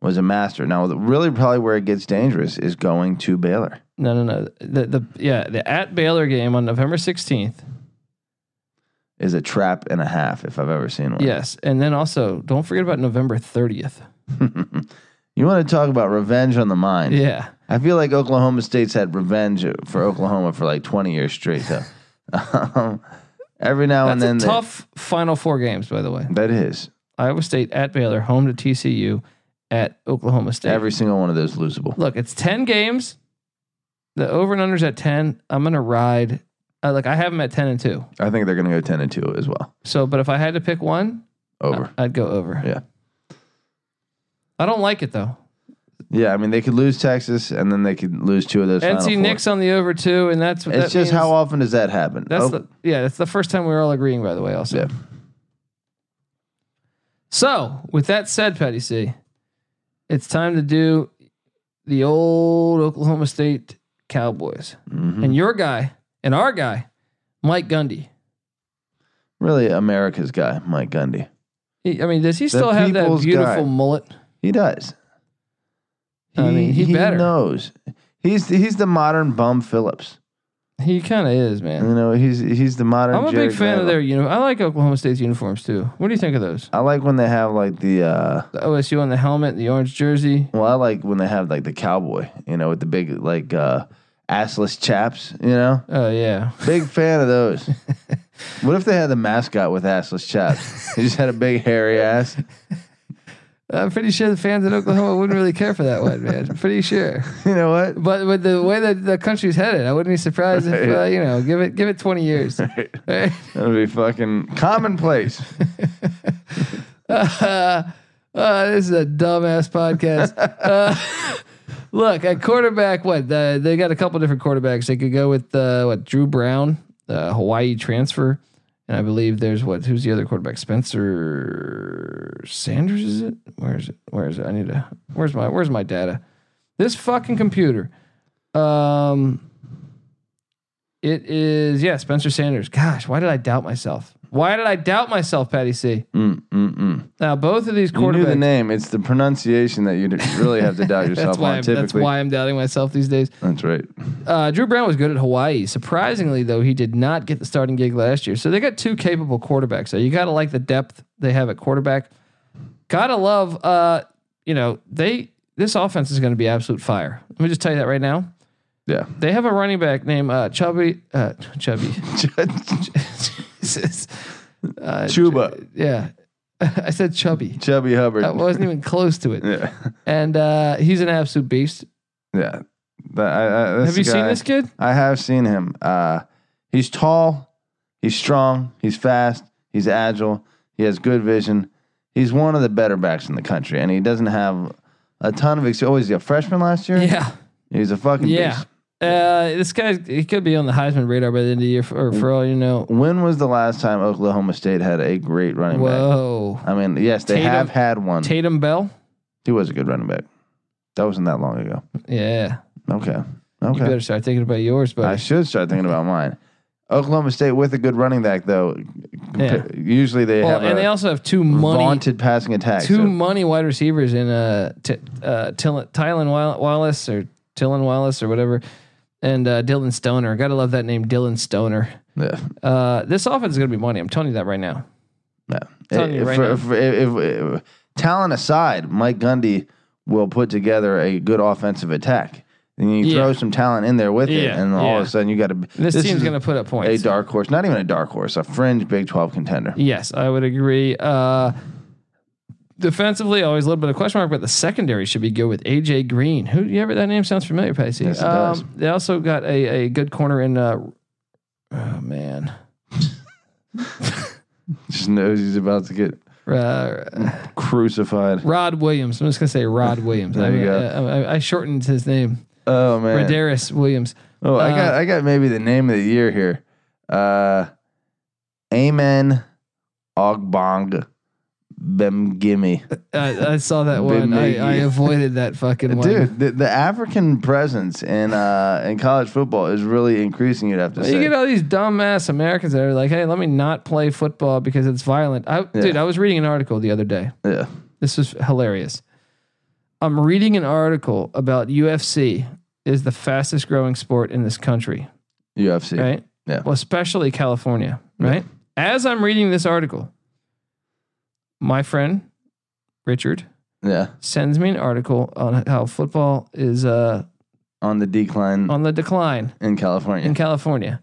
[SPEAKER 3] was a master. Now, the- really, probably where it gets dangerous is going to Baylor.
[SPEAKER 1] No, no, no. The the yeah, the at Baylor game on November 16th.
[SPEAKER 3] Is a trap and a half if I've ever seen one.
[SPEAKER 1] Yes. And then also don't forget about November 30th.
[SPEAKER 3] You want to talk about revenge on the mind?
[SPEAKER 1] Yeah.
[SPEAKER 3] I feel like Oklahoma State's had revenge for Oklahoma for like 20 years straight, though. um, every now
[SPEAKER 1] That's
[SPEAKER 3] and then,
[SPEAKER 1] a
[SPEAKER 3] they-
[SPEAKER 1] tough final four games, by the way.
[SPEAKER 3] that is.
[SPEAKER 1] Iowa State at Baylor, home to TCU at Oklahoma State.
[SPEAKER 3] Every single one of those losable.
[SPEAKER 1] Look, it's 10 games. The over and under's at 10. I'm going to ride. Uh, like, I have them at 10 and 2.
[SPEAKER 3] I think they're going to go 10 and 2 as well.
[SPEAKER 1] So, but if I had to pick one,
[SPEAKER 3] Over.
[SPEAKER 1] I'd go over.
[SPEAKER 3] Yeah.
[SPEAKER 1] I don't like it, though.
[SPEAKER 3] Yeah, I mean, they could lose Texas and then they could lose two of those. Final
[SPEAKER 1] NC
[SPEAKER 3] four.
[SPEAKER 1] Nick's on the over, too. And that's what
[SPEAKER 3] It's
[SPEAKER 1] that
[SPEAKER 3] just
[SPEAKER 1] means.
[SPEAKER 3] how often does that happen?
[SPEAKER 1] That's
[SPEAKER 3] Oh,
[SPEAKER 1] the, yeah, that's the first time we were all agreeing, by the way, also.
[SPEAKER 3] Yeah.
[SPEAKER 1] So, with that said, Petty C, it's time to do the old Oklahoma State Cowboys.
[SPEAKER 3] mhm.
[SPEAKER 1] And your guy and our guy, Mike Gundy.
[SPEAKER 3] Really, America's guy, Mike Gundy.
[SPEAKER 1] He- I mean, does he still have that
[SPEAKER 3] people's guy.
[SPEAKER 1] beautiful mullet?
[SPEAKER 3] He does.
[SPEAKER 1] I mean, he better.
[SPEAKER 3] knows. He's he's the modern Bum Phillips.
[SPEAKER 1] He kind of is, man.
[SPEAKER 3] You know, he's he's the modern.
[SPEAKER 1] I'm a
[SPEAKER 3] Jared
[SPEAKER 1] big fan of
[SPEAKER 3] Vanderbilt.
[SPEAKER 1] their uniform. I like Oklahoma State's uniforms too. What do you think of those?
[SPEAKER 3] I like when they have like the. uh
[SPEAKER 1] The OSU on the helmet, the orange jersey.
[SPEAKER 3] Well, I like when they have like the cowboy. You know, with the big like uh assless chaps. You know.
[SPEAKER 1] Oh yeah,
[SPEAKER 3] Big fan of those. what if they had the mascot with assless chaps? He just had a big hairy ass.
[SPEAKER 1] I'm pretty sure the fans in Oklahoma wouldn't really care for that one, man. I'm pretty sure.
[SPEAKER 3] You know what?
[SPEAKER 1] But with the way that the country's headed, I wouldn't be surprised if uh,
[SPEAKER 3] Right.
[SPEAKER 1] you know, give it give it 20 years. Right.
[SPEAKER 3] That would be fucking commonplace.
[SPEAKER 1] uh, uh, this is a dumbass podcast. Uh, look, at quarterback, what uh, they got a couple different quarterbacks. They could go with uh, what Drew Brown, uh, Hawaii transfer, and I believe there's what who's the other quarterback? Spencer Sanders is it? Where is it? Where is it? I need to. Where's my Where's my data? This fucking computer. Um, it is yeah, Spencer Sanders. Gosh, why did I doubt myself? Why did I doubt myself, Patty C?
[SPEAKER 3] Mm, mm, mm.
[SPEAKER 1] Now both of these
[SPEAKER 3] You knew the
[SPEAKER 1] quarterbacks.
[SPEAKER 3] name. It's the pronunciation that you really have to doubt yourself
[SPEAKER 1] That's why,
[SPEAKER 3] on.
[SPEAKER 1] I'm, that's
[SPEAKER 3] Typically,
[SPEAKER 1] why I'm doubting myself these days.
[SPEAKER 3] That's right.
[SPEAKER 1] Uh, Drew Brown was good at Hawaii. Surprisingly, though, he did not get the starting gig last year. So they got two capable quarterbacks. So you got to like the depth they have at quarterback. Gotta love, uh, you know, they this offense is going to be absolute fire. Let me just tell you that right now.
[SPEAKER 3] Yeah.
[SPEAKER 1] They have a running back named uh, Chubby. Uh, Chubby. Jesus. Uh,
[SPEAKER 3] Chuba.
[SPEAKER 1] yeah, I said Chubby.
[SPEAKER 3] Chubby Hubbard.
[SPEAKER 1] That wasn't even close to it.
[SPEAKER 3] yeah.
[SPEAKER 1] And uh, he's an absolute beast.
[SPEAKER 3] Yeah. That- I- I- that's
[SPEAKER 1] Have you
[SPEAKER 3] the
[SPEAKER 1] seen
[SPEAKER 3] guy.
[SPEAKER 1] this kid?
[SPEAKER 3] I have seen him. Uh, he's tall. He's strong. He's fast. He's agile. He has good vision. He's one of the better backs in the country, and he doesn't have a ton of experience. Oh, he's a freshman last year.
[SPEAKER 1] Yeah.
[SPEAKER 3] He's a fucking
[SPEAKER 1] Yeah.
[SPEAKER 3] beast.
[SPEAKER 1] Uh, this guy, he could be on the Heisman radar by the end of the year, for, or for all you know.
[SPEAKER 3] When was the last time Oklahoma State had a great running
[SPEAKER 1] Whoa.
[SPEAKER 3] back? I mean, yes, they
[SPEAKER 1] Tatum-
[SPEAKER 3] have had one.
[SPEAKER 1] Tatum Bell?
[SPEAKER 3] he was a good running back. That wasn't that long ago.
[SPEAKER 1] Yeah.
[SPEAKER 3] Okay.
[SPEAKER 1] You
[SPEAKER 3] Okay.
[SPEAKER 1] better start thinking about yours,
[SPEAKER 3] I
[SPEAKER 1] buddy.
[SPEAKER 3] should start thinking about mine. Oklahoma State with a good running back, though.
[SPEAKER 1] Yeah.
[SPEAKER 3] Usually they
[SPEAKER 1] Well,
[SPEAKER 3] have
[SPEAKER 1] and
[SPEAKER 3] a
[SPEAKER 1] they also have two money,
[SPEAKER 3] vaunted passing attack.
[SPEAKER 1] two
[SPEAKER 3] so-
[SPEAKER 1] money wide receivers in uh, t- uh, Till- Tylen Wa- Wallace or Tylen Wallace or whatever, and uh, Dylan Stoner. Gotta love that name, Dylan Stoner.
[SPEAKER 3] Yeah.
[SPEAKER 1] Uh, this offense is gonna be money. I'm telling you that right now.
[SPEAKER 3] No.
[SPEAKER 1] Telling you
[SPEAKER 3] If-
[SPEAKER 1] right
[SPEAKER 3] if-
[SPEAKER 1] now.
[SPEAKER 3] if- if- if- talent aside, Mike Gundy will put together a good offensive attack. And you
[SPEAKER 1] Yeah.
[SPEAKER 3] throw some talent in there with it,
[SPEAKER 1] Yeah,
[SPEAKER 3] and all of
[SPEAKER 1] yeah.
[SPEAKER 3] a sudden you got to.
[SPEAKER 1] This, team's gonna put up
[SPEAKER 3] a
[SPEAKER 1] points.
[SPEAKER 3] dark horse, not even a dark horse, a fringe Big Twelve contender.
[SPEAKER 1] Yes, I would agree. Uh, defensively, always a little bit of question mark, but the secondary should be good with AJ Green. Who you ever that name sounds familiar, Pacey?
[SPEAKER 3] Yes, it
[SPEAKER 1] um,
[SPEAKER 3] does.
[SPEAKER 1] They also got a, a good corner in. Uh, oh man,
[SPEAKER 3] Just knows he's about to get
[SPEAKER 1] uh,
[SPEAKER 3] crucified.
[SPEAKER 1] Rod Williams. I'm just gonna say Rod Williams.
[SPEAKER 3] There
[SPEAKER 1] I,
[SPEAKER 3] you go.
[SPEAKER 1] I, I- I shortened his name,
[SPEAKER 3] Oh man!
[SPEAKER 1] Radaris Williams.
[SPEAKER 3] Oh, I got
[SPEAKER 1] Uh,
[SPEAKER 3] I got maybe the name of the year here. Uh Amen Ogbong Bemgimi.
[SPEAKER 1] I, I saw that
[SPEAKER 3] Big
[SPEAKER 1] one. I,
[SPEAKER 3] Miggy.
[SPEAKER 1] I avoided that fucking one.
[SPEAKER 3] Dude, the, the African presence in uh in college football is really increasing, you'd have to
[SPEAKER 1] Well,
[SPEAKER 3] say.
[SPEAKER 1] you get all these dumbass Americans that are like, "Hey, let me not play football because it's violent." I, Dude, I was reading an article the other day.
[SPEAKER 3] yeah.
[SPEAKER 1] This was hilarious. I'm reading an article about UFC is the fastest growing sport in this country,
[SPEAKER 3] UFC.
[SPEAKER 1] right?
[SPEAKER 3] Yeah.
[SPEAKER 1] Well, especially California, right? As I'm reading this article, my friend Richard
[SPEAKER 3] Yeah.
[SPEAKER 1] sends me an article on how football is uh,
[SPEAKER 3] On the decline
[SPEAKER 1] on the decline
[SPEAKER 3] in California.
[SPEAKER 1] in California.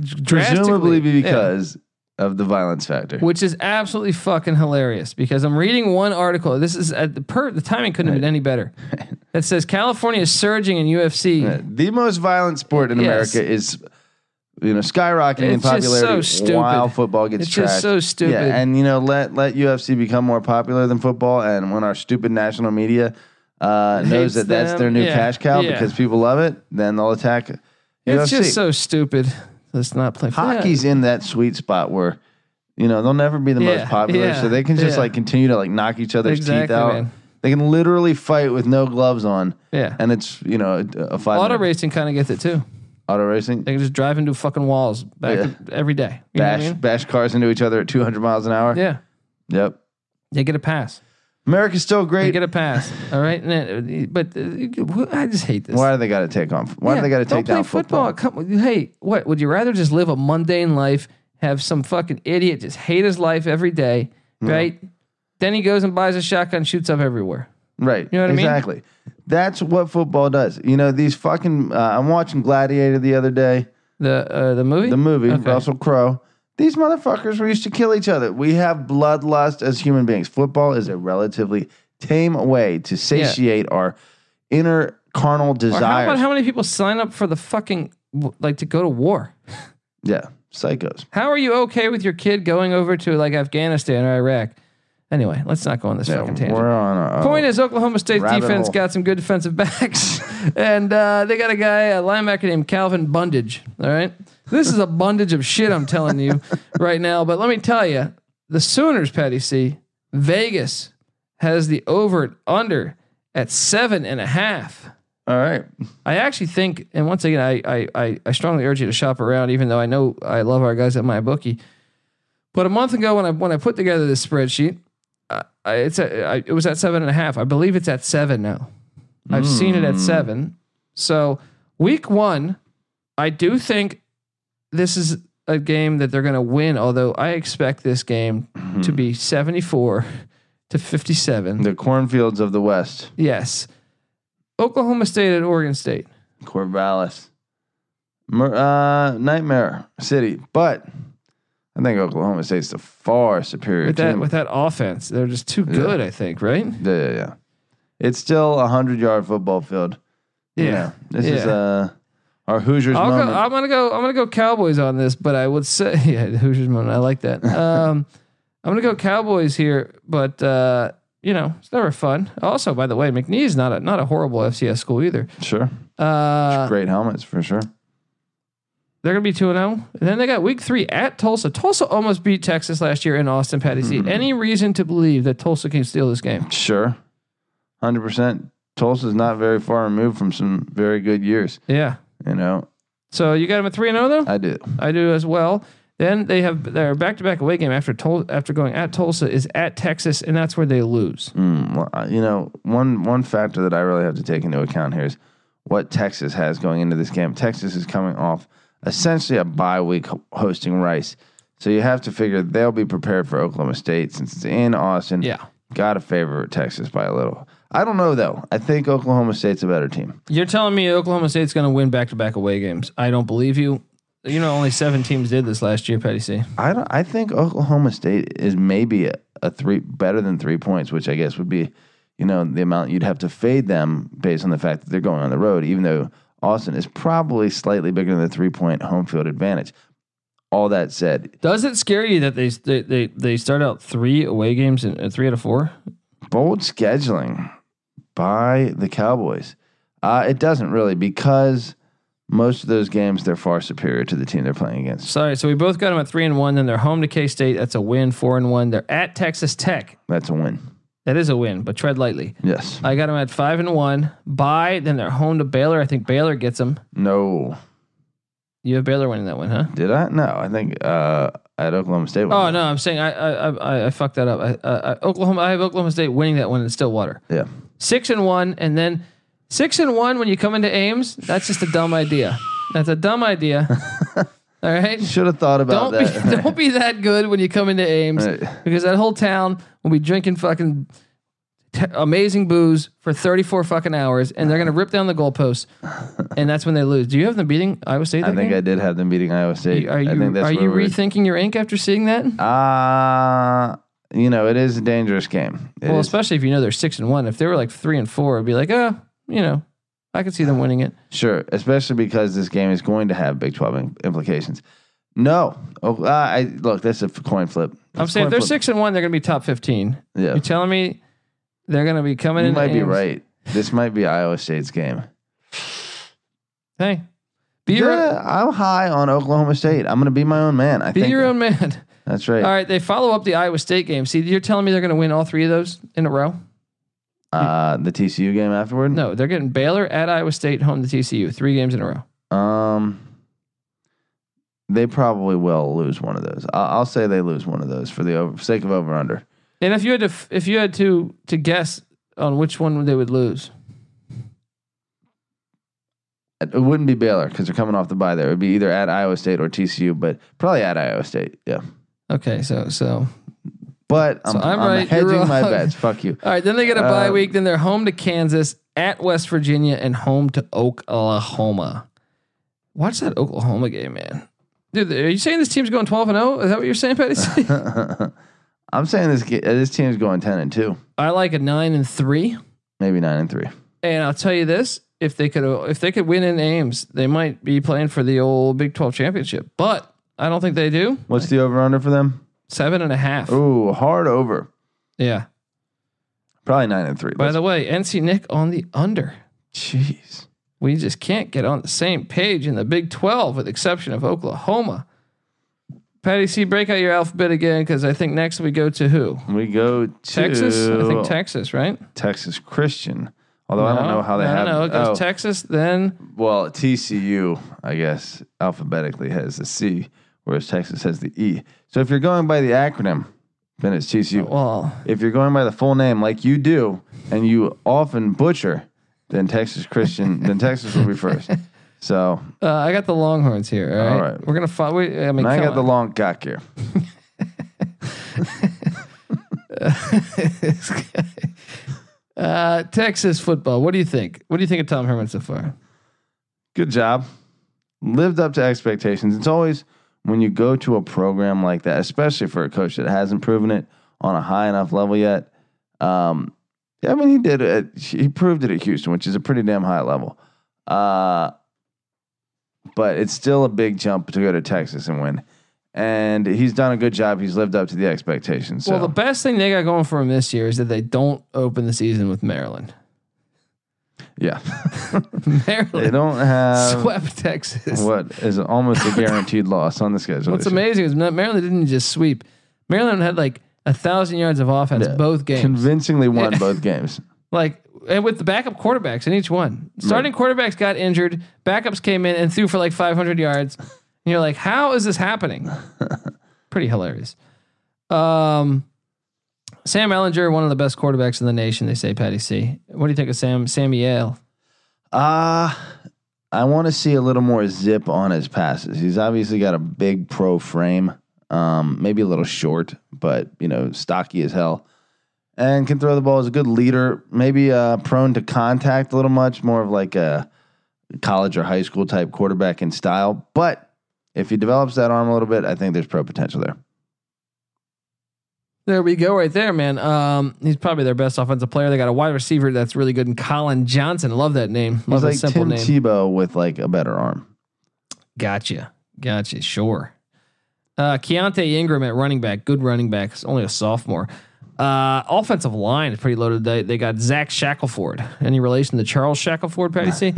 [SPEAKER 1] Drastically.
[SPEAKER 3] Presumably
[SPEAKER 1] Yeah.
[SPEAKER 3] because of the violence factor.
[SPEAKER 1] which is absolutely fucking hilarious because I'm reading one article. This is at the per the timing couldn't have been any better. That says California is surging in UFC.
[SPEAKER 3] Yeah. The most violent sport in
[SPEAKER 1] Yes.
[SPEAKER 3] America is you know skyrocketing in
[SPEAKER 1] It's just so
[SPEAKER 3] popularity
[SPEAKER 1] stupid.
[SPEAKER 3] while football gets
[SPEAKER 1] It's
[SPEAKER 3] trashed.
[SPEAKER 1] just so stupid.
[SPEAKER 3] Yeah, and you know let let UFC become more popular than football, and when our stupid national media uh,
[SPEAKER 1] Hates
[SPEAKER 3] knows that that's
[SPEAKER 1] them.
[SPEAKER 3] their new
[SPEAKER 1] Yeah.
[SPEAKER 3] cash cow
[SPEAKER 1] Yeah.
[SPEAKER 3] because people love it, then they'll attack.
[SPEAKER 1] it's
[SPEAKER 3] UFC.
[SPEAKER 1] just so stupid. Let's not play
[SPEAKER 3] hockey's in that sweet spot where. You know they'll never be the
[SPEAKER 1] Yeah,
[SPEAKER 3] most popular,
[SPEAKER 1] yeah,
[SPEAKER 3] so they can just
[SPEAKER 1] yeah.
[SPEAKER 3] like continue to like knock each other's teeth
[SPEAKER 1] Exactly,
[SPEAKER 3] out.
[SPEAKER 1] man.
[SPEAKER 3] They can literally fight with no gloves on,
[SPEAKER 1] Yeah. yeah.
[SPEAKER 3] and it's you know a, a five
[SPEAKER 1] Auto
[SPEAKER 3] minute-
[SPEAKER 1] racing kind of gets it too.
[SPEAKER 3] auto racing.
[SPEAKER 1] They can just drive into fucking walls back
[SPEAKER 3] Yeah.
[SPEAKER 1] every day. You know what I
[SPEAKER 3] bash
[SPEAKER 1] mean?
[SPEAKER 3] bash cars into each other at 200 miles an hour.
[SPEAKER 1] Yeah.
[SPEAKER 3] Yep.
[SPEAKER 1] They get a pass.
[SPEAKER 3] America's still
[SPEAKER 1] They
[SPEAKER 3] great.
[SPEAKER 1] get a pass. All right. And then- But uh, I just hate this.
[SPEAKER 3] Why do they got to take on? Why do
[SPEAKER 1] Yeah,
[SPEAKER 3] they got to take
[SPEAKER 1] don't
[SPEAKER 3] down
[SPEAKER 1] play football?
[SPEAKER 3] football?
[SPEAKER 1] Come, hey, what would you rather just live a mundane life, have some fucking idiot just hate his life every day,
[SPEAKER 3] Mm.
[SPEAKER 1] right? Then he goes and buys a shotgun, shoots up everywhere.
[SPEAKER 3] Right.
[SPEAKER 1] You know what I mean?
[SPEAKER 3] exactly. That's what football does. You know these fucking. Uh, I'm watching Gladiator the other day,
[SPEAKER 1] The uh, the movie,
[SPEAKER 3] the movie.
[SPEAKER 1] Okay.
[SPEAKER 3] Russell Crowe. These motherfuckers were used to kill each other. We have bloodlust as human beings. Football is a relatively tame way to satiate our inner carnal
[SPEAKER 1] Or how
[SPEAKER 3] desires.
[SPEAKER 1] about how many people sign up for the fucking like to go to war?
[SPEAKER 3] yeah, psychos.
[SPEAKER 1] How are you okay with your kid going over to like Afghanistan or Iraq? Anyway, let's not go on this
[SPEAKER 3] Yeah,
[SPEAKER 1] fucking tangent.
[SPEAKER 3] we're on a uh,
[SPEAKER 1] Point is, Oklahoma State's
[SPEAKER 3] Rabbit
[SPEAKER 1] defense
[SPEAKER 3] hole.
[SPEAKER 1] got some good defensive backs, and uh, they got a guy, a linebacker named Calvin Bundage. All right, this is a bundage of shit I'm telling you right now. But let me tell you, the Sooners, Patty C, Vegas has the over and under at seven and a half.
[SPEAKER 3] All right.
[SPEAKER 1] I actually think, and once again, I, I I I strongly urge you to shop around, even though I know I love our guys at my bookie. But a month ago, when I when I put together this spreadsheet, I, I, it's a, I, it was at seven and a half. I believe it's at seven now. I've seen it at seven. So week one, I do think this is a game that they're going to win. Although I expect this game to be seventy four to 57.
[SPEAKER 3] The cornfields of the West.
[SPEAKER 1] Yes. Oklahoma State at Oregon State.
[SPEAKER 3] Corvallis. Mer- uh, Nightmare City. But I think Oklahoma State's the far superior
[SPEAKER 1] With that
[SPEAKER 3] team.
[SPEAKER 1] with that offense, they're just too good, I think, right?
[SPEAKER 3] yeah, yeah, yeah. It's still a 100 yard football field.
[SPEAKER 1] Yeah.
[SPEAKER 3] You know, this is uh, our Hoosiers
[SPEAKER 1] I'll
[SPEAKER 3] moment.
[SPEAKER 1] go, I'm gonna go. I'm gonna go Cowboys on this, but I would say yeah, the Hoosiers moment. I like that. Um, I'm gonna go Cowboys here, but uh, you know it's never fun. Also, by the way, McNeese not a not a horrible FCS school either.
[SPEAKER 3] sure.
[SPEAKER 1] Uh,
[SPEAKER 3] Great helmets for sure.
[SPEAKER 1] they're gonna be two and zero. And then they got week three at Tulsa. Tulsa almost beat Texas last year in Austin. Patty C. Any reason to believe that Tulsa can steal this game?
[SPEAKER 3] Sure. 100%. Tulsa's not very far removed from some very good years.
[SPEAKER 1] Yeah.
[SPEAKER 3] You know,
[SPEAKER 1] So you got them at three and zero though.
[SPEAKER 3] I do.
[SPEAKER 1] I do as well. Then they have their back-to-back away game after Tul- after going at Tulsa is at Texas, and that's where they lose.
[SPEAKER 3] Mm, well, I- you know, one one factor that I really have to take into account here is what Texas has going into this game. Texas is coming off essentially a bye week ho- hosting Rice, so you have to figure they'll be prepared for Oklahoma State since it's in Austin.
[SPEAKER 1] Yeah.
[SPEAKER 3] got to favor Texas by a little. I don't know though. I think Oklahoma State's a better team.
[SPEAKER 1] You're telling me Oklahoma State's going to win back-to-back away games? I don't believe you. You know, only seven teams did this last year, Petty C.
[SPEAKER 3] I don't. I think Oklahoma State is maybe a, a three better than three points, which I guess would be, you know, the amount you'd have to fade them based on the fact that they're going on the road. Even though Austin is probably slightly bigger than the three point home field advantage. All that said,
[SPEAKER 1] Does it scare you that they they they, they start out three away games and uh, three out of four?
[SPEAKER 3] bold scheduling by the Cowboys. Uh, it doesn't really because most of those games they're far superior to the team they're playing against.
[SPEAKER 1] Sorry, so we both got them at three and one. Then they're home to K State. That's a win. Four and one. They're at Texas Tech.
[SPEAKER 3] That's a win.
[SPEAKER 1] That is a win, but tread lightly.
[SPEAKER 3] Yes.
[SPEAKER 1] I got them at five and one. Bye. Then they're home to Baylor. I think Baylor gets them.
[SPEAKER 3] No.
[SPEAKER 1] You have Baylor winning that one, huh?
[SPEAKER 3] Did I? No. I think uh, at Oklahoma State.
[SPEAKER 1] Oh no, I'm saying I I I, I fucked that up. I, uh, I Oklahoma, I have Oklahoma State winning that one in Stillwater,
[SPEAKER 3] Yeah.
[SPEAKER 1] six and one, and then six and one when you come into Ames. That's just a dumb idea. That's a dumb idea. All right,
[SPEAKER 3] Should have thought about
[SPEAKER 1] don't be
[SPEAKER 3] that.
[SPEAKER 1] don't be that good when you come into Ames
[SPEAKER 3] Right.
[SPEAKER 1] because that whole town will be drinking fucking t- amazing booze for 34 fucking hours, and they're gonna rip down the goalposts, and that's when they lose. Do you have them beating Iowa State?
[SPEAKER 3] I think I did have them beating Iowa State.
[SPEAKER 1] Are you
[SPEAKER 3] I think that's
[SPEAKER 1] are
[SPEAKER 3] where
[SPEAKER 1] you
[SPEAKER 3] we're-
[SPEAKER 1] rethinking your ink after seeing that?
[SPEAKER 3] Ah, you know, it is a dangerous game. It
[SPEAKER 1] Well,
[SPEAKER 3] is.
[SPEAKER 1] especially if you know they're six and one. If they were like three and four, it'd be like, oh, you know, I could see them winning it.
[SPEAKER 3] sure, especially because this game is going to have Big Twelve im- implications. No, oh, uh, I look. That's a f- coin flip.
[SPEAKER 1] I'm
[SPEAKER 3] It's a
[SPEAKER 1] saying if
[SPEAKER 3] coin
[SPEAKER 1] they're
[SPEAKER 3] flip.
[SPEAKER 1] six and one, they're gonna be top fifteen.
[SPEAKER 3] Yeah,
[SPEAKER 1] You're telling me they're gonna be coming
[SPEAKER 3] you
[SPEAKER 1] in.
[SPEAKER 3] might be right. This might be Iowa State's game.
[SPEAKER 1] Hey, be your
[SPEAKER 3] yeah, I'm high on Oklahoma State. I'm going to be my own man. I
[SPEAKER 1] be
[SPEAKER 3] think
[SPEAKER 1] your own man.
[SPEAKER 3] that's right.
[SPEAKER 1] All right, they follow up the Iowa State game. See, you're telling me they're gonna win all three of those in a row?
[SPEAKER 3] Hmm. Uh, the TCU game afterward.
[SPEAKER 1] No, they're getting Baylor at Iowa State, home to TCU, three games in a row.
[SPEAKER 3] Um, they probably will lose one of those. I'll, I'll say they lose one of those for the over, sake of over under.
[SPEAKER 1] And if you had to, f- if you had to to guess on which one they would lose,
[SPEAKER 3] It wouldn't be Baylor because they're coming off the bye. There, it would be either at Iowa State or TCU, but probably at Iowa State. Yeah,
[SPEAKER 1] okay, so so
[SPEAKER 3] but I'm,
[SPEAKER 1] So I'm
[SPEAKER 3] I'm,
[SPEAKER 1] right, you're
[SPEAKER 3] hedging my
[SPEAKER 1] wrong.
[SPEAKER 3] bets. Fuck you.
[SPEAKER 1] All right, then they get a bye
[SPEAKER 3] Uh,
[SPEAKER 1] week. Then they're home to Kansas, at West Virginia, and home to Oklahoma. Watch that Oklahoma game, man. Dude, are you saying this team's going 12 and 0? Is that what you're saying, Patty? C?
[SPEAKER 3] I'm saying this ge- uh, this team's going ten and two,
[SPEAKER 1] I like a 9 and 3.
[SPEAKER 3] maybe nine and three.
[SPEAKER 1] And I'll tell you this, if they could if they could win in Ames, they might be playing for the old Big 12 championship. But I don't think they do.
[SPEAKER 3] What's the over under for them?
[SPEAKER 1] Seven and a half.
[SPEAKER 3] Ooh, hard over.
[SPEAKER 1] Yeah.
[SPEAKER 3] Probably nine and three.
[SPEAKER 1] By the way, NC Nick on the under.
[SPEAKER 3] jeez,
[SPEAKER 1] We just can't get on the same page in the Big 12, with the exception of Oklahoma. Patty C, break out your alphabet again because I think next we go to who?
[SPEAKER 3] we go to
[SPEAKER 1] Texas? I think Texas, right?
[SPEAKER 3] Texas Christian. Although I don't
[SPEAKER 1] No,
[SPEAKER 3] know how they
[SPEAKER 1] no,
[SPEAKER 3] have.
[SPEAKER 1] No, it goes
[SPEAKER 3] oh.
[SPEAKER 1] Texas, then
[SPEAKER 3] Well, TCU, I guess, alphabetically has the C, whereas Texas has the E. So if you're going by the acronym, then it's TCU.
[SPEAKER 1] well,
[SPEAKER 3] If you're going by the full name, like you do, and you often butcher, then Texas Christian, then Texas will be first. So
[SPEAKER 1] uh, I got the Longhorns here. All right?
[SPEAKER 3] All right.
[SPEAKER 1] we're gonna fight. I mean,
[SPEAKER 3] and I
[SPEAKER 1] come
[SPEAKER 3] got the
[SPEAKER 1] on.
[SPEAKER 3] long cock here.
[SPEAKER 1] uh, Texas football. What do you think? What do you think of Tom Herman so far?
[SPEAKER 3] Good job. Lived up to expectations. It's always when you go to a program like that, especially for a coach that hasn't proven it on a high enough level yet. Um, I mean, he did it. He proved it at Houston, which is a pretty damn high level. Uh, but it's still a big jump to go to Texas and win. And he's done a good job. He's lived up to the expectations. So
[SPEAKER 1] Well, the best thing they got going for them this year is that they don't open the season with Maryland.
[SPEAKER 3] yeah, they
[SPEAKER 1] Maryland
[SPEAKER 3] don't have
[SPEAKER 1] swept Texas.
[SPEAKER 3] what is almost a guaranteed loss on the schedule.
[SPEAKER 1] What's
[SPEAKER 3] this year.
[SPEAKER 1] amazing is Ma- Maryland didn't just sweep. Maryland had like a thousand yards of offense
[SPEAKER 3] Yeah.
[SPEAKER 1] both games,
[SPEAKER 3] Convincingly won both games.
[SPEAKER 1] like and with the backup quarterbacks in each one. Starting quarterbacks got injured, backups came in and threw for like 500 yards. And you're like, how is this happening? Pretty hilarious. Um, Sam Ellinger, one of the best quarterbacks in the nation, they say. Patty C. What do you think of Sam Sam Yale?
[SPEAKER 3] Uh I want to see a little more zip on his passes. He's obviously got a big pro frame, um, maybe a little short, but you know, stocky as hell, and can throw the ball as a good leader. Maybe uh, prone to contact a little much, more of like a college or high school type quarterback in style. But if he develops that arm a little bit, I think there's pro potential there.
[SPEAKER 1] There we go, right there, man. Um, he's probably their best offensive player. They got a wide receiver that's really good in Colin Johnson. Love that name. Love
[SPEAKER 3] He's
[SPEAKER 1] that
[SPEAKER 3] like
[SPEAKER 1] simple
[SPEAKER 3] Tim
[SPEAKER 1] name.
[SPEAKER 3] Tebow with like a better arm.
[SPEAKER 1] Gotcha. Gotcha. Sure. Uh, Keontae Ingram at running back. Good running back. He's only a sophomore. Uh, offensive line is pretty loaded. They, they got Zach Shackelford. Any relation to Charles Shackelford, Patty C?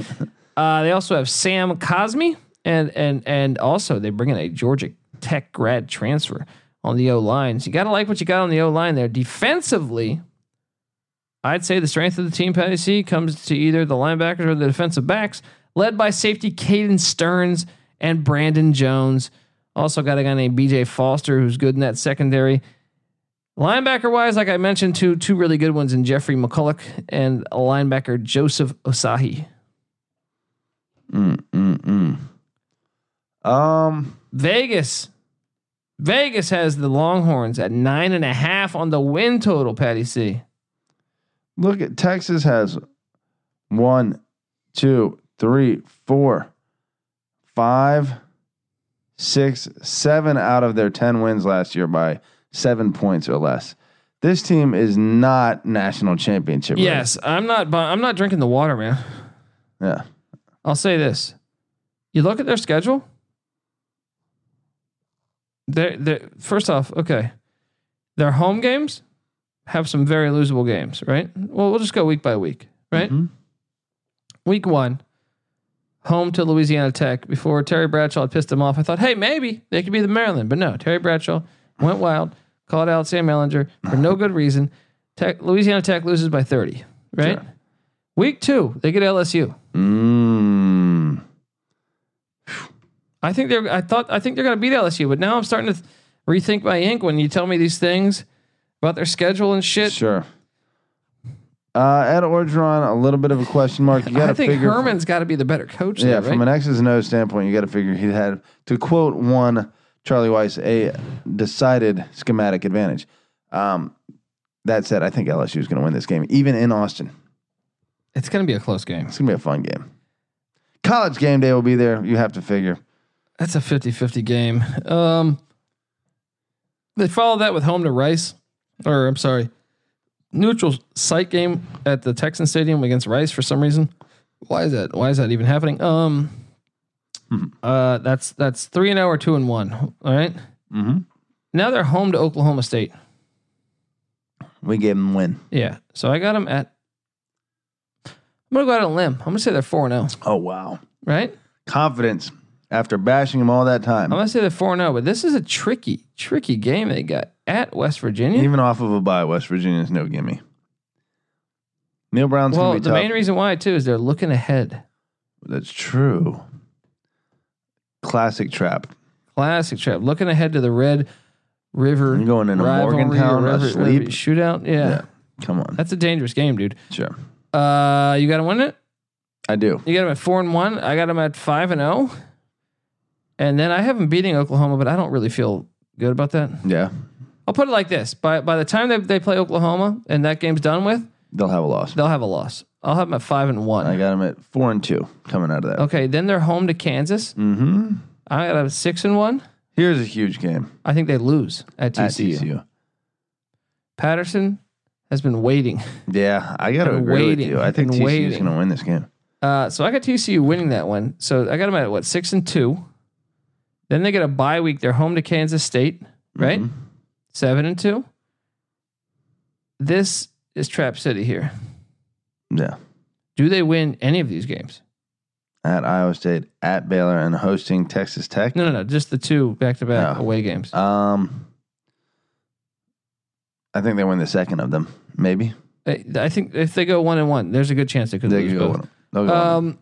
[SPEAKER 1] uh, they also have Sam Cosme. And, and, and also they bring in a Georgia Tech grad transfer on the O line. So you got to like what you got on the O line there. Defensively, I'd say the strength of the team, Patty C, comes to either the linebackers or the defensive backs, led by safety Caden Stearns and Brandon Jones. Also got a guy named BJ Foster who's good in that secondary. Linebacker wise, like I mentioned, two two really good ones in Jeffrey McCulloch and linebacker Joseph Osahi.
[SPEAKER 3] Mm, mm, mm. Um.
[SPEAKER 1] Vegas. Vegas has the Longhorns at nine and a half on the win total, Patty C.
[SPEAKER 3] Look at Texas has one, two, three, four, five, six, seven out of their ten wins last year by seven points or less. This team is not national championship. ready.
[SPEAKER 1] Yes, I'm not bu- I'm not drinking the water, man.
[SPEAKER 3] Yeah.
[SPEAKER 1] I'll say this. You look at their schedule. They're, they're, first off, okay. Their home games have some very losable games, right? Well, we'll just go week by week, right?
[SPEAKER 3] Mhm.
[SPEAKER 1] Week one, home to Louisiana Tech before Terry Bradshaw had pissed them off. I thought, hey, maybe they could be the Maryland, but no, Terry Bradshaw went wild, called out Sam Ellinger for no good reason. Tech, Louisiana Tech loses by 30, right?
[SPEAKER 3] Sure.
[SPEAKER 1] Week two, they get LSU.
[SPEAKER 3] Mm.
[SPEAKER 1] I think they're. I thought. I think they're going to beat LSU, but now I'm starting to th- rethink my ink when you tell me these things about their schedule and shit.
[SPEAKER 3] Sure. Uh, Ed Orgeron, a little bit of a question mark. You got
[SPEAKER 1] I
[SPEAKER 3] to
[SPEAKER 1] think
[SPEAKER 3] figure.
[SPEAKER 1] Herman's got to be the better coach.
[SPEAKER 3] Yeah,
[SPEAKER 1] there,
[SPEAKER 3] from
[SPEAKER 1] right?
[SPEAKER 3] an X's and O's standpoint, you got to figure he had, to quote one Charlie Weiss, a decided schematic advantage. Um, that said, I think LSU is going to win this game, even in Austin.
[SPEAKER 1] it's going to be a close game.
[SPEAKER 3] It's going to be a fun game. College game day will be there. You have to figure.
[SPEAKER 1] That's a 50-50 game. Um, they follow that with home to Rice, or I'm sorry, neutral site game at the Texan Stadium against Rice for some reason. Why is that? Why is that even happening? Um,
[SPEAKER 3] Hmm.
[SPEAKER 1] uh, that's that's three and zero or two and one. All right? Mm-hmm.
[SPEAKER 3] Mhm.
[SPEAKER 1] Now they're home to Oklahoma State.
[SPEAKER 3] We gave them a win.
[SPEAKER 1] Yeah. So I got them at. I'm gonna go out on a limb. I'm gonna say they're four and zero,
[SPEAKER 3] Oh, wow.
[SPEAKER 1] right?
[SPEAKER 3] Confidence after bashing them all that time,
[SPEAKER 1] I'm gonna say they're four and zero, but this is a tricky, tricky game they got at West Virginia.
[SPEAKER 3] even off of a bye. West Virginia's no gimme. Neil Brown's
[SPEAKER 1] Well,
[SPEAKER 3] going to
[SPEAKER 1] the
[SPEAKER 3] be tough.
[SPEAKER 1] main reason why too is they're looking ahead.
[SPEAKER 3] That's true. Classic trap.
[SPEAKER 1] Classic trap, looking ahead to the Red River
[SPEAKER 3] You're going into
[SPEAKER 1] rivalry or
[SPEAKER 3] Morgantown
[SPEAKER 1] River-
[SPEAKER 3] asleep?
[SPEAKER 1] River shootout. Yeah.
[SPEAKER 3] Come on.
[SPEAKER 1] that's a dangerous game, dude.
[SPEAKER 3] Sure.
[SPEAKER 1] Uh, you got to win it.
[SPEAKER 3] I do.
[SPEAKER 1] You got them at four and one. I got them at five and oh? zero. And then I haven't beating Oklahoma, but I don't really feel good about that.
[SPEAKER 3] Yeah.
[SPEAKER 1] I'll put it like this: by by the time they, they play Oklahoma and that game's done with,
[SPEAKER 3] They'll have a loss.
[SPEAKER 1] they'll have a loss. I'll have them at five and one.
[SPEAKER 3] I got them at four and two coming out of that.
[SPEAKER 1] Okay, then they're home to Kansas.
[SPEAKER 3] Mm.
[SPEAKER 1] Mm-hmm. I got a six and one.
[SPEAKER 3] Here's a huge game
[SPEAKER 1] I think they lose at
[SPEAKER 3] at
[SPEAKER 1] TCU.
[SPEAKER 3] TCU.
[SPEAKER 1] Patterson has been waiting,
[SPEAKER 3] Yeah, I got to
[SPEAKER 1] Been
[SPEAKER 3] agree
[SPEAKER 1] waiting.
[SPEAKER 3] with you. I think
[SPEAKER 1] Been
[SPEAKER 3] TCU is
[SPEAKER 1] waiting.
[SPEAKER 3] going to win this game.
[SPEAKER 1] uh, so I got TCU winning that one. So I got them at what six and two. Then they get a bye week. They're home to Kansas State, right?
[SPEAKER 3] Mhm.
[SPEAKER 1] Seven and two. This is Trap City here.
[SPEAKER 3] Yeah,
[SPEAKER 1] Do they win any of these games?
[SPEAKER 3] at Iowa State, at Baylor, and hosting Texas Tech.
[SPEAKER 1] No, no, no. Just the two back to back
[SPEAKER 3] No.
[SPEAKER 1] away games.
[SPEAKER 3] Um, I think they win the second of them. Maybe
[SPEAKER 1] I, I think if they go one and one, there's a good chance they could
[SPEAKER 3] they
[SPEAKER 1] lose
[SPEAKER 3] could go.
[SPEAKER 1] both.
[SPEAKER 3] Win them. They'll go um,
[SPEAKER 1] Um,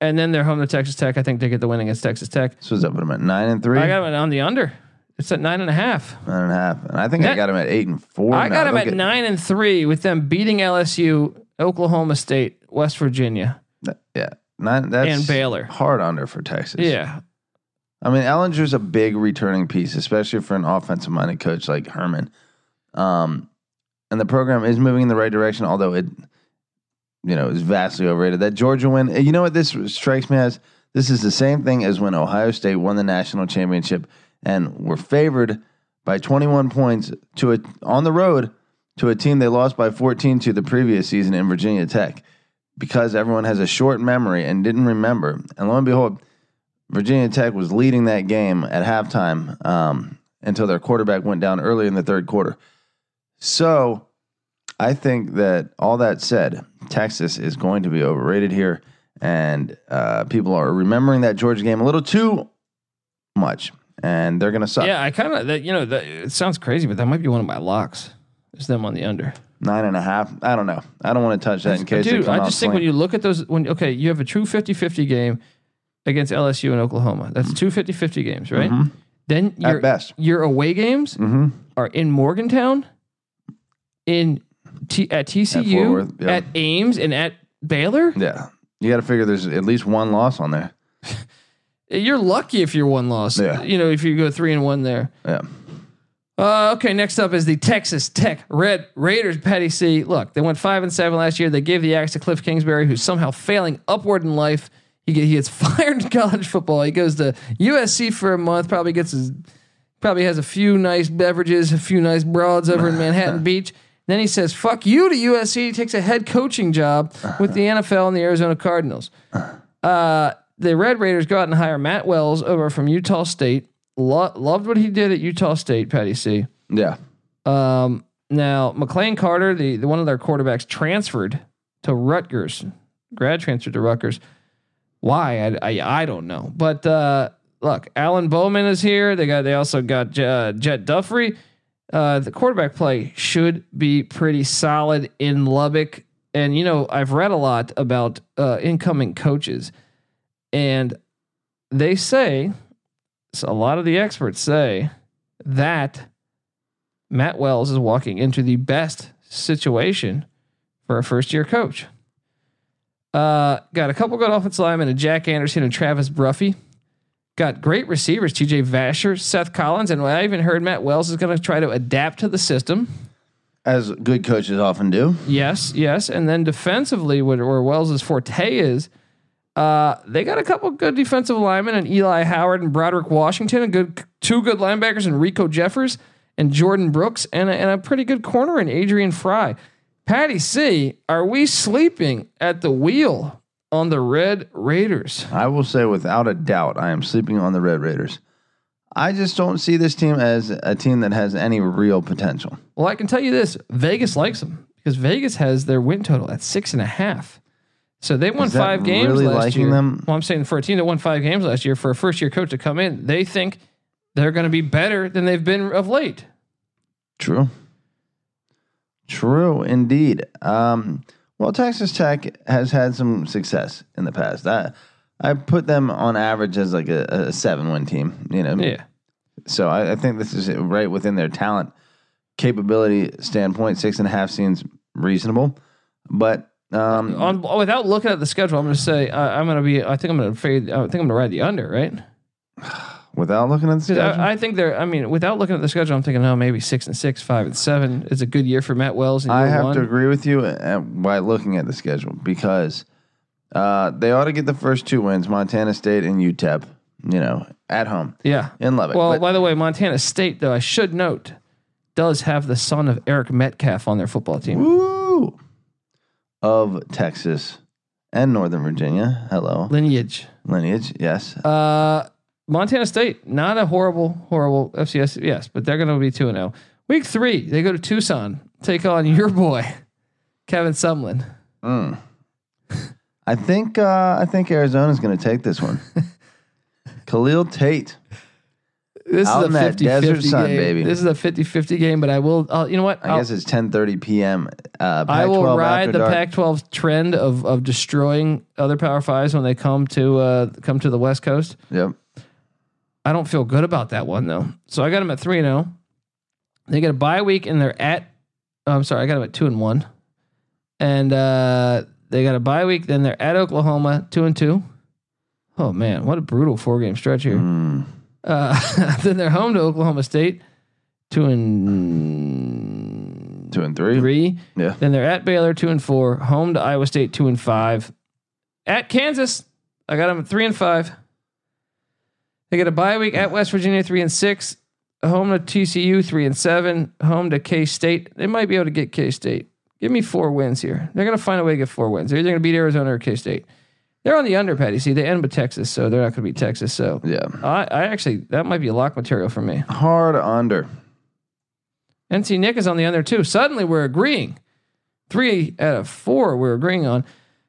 [SPEAKER 1] and then they're home to Texas Tech. I think they get the win against Texas Tech.
[SPEAKER 3] this was up at them at nine and three,
[SPEAKER 1] I got it on the under. It's at nine and a half.
[SPEAKER 3] nine and a half, and I think I
[SPEAKER 1] That-
[SPEAKER 3] got them at eight and four.
[SPEAKER 1] I
[SPEAKER 3] now.
[SPEAKER 1] got them
[SPEAKER 3] They'll
[SPEAKER 1] at
[SPEAKER 3] get-
[SPEAKER 1] nine and three with them beating LSU, Oklahoma State, West Virginia,
[SPEAKER 3] Yeah, nine. That's
[SPEAKER 1] and Baylor.
[SPEAKER 3] hard under for Texas.
[SPEAKER 1] Yeah,
[SPEAKER 3] I mean, Ellinger's a big returning piece, especially for an offensive minded coach like Herman. Um, and the program is moving in the right direction, although it, you know, is vastly overrated. That Georgia win, eh, you know what this strikes me as? This is the same thing as when Ohio State won the national championship and were favored by 21 points to a, on the road to a team they lost by 14 to the previous season in Virginia Tech because everyone has a short memory and didn't remember. And lo and behold, Virginia Tech was leading that game at halftime um, until their quarterback went down early in the third quarter. So I think that all that said, Texas is going to be overrated here. And uh, people are remembering that Georgia game a little too much. And they're going to suck.
[SPEAKER 1] yeah. I kind of that. You know, that, it sounds crazy, but that might be one of my locks. Is them on the under?
[SPEAKER 3] Nine and a half. I don't know. I don't want to touch that in case they
[SPEAKER 1] Dude,
[SPEAKER 3] come
[SPEAKER 1] I
[SPEAKER 3] out
[SPEAKER 1] just think when
[SPEAKER 3] swinging.
[SPEAKER 1] you look at those, when okay, you have a true 50-50 game against LSU and Oklahoma. That's two 50-50 games, right? Then
[SPEAKER 3] Mm-hmm. at
[SPEAKER 1] you're
[SPEAKER 3] best.
[SPEAKER 1] your away games
[SPEAKER 3] Mhm.
[SPEAKER 1] are in Morgantown, in T- at TCU, at,
[SPEAKER 3] Fort Worth, yeah.
[SPEAKER 1] Ames, and at Baylor.
[SPEAKER 3] Yeah. You got to figure there's at least one loss on there.
[SPEAKER 1] You're lucky if you're one loss.
[SPEAKER 3] Yeah.
[SPEAKER 1] You know, if you go three and one there.
[SPEAKER 3] Yeah.
[SPEAKER 1] Uh, okay, next up is the Texas Tech Red Raiders. Petty C. Look, they went five and seven last year. They gave the axe to Cliff Kingsbury, who's somehow failing upward in life. He get, he gets fired in college football. He goes to USC for a month. Probably gets his probably has a few nice beverages, a few nice broads over in Manhattan Beach. Then he says, "Fuck you" to USC. He takes a head coaching job with the NFL and the Arizona Cardinals. Uh, the Red Raiders go out and hire Matt Wells over from Utah State. Lo- loved what he did at Utah State, Patty C.
[SPEAKER 3] Yeah.
[SPEAKER 1] Um, now McLean Carter, the, the one of their quarterbacks, transferred to Rutgers. Grad transferred to Rutgers. Why? I, I, I don't know. But uh, look, Alan Bowman is here. They got they also got uh, Jet Duffrey. Uh, the quarterback play should be pretty solid in Lubbock. And you know, I've read a lot about uh, incoming coaches, and they say, so a lot of the experts say that Matt Wells is walking into the best situation for a first year coach. Uh, got a couple good offensive linemen, and Jack Anderson and Travis Bruffy. Got great receivers, TJ Vasher, Seth Collins, and I even heard Matt Wells is going to try to adapt to the system.
[SPEAKER 3] As good coaches often do.
[SPEAKER 1] Yes, yes. And then defensively, where, where Wells's forte is, uh, they got a couple good defensive linemen and Eli Howard and Broderick Washington, and good two good linebackers and Rico Jeffers and Jordan Brooks, and a, and a pretty good corner in Adrian Fry. Patty C, are we sleeping at the wheel on the Red Raiders?
[SPEAKER 3] I will say without a doubt, I am sleeping on the Red Raiders. I just don't see this team as a team that has any real potential.
[SPEAKER 1] Well, I can tell you this: Vegas likes them because Vegas has their win total at six and a half. So they won
[SPEAKER 3] Is that
[SPEAKER 1] five games
[SPEAKER 3] really
[SPEAKER 1] last
[SPEAKER 3] liking
[SPEAKER 1] year.
[SPEAKER 3] them?
[SPEAKER 1] Well, I'm saying for a team that won five games last year, for a first year coach to come in, they think they're going to be better than they've been of late.
[SPEAKER 3] True. True, indeed. Um, well, Texas Tech has had some success in the past. I, I put them on average as like a, a seven win team, you know.
[SPEAKER 1] Yeah,
[SPEAKER 3] So I, I think this is right within their talent capability standpoint. Six and a half seems reasonable, but um,
[SPEAKER 1] on without looking at the schedule, I'm going to say I I'm going to be. I think I'm going to fade. I think I'm going to ride the under. Right?
[SPEAKER 3] without looking at the schedule.
[SPEAKER 1] I, I think they're. I mean, without looking at the schedule, I'm thinking, oh, maybe six and six, five and seven. It's a good year for Matt Wells. And
[SPEAKER 3] I have to agree with you uh, by looking at the schedule because uh, they ought to get the first two wins: Montana State and UTEP. You know, at home
[SPEAKER 1] Yeah.
[SPEAKER 3] in Lubbock.
[SPEAKER 1] Well,
[SPEAKER 3] But-
[SPEAKER 1] by the way, Montana State, though, I should note, does have the son of Eric Metcalf on their football team.
[SPEAKER 3] Woo! Of Texas and Northern Virginia. Hello.
[SPEAKER 1] Lineage.
[SPEAKER 3] Lineage. Yes.
[SPEAKER 1] Uh, Montana State, not a horrible, horrible FCS. Yes, but they're going to be 2 0. Week three, they go to Tucson, take on your boy, Kevin Sumlin.
[SPEAKER 3] Mm. I think uh, I think Arizona's going to take this one. Khalil Tate.
[SPEAKER 1] This
[SPEAKER 3] Out
[SPEAKER 1] is
[SPEAKER 3] in
[SPEAKER 1] a
[SPEAKER 3] that
[SPEAKER 1] 50
[SPEAKER 3] desert
[SPEAKER 1] 50
[SPEAKER 3] sun,
[SPEAKER 1] game.
[SPEAKER 3] baby.
[SPEAKER 1] This is a 50 50 game, but I will, I'll, you know what?
[SPEAKER 3] I
[SPEAKER 1] I'll-
[SPEAKER 3] guess it's 10:30 p.m. Uh,
[SPEAKER 1] I will
[SPEAKER 3] Pac-12
[SPEAKER 1] ride
[SPEAKER 3] after
[SPEAKER 1] the
[SPEAKER 3] dark.
[SPEAKER 1] Pac-12 trend of of destroying other Power Fives when they come to uh, come to the West Coast.
[SPEAKER 3] Yep.
[SPEAKER 1] I don't feel good about that one though. So I got them at three and zero. They get a bye week and they're at. oh, I'm sorry, I got them at two and one, and uh, they got a bye week. Then they're at Oklahoma, two and two. Oh man, what a brutal four game stretch here.
[SPEAKER 3] Mm.
[SPEAKER 1] Uh, then they're home to Oklahoma State, two and
[SPEAKER 3] Two and three.
[SPEAKER 1] three.
[SPEAKER 3] Yeah.
[SPEAKER 1] Then they're at Baylor two and four, home to Iowa State two and five, at Kansas. I got them at three and five. They get a bye week at West Virginia three and six, home to TCU three and seven, home to K State. They might be able to get K State. Give me four wins here. They're gonna find a way to get four wins. They're either gonna beat Arizona or K State. They're on the under, Patty. See, they end with Texas, so they're not gonna beat Texas. So
[SPEAKER 3] Yeah.
[SPEAKER 1] I, I actually that might be a lock material for me.
[SPEAKER 3] Hard under.
[SPEAKER 1] NC Nick is on the under too. Suddenly we're agreeing. Three out of four we're agreeing on.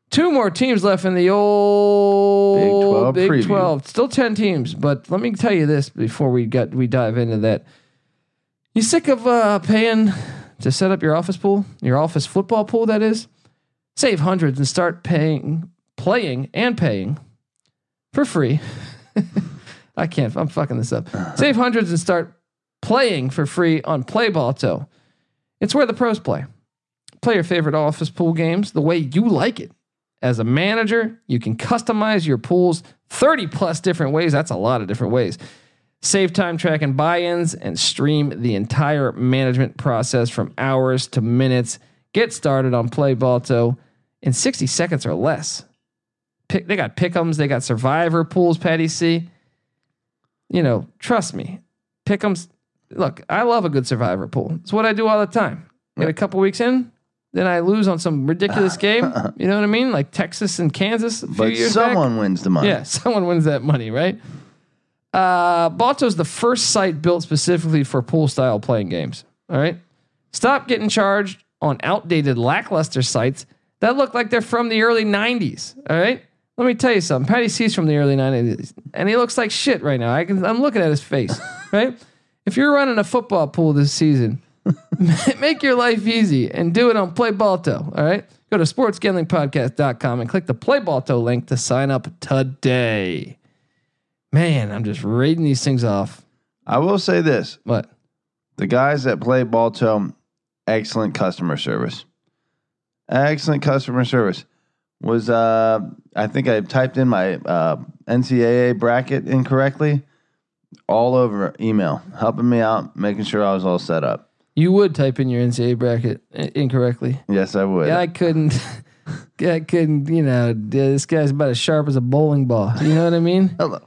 [SPEAKER 1] Two more teams left in the old
[SPEAKER 3] Big 12 preview.
[SPEAKER 1] Still ten teams, but let me tell you this before we got we dive into that. You sick of uh, paying to set up your office pool, your office football pool? That is, save hundreds and start paying, playing, and paying for free. I can't. I'm fucking this up. Save hundreds and start playing for free on Playbalto. It's where the pros play. Play your favorite office pool games the way you like it. As a manager, you can customize your pools 30 plus different ways. That's a lot of different ways. Save time tracking buy ins and stream the entire management process from hours to minutes. Get started on Playbalto in 60 seconds or less. Pick, they got pick'ems, they got survivor pools, Patty C. You know, trust me, pick'ems. Look, I love a good survivor pool. It's what I do all the time. Get a couple weeks in, then I lose on some ridiculous game. You know what I mean? Like Texas and Kansas. A few
[SPEAKER 3] But
[SPEAKER 1] years back.
[SPEAKER 3] someone wins the money.
[SPEAKER 1] Yeah, someone wins that money, right? Uh, Balto's the first site built specifically for pool style playing games. All right. Stop getting charged on outdated, lackluster sites that look like they're from the early 90s. All right. Let me tell you something. Patty C's from the early 90s, and he looks like shit right now. I can, I'm looking at his face, right? If you're running a football pool this season, make your life easy and do it on Play Balto. All right. Go to sportsgamblingpodcast.com and click the Play Balto link to sign up today. Man, I'm just reading these things off.
[SPEAKER 3] I will say this:
[SPEAKER 1] What?
[SPEAKER 3] the guys that play Balto, excellent customer service. Excellent customer service. Was uh, I think I typed in my uh, NCAA bracket incorrectly, all over email, helping me out, making sure I was all set up.
[SPEAKER 1] You would type in your NCAA bracket i- incorrectly.
[SPEAKER 3] Yes, I would.
[SPEAKER 1] Yeah, I couldn't. I couldn't, you know, d- this guy's about as sharp as a bowling ball. You know what I mean?
[SPEAKER 3] Hello.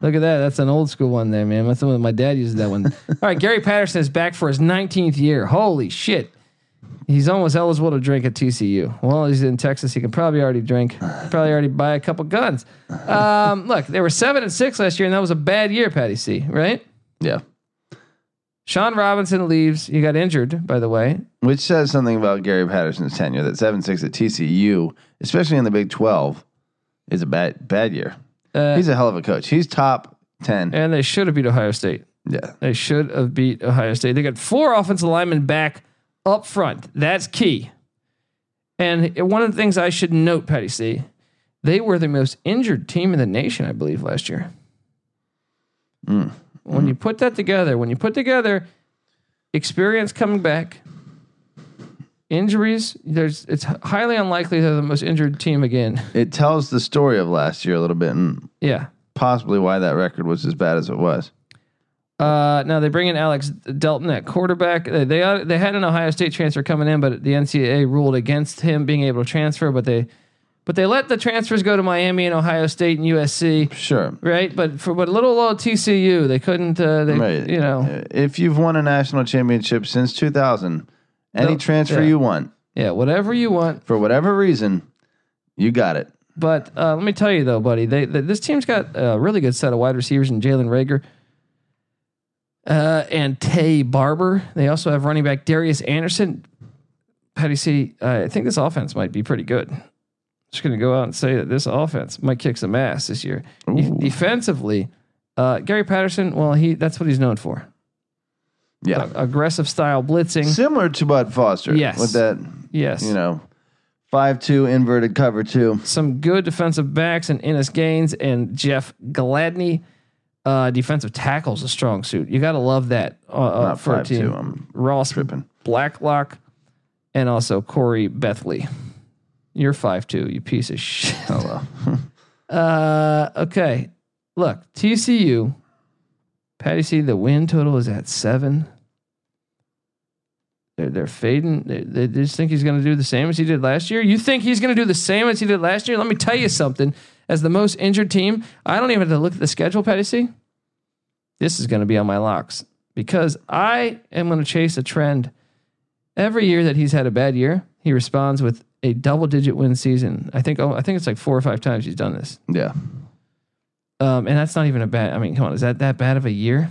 [SPEAKER 1] Look at that. That's an old school one there, man. That's the one that my dad uses that one. All right, Gary Patterson is back for his 19th year. Holy shit. He's almost eligible to drink at TCU. Well, he's in Texas. He can probably already drink. Probably already buy a couple guns. Um, look, they were seven and six last year, and that was a bad year, Patty C. Right?
[SPEAKER 3] Yeah.
[SPEAKER 1] Sean Robinson leaves. He got injured, by the way.
[SPEAKER 3] Which says something about Gary Patterson's tenure that 7 6 at TCU, especially in the Big 12, is a bad bad year.
[SPEAKER 1] Uh,
[SPEAKER 3] He's a hell of a coach. He's top 10.
[SPEAKER 1] and they should have beat Ohio State.
[SPEAKER 3] Yeah.
[SPEAKER 1] They should have beat Ohio State. They got four offensive linemen back up front. That's key. And one of the things I should note, Patty C, they were the most injured team in the nation, I believe, last year.
[SPEAKER 3] Mm.
[SPEAKER 1] When you put that together, when you put together experience coming back, injuries, there's it's highly unlikely they're the most injured team again.
[SPEAKER 3] It tells the story of last year a little bit. And
[SPEAKER 1] Yeah.
[SPEAKER 3] possibly why that record was as bad as it was.
[SPEAKER 1] Uh, now they bring in Alex Delton at quarterback. They they, they had an Ohio State transfer coming in, but the NCAA ruled against him being able to transfer. But they but they let the transfers go to Miami and Ohio State and USC,
[SPEAKER 3] Sure.
[SPEAKER 1] right? But for but little old TCU, they couldn't. Uh, they
[SPEAKER 3] Right.
[SPEAKER 1] you know
[SPEAKER 3] If you've won a national championship since 2000, any
[SPEAKER 1] No,
[SPEAKER 3] transfer
[SPEAKER 1] yeah.
[SPEAKER 3] you want,
[SPEAKER 1] yeah whatever you want.
[SPEAKER 3] for whatever reason, you got it.
[SPEAKER 1] But uh, let me tell you though, buddy, they, th this team's got a really good set of wide receivers in Jalen Rager uh, and Tay Barber. They also have running back Darius Anderson. How do you see? Uh, I think this offense might be pretty good. Just going to go out and say that this offense might kick some ass this year. De-
[SPEAKER 3] Ooh.
[SPEAKER 1] defensively, uh, Gary Patterson. Well, he that's what he's known for.
[SPEAKER 3] Yeah.
[SPEAKER 1] A- aggressive style blitzing.
[SPEAKER 3] Similar to Bud Foster.
[SPEAKER 1] Yes.
[SPEAKER 3] With that,
[SPEAKER 1] Yes.
[SPEAKER 3] you know, 5 2 inverted cover two.
[SPEAKER 1] some good defensive backs and Ennis Gaines and Jeff Gladney. Uh, defensive tackles a strong suit. You got to love that uh, uh,
[SPEAKER 3] Not
[SPEAKER 1] for a
[SPEAKER 3] 5 2.
[SPEAKER 1] team.
[SPEAKER 3] I'm
[SPEAKER 1] Ross
[SPEAKER 3] tripping.
[SPEAKER 1] Blacklock and also Corey Bethley. You're five two. You piece of shit.
[SPEAKER 3] Oh, well.
[SPEAKER 1] Uh, okay. Look, TCU. Patty C. The win total is at seven. They're they're fading. They, they just think he's going to do the same as he did last year. You think he's going to do the same as he did last year? Let me tell you something. As the most injured team, I don't even have to look at the schedule, Patty C. This is going to be on my locks because I am going to chase a trend. Every year that he's had a bad year, he responds with a double-digit win season. I think oh, I think it's like four or five times he's done this.
[SPEAKER 3] Yeah.
[SPEAKER 1] Um, and that's not even a bad. I mean, come on, is that that bad of a year?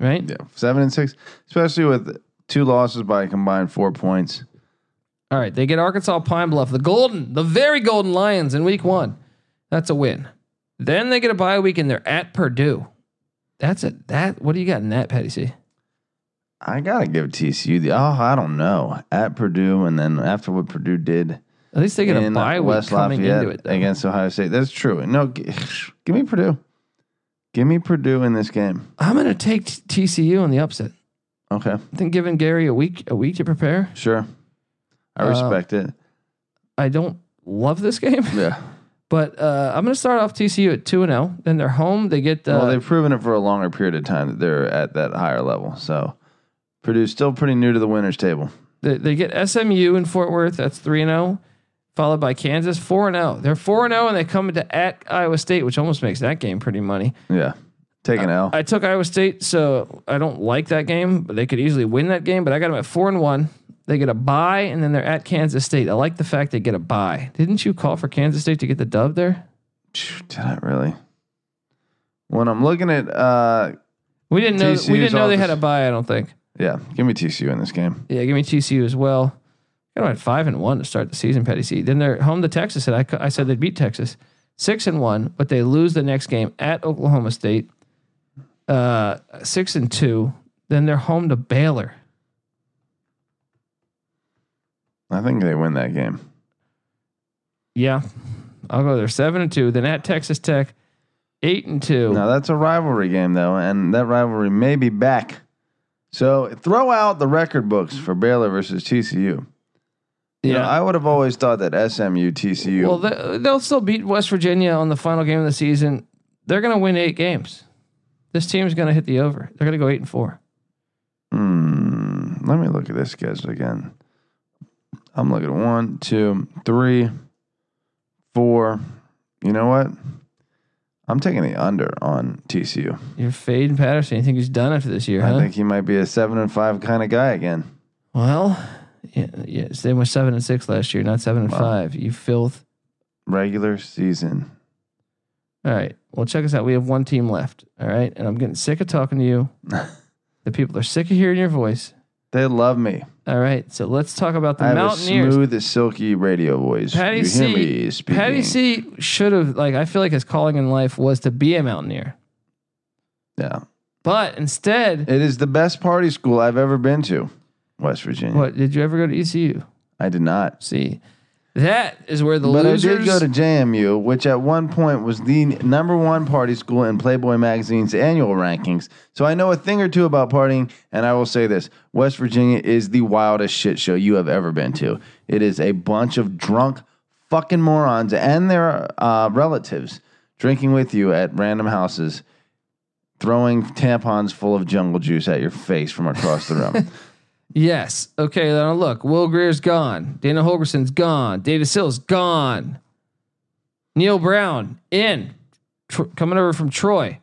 [SPEAKER 1] Right?
[SPEAKER 3] Yeah. Seven and six, especially with two losses by a combined four points.
[SPEAKER 1] All right, they get Arkansas Pine Bluff, the Golden, the very Golden Lions in Week One. That's a win. Then they get a bye week and they're at Purdue. That's it. That what do you got in that, Patty C?
[SPEAKER 3] I gotta give TCU the oh I don't know at Purdue and then after what Purdue did
[SPEAKER 1] At least they get a
[SPEAKER 3] in
[SPEAKER 1] bye week
[SPEAKER 3] West
[SPEAKER 1] coming
[SPEAKER 3] Lafayette
[SPEAKER 1] into it. though.
[SPEAKER 3] against Ohio State. That's true. No, g- give me Purdue. Give me Purdue in this game.
[SPEAKER 1] I'm gonna take T- TCU on the upset.
[SPEAKER 3] Okay,
[SPEAKER 1] I think giving Gary a week a week to prepare.
[SPEAKER 3] sure. I
[SPEAKER 1] Uh,
[SPEAKER 3] respect it.
[SPEAKER 1] I don't love this game,
[SPEAKER 3] Yeah.
[SPEAKER 1] but uh, I'm gonna start off TCU at two and zero. Then they're home. They get uh,
[SPEAKER 3] well, they've proven it for a longer period of time that they're at that higher level. So Purdue's still pretty new to the winners table.
[SPEAKER 1] They, they get SMU in Fort Worth. That's three and zero, followed by Kansas four and zero. They're four and zero, and they come into at Iowa State, which almost makes that game pretty money.
[SPEAKER 3] Yeah. Uh, Take an L.
[SPEAKER 1] I took Iowa State, so I don't like that game, but they could easily win that game. But I got them at four and one. They get a bye, and then they're at Kansas State. I like the fact they get a bye. Didn't you call for Kansas State to get the dub there?
[SPEAKER 3] Phew, Did I really? When I'm looking at uh
[SPEAKER 1] We didn't know. we
[SPEAKER 3] TCU's
[SPEAKER 1] didn't know they had a
[SPEAKER 3] office.
[SPEAKER 1] bye. I don't think.
[SPEAKER 3] yeah, give me TCU in this game.
[SPEAKER 1] Yeah, give me TCU as well. I got them at five and one to start the season, Petty C. Then they're home to Texas, and I, cu- I said they'd beat Texas six and one, but they lose the next game at Oklahoma State, uh, six and two. Then they're home to Baylor.
[SPEAKER 3] I think they win that game.
[SPEAKER 1] Yeah, I'll go there seven and two. Then at Texas Tech, eight and two.
[SPEAKER 3] Now that's a rivalry game though, and that rivalry may be back. So throw out the record books for Baylor versus TCU. You
[SPEAKER 1] yeah,
[SPEAKER 3] know, I would have always thought that SMU TCU.
[SPEAKER 1] well they, they'll still beat West Virginia on the final game of the season. They're going to win eight games. This team's going to hit the over. They're going to go eight and four.
[SPEAKER 3] Hmm, let me look at this schedule again. I'm looking at one, two, three, four. You know what? I'm taking the under on TCU.
[SPEAKER 1] You're fading Patterson. You think he's done after this year? huh?
[SPEAKER 3] I think he might be a seven and five kind of guy again.
[SPEAKER 1] Well, yeah, yeah, same with seven and six last year, not seven and
[SPEAKER 3] Wow.
[SPEAKER 1] five. You filth.
[SPEAKER 3] Regular season.
[SPEAKER 1] All right. Well, check us out. We have one team left. All right. And I'm getting sick of talking to you. the people are sick of hearing your voice.
[SPEAKER 3] They love me.
[SPEAKER 1] All right. So let's talk about the
[SPEAKER 3] I have a
[SPEAKER 1] Mountaineers.
[SPEAKER 3] smooth, silky radio voice.
[SPEAKER 1] Patty
[SPEAKER 3] you
[SPEAKER 1] C-
[SPEAKER 3] hear me speaking.
[SPEAKER 1] Patty C should have, like, I feel like his calling in life was to be a Mountaineer.
[SPEAKER 3] Yeah,
[SPEAKER 1] But instead,
[SPEAKER 3] it is the best party school I've ever been to. West Virginia.
[SPEAKER 1] what did you ever go to ECU?
[SPEAKER 3] I did not.
[SPEAKER 1] See, that is where the
[SPEAKER 3] But I
[SPEAKER 1] losers.
[SPEAKER 3] did go to JMU, which at one point was the number one party school in Playboy magazine's annual rankings. So I know a thing or two about partying, and I will say this: West Virginia is the wildest shit show you have ever been to. It is a bunch of drunk fucking morons and their uh, relatives drinking with you at random houses, throwing tampons full of jungle juice at your face from across the room.
[SPEAKER 1] Yes. Okay, then look. Will Greer's gone. Dana Holgerson's gone. Data Sill's gone. Neil Brown in. Tr- coming over from Troy.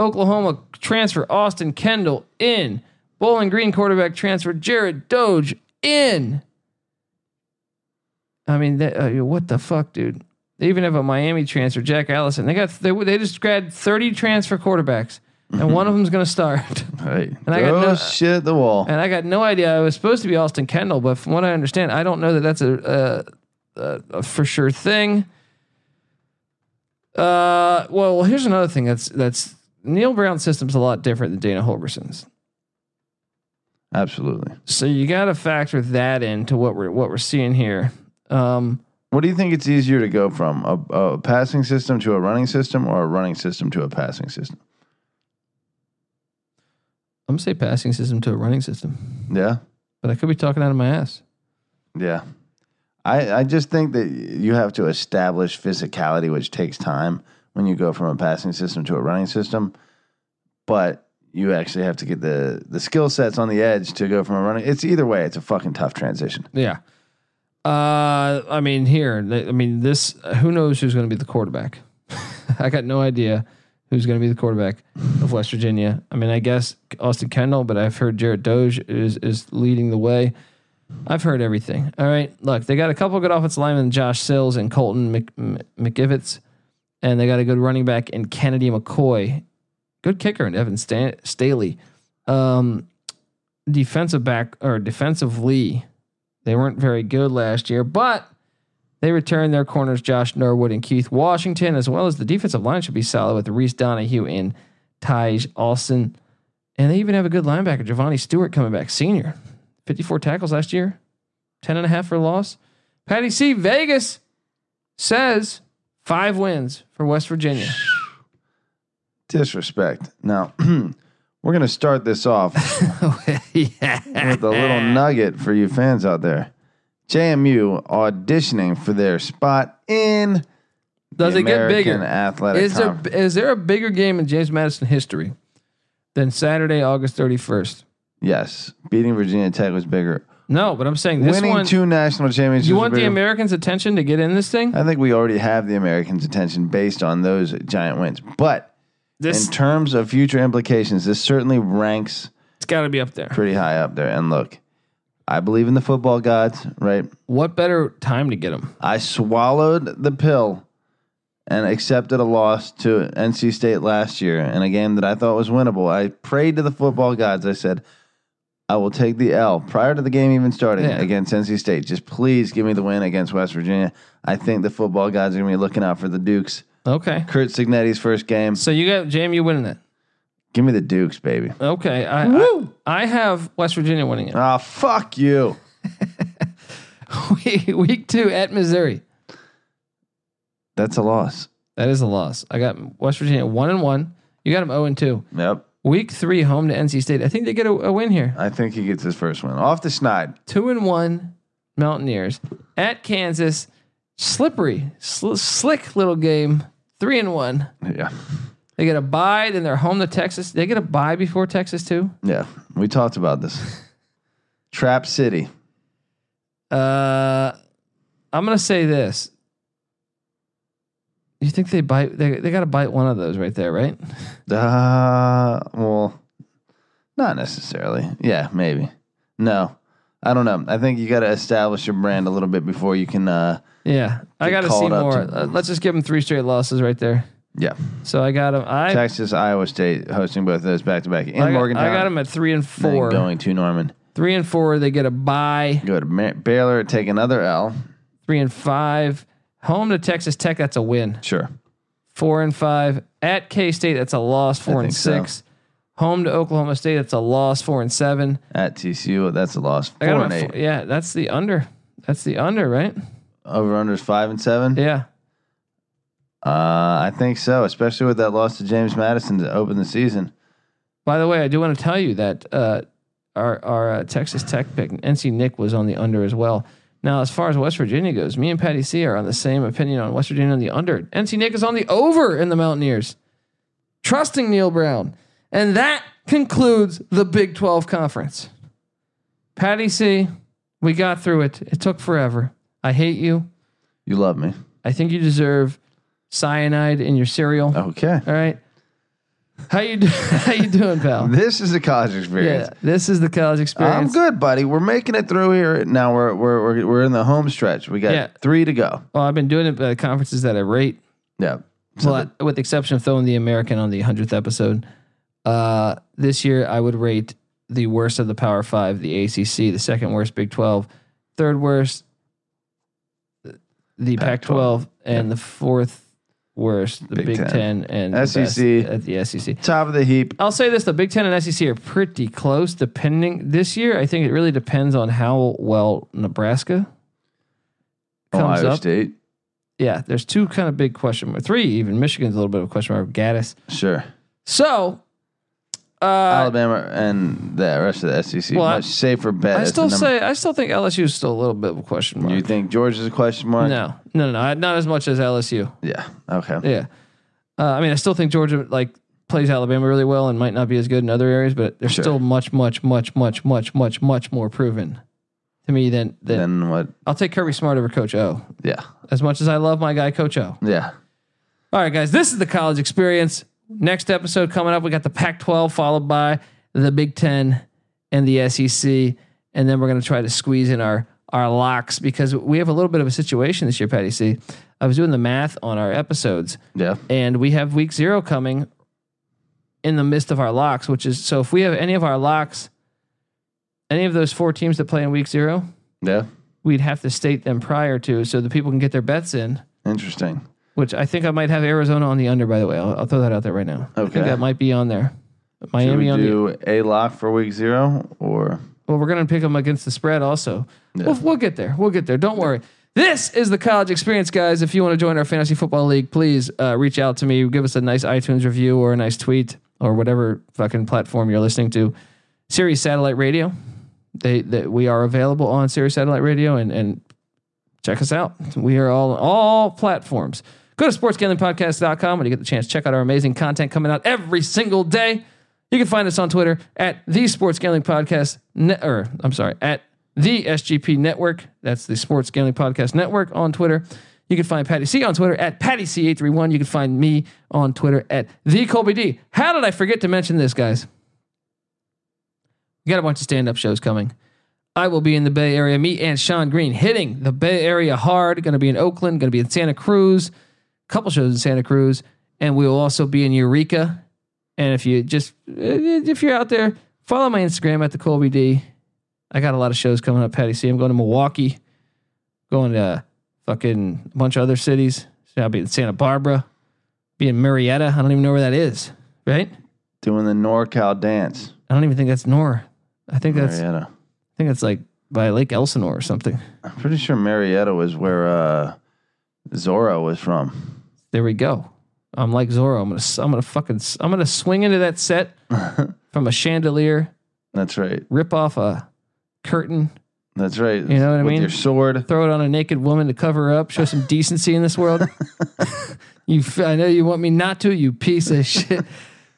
[SPEAKER 1] Oklahoma transfer Austin Kendall in. Bowling Green quarterback transfer Jared Doge in. I mean, that, uh, what the fuck, dude? They even have a Miami transfer, Jack Allison. They got they, they just grabbed thirty transfer quarterbacks, and one of them's going to start.
[SPEAKER 3] Right.
[SPEAKER 1] And I got
[SPEAKER 3] Throw
[SPEAKER 1] no-
[SPEAKER 3] shit at the wall.
[SPEAKER 1] And I got no idea. It was supposed to be Austin Kendall, but from what I understand, I don't know that that's a, a, a, a for sure thing. Uh, well, here's another thing that's that's Neil Brown's system's a lot different than Dana Holgerson's,
[SPEAKER 3] Absolutely.
[SPEAKER 1] so you got to factor that into what we're what we're seeing here. Um,
[SPEAKER 3] What do you think it's easier to go from a, a passing system to a running system, or a running system to a passing system?
[SPEAKER 1] I'm gonna say passing system to a running system,
[SPEAKER 3] Yeah.
[SPEAKER 1] but I could be talking out of my ass.
[SPEAKER 3] Yeah. I, I just think that you have to establish physicality, which takes time when you go from a passing system to a running system. But you actually have to get the, the skill sets on the edge to go from a running. It's either way, it's a fucking tough transition.
[SPEAKER 1] Yeah. Uh, I mean, here, th- I mean, this, who knows who's going to be the quarterback? I got no idea who's going to be the quarterback of West Virginia. I mean, I guess Austin Kendall, but I've heard Jared Doge is, is leading the way. I've heard everything. All right. Look, they got a couple good offensive linemen, Josh Sills and Colton Mc, M- McIvitz, and they got a good running back in Kennedy McCoy. Good kicker in Evan Stan- Staley. Um, defensive back or defensively, they weren't very good last year, but they returned their corners Josh Norwood and Keith Washington, as well as the defensive line should be solid with Reese Donahue and Taj Austin. And they even have a good linebacker, Giovanni Stewart, coming back senior. 54 tackles last year, 10 and a half for loss. Patty C. Vegas says five wins for West Virginia.
[SPEAKER 3] Disrespect. Now, we're going to start this off
[SPEAKER 1] yeah.
[SPEAKER 3] with a little nugget for you fans out there. JMU auditioning for their spot in
[SPEAKER 1] Does
[SPEAKER 3] the
[SPEAKER 1] it get
[SPEAKER 3] American
[SPEAKER 1] bigger?
[SPEAKER 3] Athletic
[SPEAKER 1] Is there
[SPEAKER 3] Conference.
[SPEAKER 1] is there a bigger game in James Madison history than Saturday, August thirty first?
[SPEAKER 3] Yes, beating Virginia Tech was bigger.
[SPEAKER 1] No, but I'm saying this
[SPEAKER 3] Winning
[SPEAKER 1] one.
[SPEAKER 3] two national championships.
[SPEAKER 1] you
[SPEAKER 3] was
[SPEAKER 1] want the
[SPEAKER 3] bigger.
[SPEAKER 1] Americans' attention to get in this thing?
[SPEAKER 3] I think we already have the Americans' attention based on those giant wins. But
[SPEAKER 1] This
[SPEAKER 3] in terms of future implications, this certainly ranks
[SPEAKER 1] it's got to be up there.
[SPEAKER 3] pretty high up there. And look, I believe in the football gods, right?
[SPEAKER 1] What better time to get them?
[SPEAKER 3] I swallowed the pill and accepted a loss to NC State last year in a game that I thought was winnable. I prayed to the football gods. I said, I will take the L prior to the game even starting
[SPEAKER 1] Yeah.
[SPEAKER 3] against NC State. Just please give me the win against West Virginia. I think the football gods are going to be looking out for the Dukes.
[SPEAKER 1] Okay,
[SPEAKER 3] Kurt Signetti's first game.
[SPEAKER 1] so you got JMU winning it.
[SPEAKER 3] Give me the Dukes, baby.
[SPEAKER 1] Okay, I, I I have West Virginia winning it.
[SPEAKER 3] Ah, fuck you.
[SPEAKER 1] Week- Week two at Missouri.
[SPEAKER 3] That's a loss.
[SPEAKER 1] That is a loss. I got West Virginia one and one. You got them zero and two.
[SPEAKER 3] Yep.
[SPEAKER 1] Week three home to NC State. I think they get a, a win here.
[SPEAKER 3] I think he gets his first win. Off the schneid.
[SPEAKER 1] two and one Mountaineers at Kansas. Slippery, sl- slick little game. Three and one.
[SPEAKER 3] Yeah.
[SPEAKER 1] They get a bye, then they're home to Texas. They get a bye before Texas too.
[SPEAKER 3] Yeah. We talked about this. Trap City.
[SPEAKER 1] Uh, I'm gonna say this. You think they bite? They they got to bite one of those right there, right?
[SPEAKER 3] Uh, well, not necessarily. Yeah, maybe. No, I don't know. I think you got to establish your brand a little bit before you can. Uh,
[SPEAKER 1] Yeah, I
[SPEAKER 3] Get
[SPEAKER 1] got to see
[SPEAKER 3] called up
[SPEAKER 1] more.
[SPEAKER 3] to-
[SPEAKER 1] Uh, let's just give them three straight losses right there.
[SPEAKER 3] yeah,
[SPEAKER 1] So I got them. I
[SPEAKER 3] Texas, Iowa State hosting both of those back to back in
[SPEAKER 1] I got,
[SPEAKER 3] Morgantown.
[SPEAKER 1] I got them at three and
[SPEAKER 3] and then
[SPEAKER 1] four.
[SPEAKER 3] going to Norman.
[SPEAKER 1] Three and four. They get a bye.
[SPEAKER 3] Go to Mar- Baylor, take another L.
[SPEAKER 1] three and five. Home to Texas Tech, that's a win.
[SPEAKER 3] Sure,
[SPEAKER 1] Four and five at K State, that's a loss. Four and
[SPEAKER 3] think so.
[SPEAKER 1] six. Home to Oklahoma State, that's a loss. Four and seven.
[SPEAKER 3] at TCU, that's a loss.
[SPEAKER 1] I got them
[SPEAKER 3] Four and
[SPEAKER 1] at
[SPEAKER 3] eight.
[SPEAKER 1] four- yeah, that's the under. That's the under, right?
[SPEAKER 3] Over under is five and seven.
[SPEAKER 1] Yeah.
[SPEAKER 3] Uh, I think so, especially with that loss to James Madison to open the season.
[SPEAKER 1] By the way, I do want to tell you that uh, our our uh, Texas Tech pick, NC Nick was on the under as well. Now, as far as West Virginia goes, me and Patty C are on the same opinion on West Virginia on the under. NC Nick is on the over in the Mountaineers, trusting Neil Brown. And that concludes the Big 12 conference. Patty C, we got through it. It took forever. I hate you.
[SPEAKER 3] You love me.
[SPEAKER 1] I think you deserve cyanide in your cereal.
[SPEAKER 3] Okay.
[SPEAKER 1] All right. How you do- how you doing, pal?
[SPEAKER 3] This is a college
[SPEAKER 1] Yeah,
[SPEAKER 3] experience.
[SPEAKER 1] this is the college
[SPEAKER 3] I'm
[SPEAKER 1] experience.
[SPEAKER 3] good, buddy. We're making it through here. Now we're we're we're, we're in the home stretch. We got
[SPEAKER 1] Yeah.
[SPEAKER 3] three to go.
[SPEAKER 1] Well, I've been doing it at conferences that I rate.
[SPEAKER 3] Yeah. So
[SPEAKER 1] Well, with the exception of throwing the American on the hundredth episode, uh, this year I would rate the worst of the Power Five, the ACC, the second worst Big Twelve, third worst the Pac twelve, and the fourth worst the Big, E
[SPEAKER 3] Big
[SPEAKER 1] 10.
[SPEAKER 3] 10.
[SPEAKER 1] and the best
[SPEAKER 3] SEC.
[SPEAKER 1] at the SEC.
[SPEAKER 3] the top of the heap.
[SPEAKER 1] I'll say this: the Big Ten and SEC are pretty close. Depending this year, I think it really depends on how well Nebraska comes
[SPEAKER 3] Ohio
[SPEAKER 1] up.
[SPEAKER 3] State.
[SPEAKER 1] Yeah, there's two kind of big question mark, three even. Michigan's a little bit of a question mark. Gaddis.
[SPEAKER 3] Sure.
[SPEAKER 1] So, uh,
[SPEAKER 3] Alabama and the rest of the SEC.
[SPEAKER 1] Well, I-
[SPEAKER 3] Much safer bet.
[SPEAKER 1] I
[SPEAKER 3] as the
[SPEAKER 1] still
[SPEAKER 3] number-
[SPEAKER 1] say I still think LSU is still a little bit of a question mark.
[SPEAKER 3] You think Georgia's a question mark?
[SPEAKER 1] no, no, no, I- not as much as LSU.
[SPEAKER 3] Yeah. Okay.
[SPEAKER 1] Yeah, uh, I mean, I still think Georgia like plays Alabama really well and might not be as good in other areas, but they're
[SPEAKER 3] Sure.
[SPEAKER 1] still much, much, much, much, much, much, much more proven to me than than.
[SPEAKER 3] Then what?
[SPEAKER 1] I'll take Kirby Smart over Coach O.
[SPEAKER 3] Yeah.
[SPEAKER 1] As much as I love my guy Coach O.
[SPEAKER 3] Yeah.
[SPEAKER 1] All right, guys, this is the college experience. Next episode coming up, we got the Pac 12 followed by the Big Ten and the SEC. And then we're going to try to squeeze in our, our locks because we have a little bit of a situation this year, Patty C. I was doing the math on our episodes,
[SPEAKER 3] Yeah.
[SPEAKER 1] and we have week zero coming in the midst of our locks, which is so if we have any of our locks, any of those four teams that play in week zero,
[SPEAKER 3] Yeah.
[SPEAKER 1] we'd have to state them prior to so the people can get their bets in
[SPEAKER 3] Interesting.
[SPEAKER 1] which I think I might have Arizona on the under. By the way, I'll, I'll throw that out there right now. I think
[SPEAKER 3] Okay.
[SPEAKER 1] that might be on there.
[SPEAKER 3] Should we
[SPEAKER 1] Miami on the
[SPEAKER 3] do a lock for week zero or
[SPEAKER 1] well, we're gonna pick them against the spread also. We'll, we'll get there. We'll get there. Don't worry. This is the college experience, guys. If you want to join our fantasy football league, please uh, reach out to me. Give us a nice iTunes review or a nice tweet or whatever fucking platform you're listening to. Sirius Satellite Radio. They that we are available on Sirius Satellite Radio and and check us out. We are all on all platforms. Go to sportsgamblingpodcast.com when you get the chance. Check out our amazing content coming out every single day. You can find us on Twitter at the Sports Gambling Podcast Net, or I'm sorry, at the SGP Network. That's the Sports Gambling Podcast Network on Twitter. You can find Patty C on Twitter at Patty C831. You can find me on Twitter at the Colby D. How did I forget to mention this, guys? We got a bunch of stand-up shows coming. I will be in the Bay Area. Me and Sean Green hitting the Bay Area hard. Going to be in Oakland. Going to be in Santa Cruz. Couple shows in Santa Cruz, and we will also be in Eureka. And if you just uh, if you're out there, follow my Instagram at the Colby D. I got a lot of shows coming up, Patty C. I'm going to Milwaukee. Going to fucking a bunch of other cities. So I'll be in Santa Barbara. Be in Marietta. I don't even know where that is. Right?
[SPEAKER 3] doing the NorCal dance?
[SPEAKER 1] I don't even think that's Nor. I think that's
[SPEAKER 3] Marietta.
[SPEAKER 1] I think that's like by Lake Elsinore or something.
[SPEAKER 3] I'm pretty sure Marietta was where uh, Zorro was from.
[SPEAKER 1] There we go. I'm like Zorro. I'm gonna s- I'm gonna fucking s- I'm gonna swing into that set from a chandelier,
[SPEAKER 3] That's right.
[SPEAKER 1] rip off a curtain,
[SPEAKER 3] That's right.
[SPEAKER 1] You know what I
[SPEAKER 3] With
[SPEAKER 1] mean?
[SPEAKER 3] Your sword.
[SPEAKER 1] throw it on a naked woman to cover her up, show some decency in this world. you, f- I know you want me not to, you piece of shit.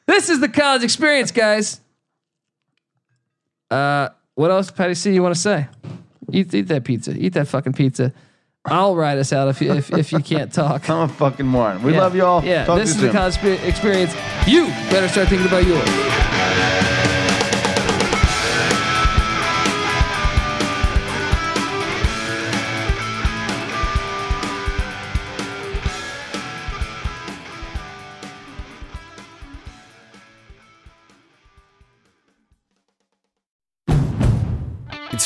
[SPEAKER 1] This is the college experience, guys. Uh, what else, Patty C? You want to say? Eat, eat that pizza. Eat that fucking pizza. I'll ride us out if you if, if you can't talk.
[SPEAKER 3] I'm a fucking moron. We
[SPEAKER 1] Yeah.
[SPEAKER 3] love y'all.
[SPEAKER 1] Yeah,
[SPEAKER 3] Talk
[SPEAKER 1] this is
[SPEAKER 3] to you
[SPEAKER 1] the
[SPEAKER 3] soon.
[SPEAKER 1] college spe- experience. You better start thinking about yours.
[SPEAKER 4] It's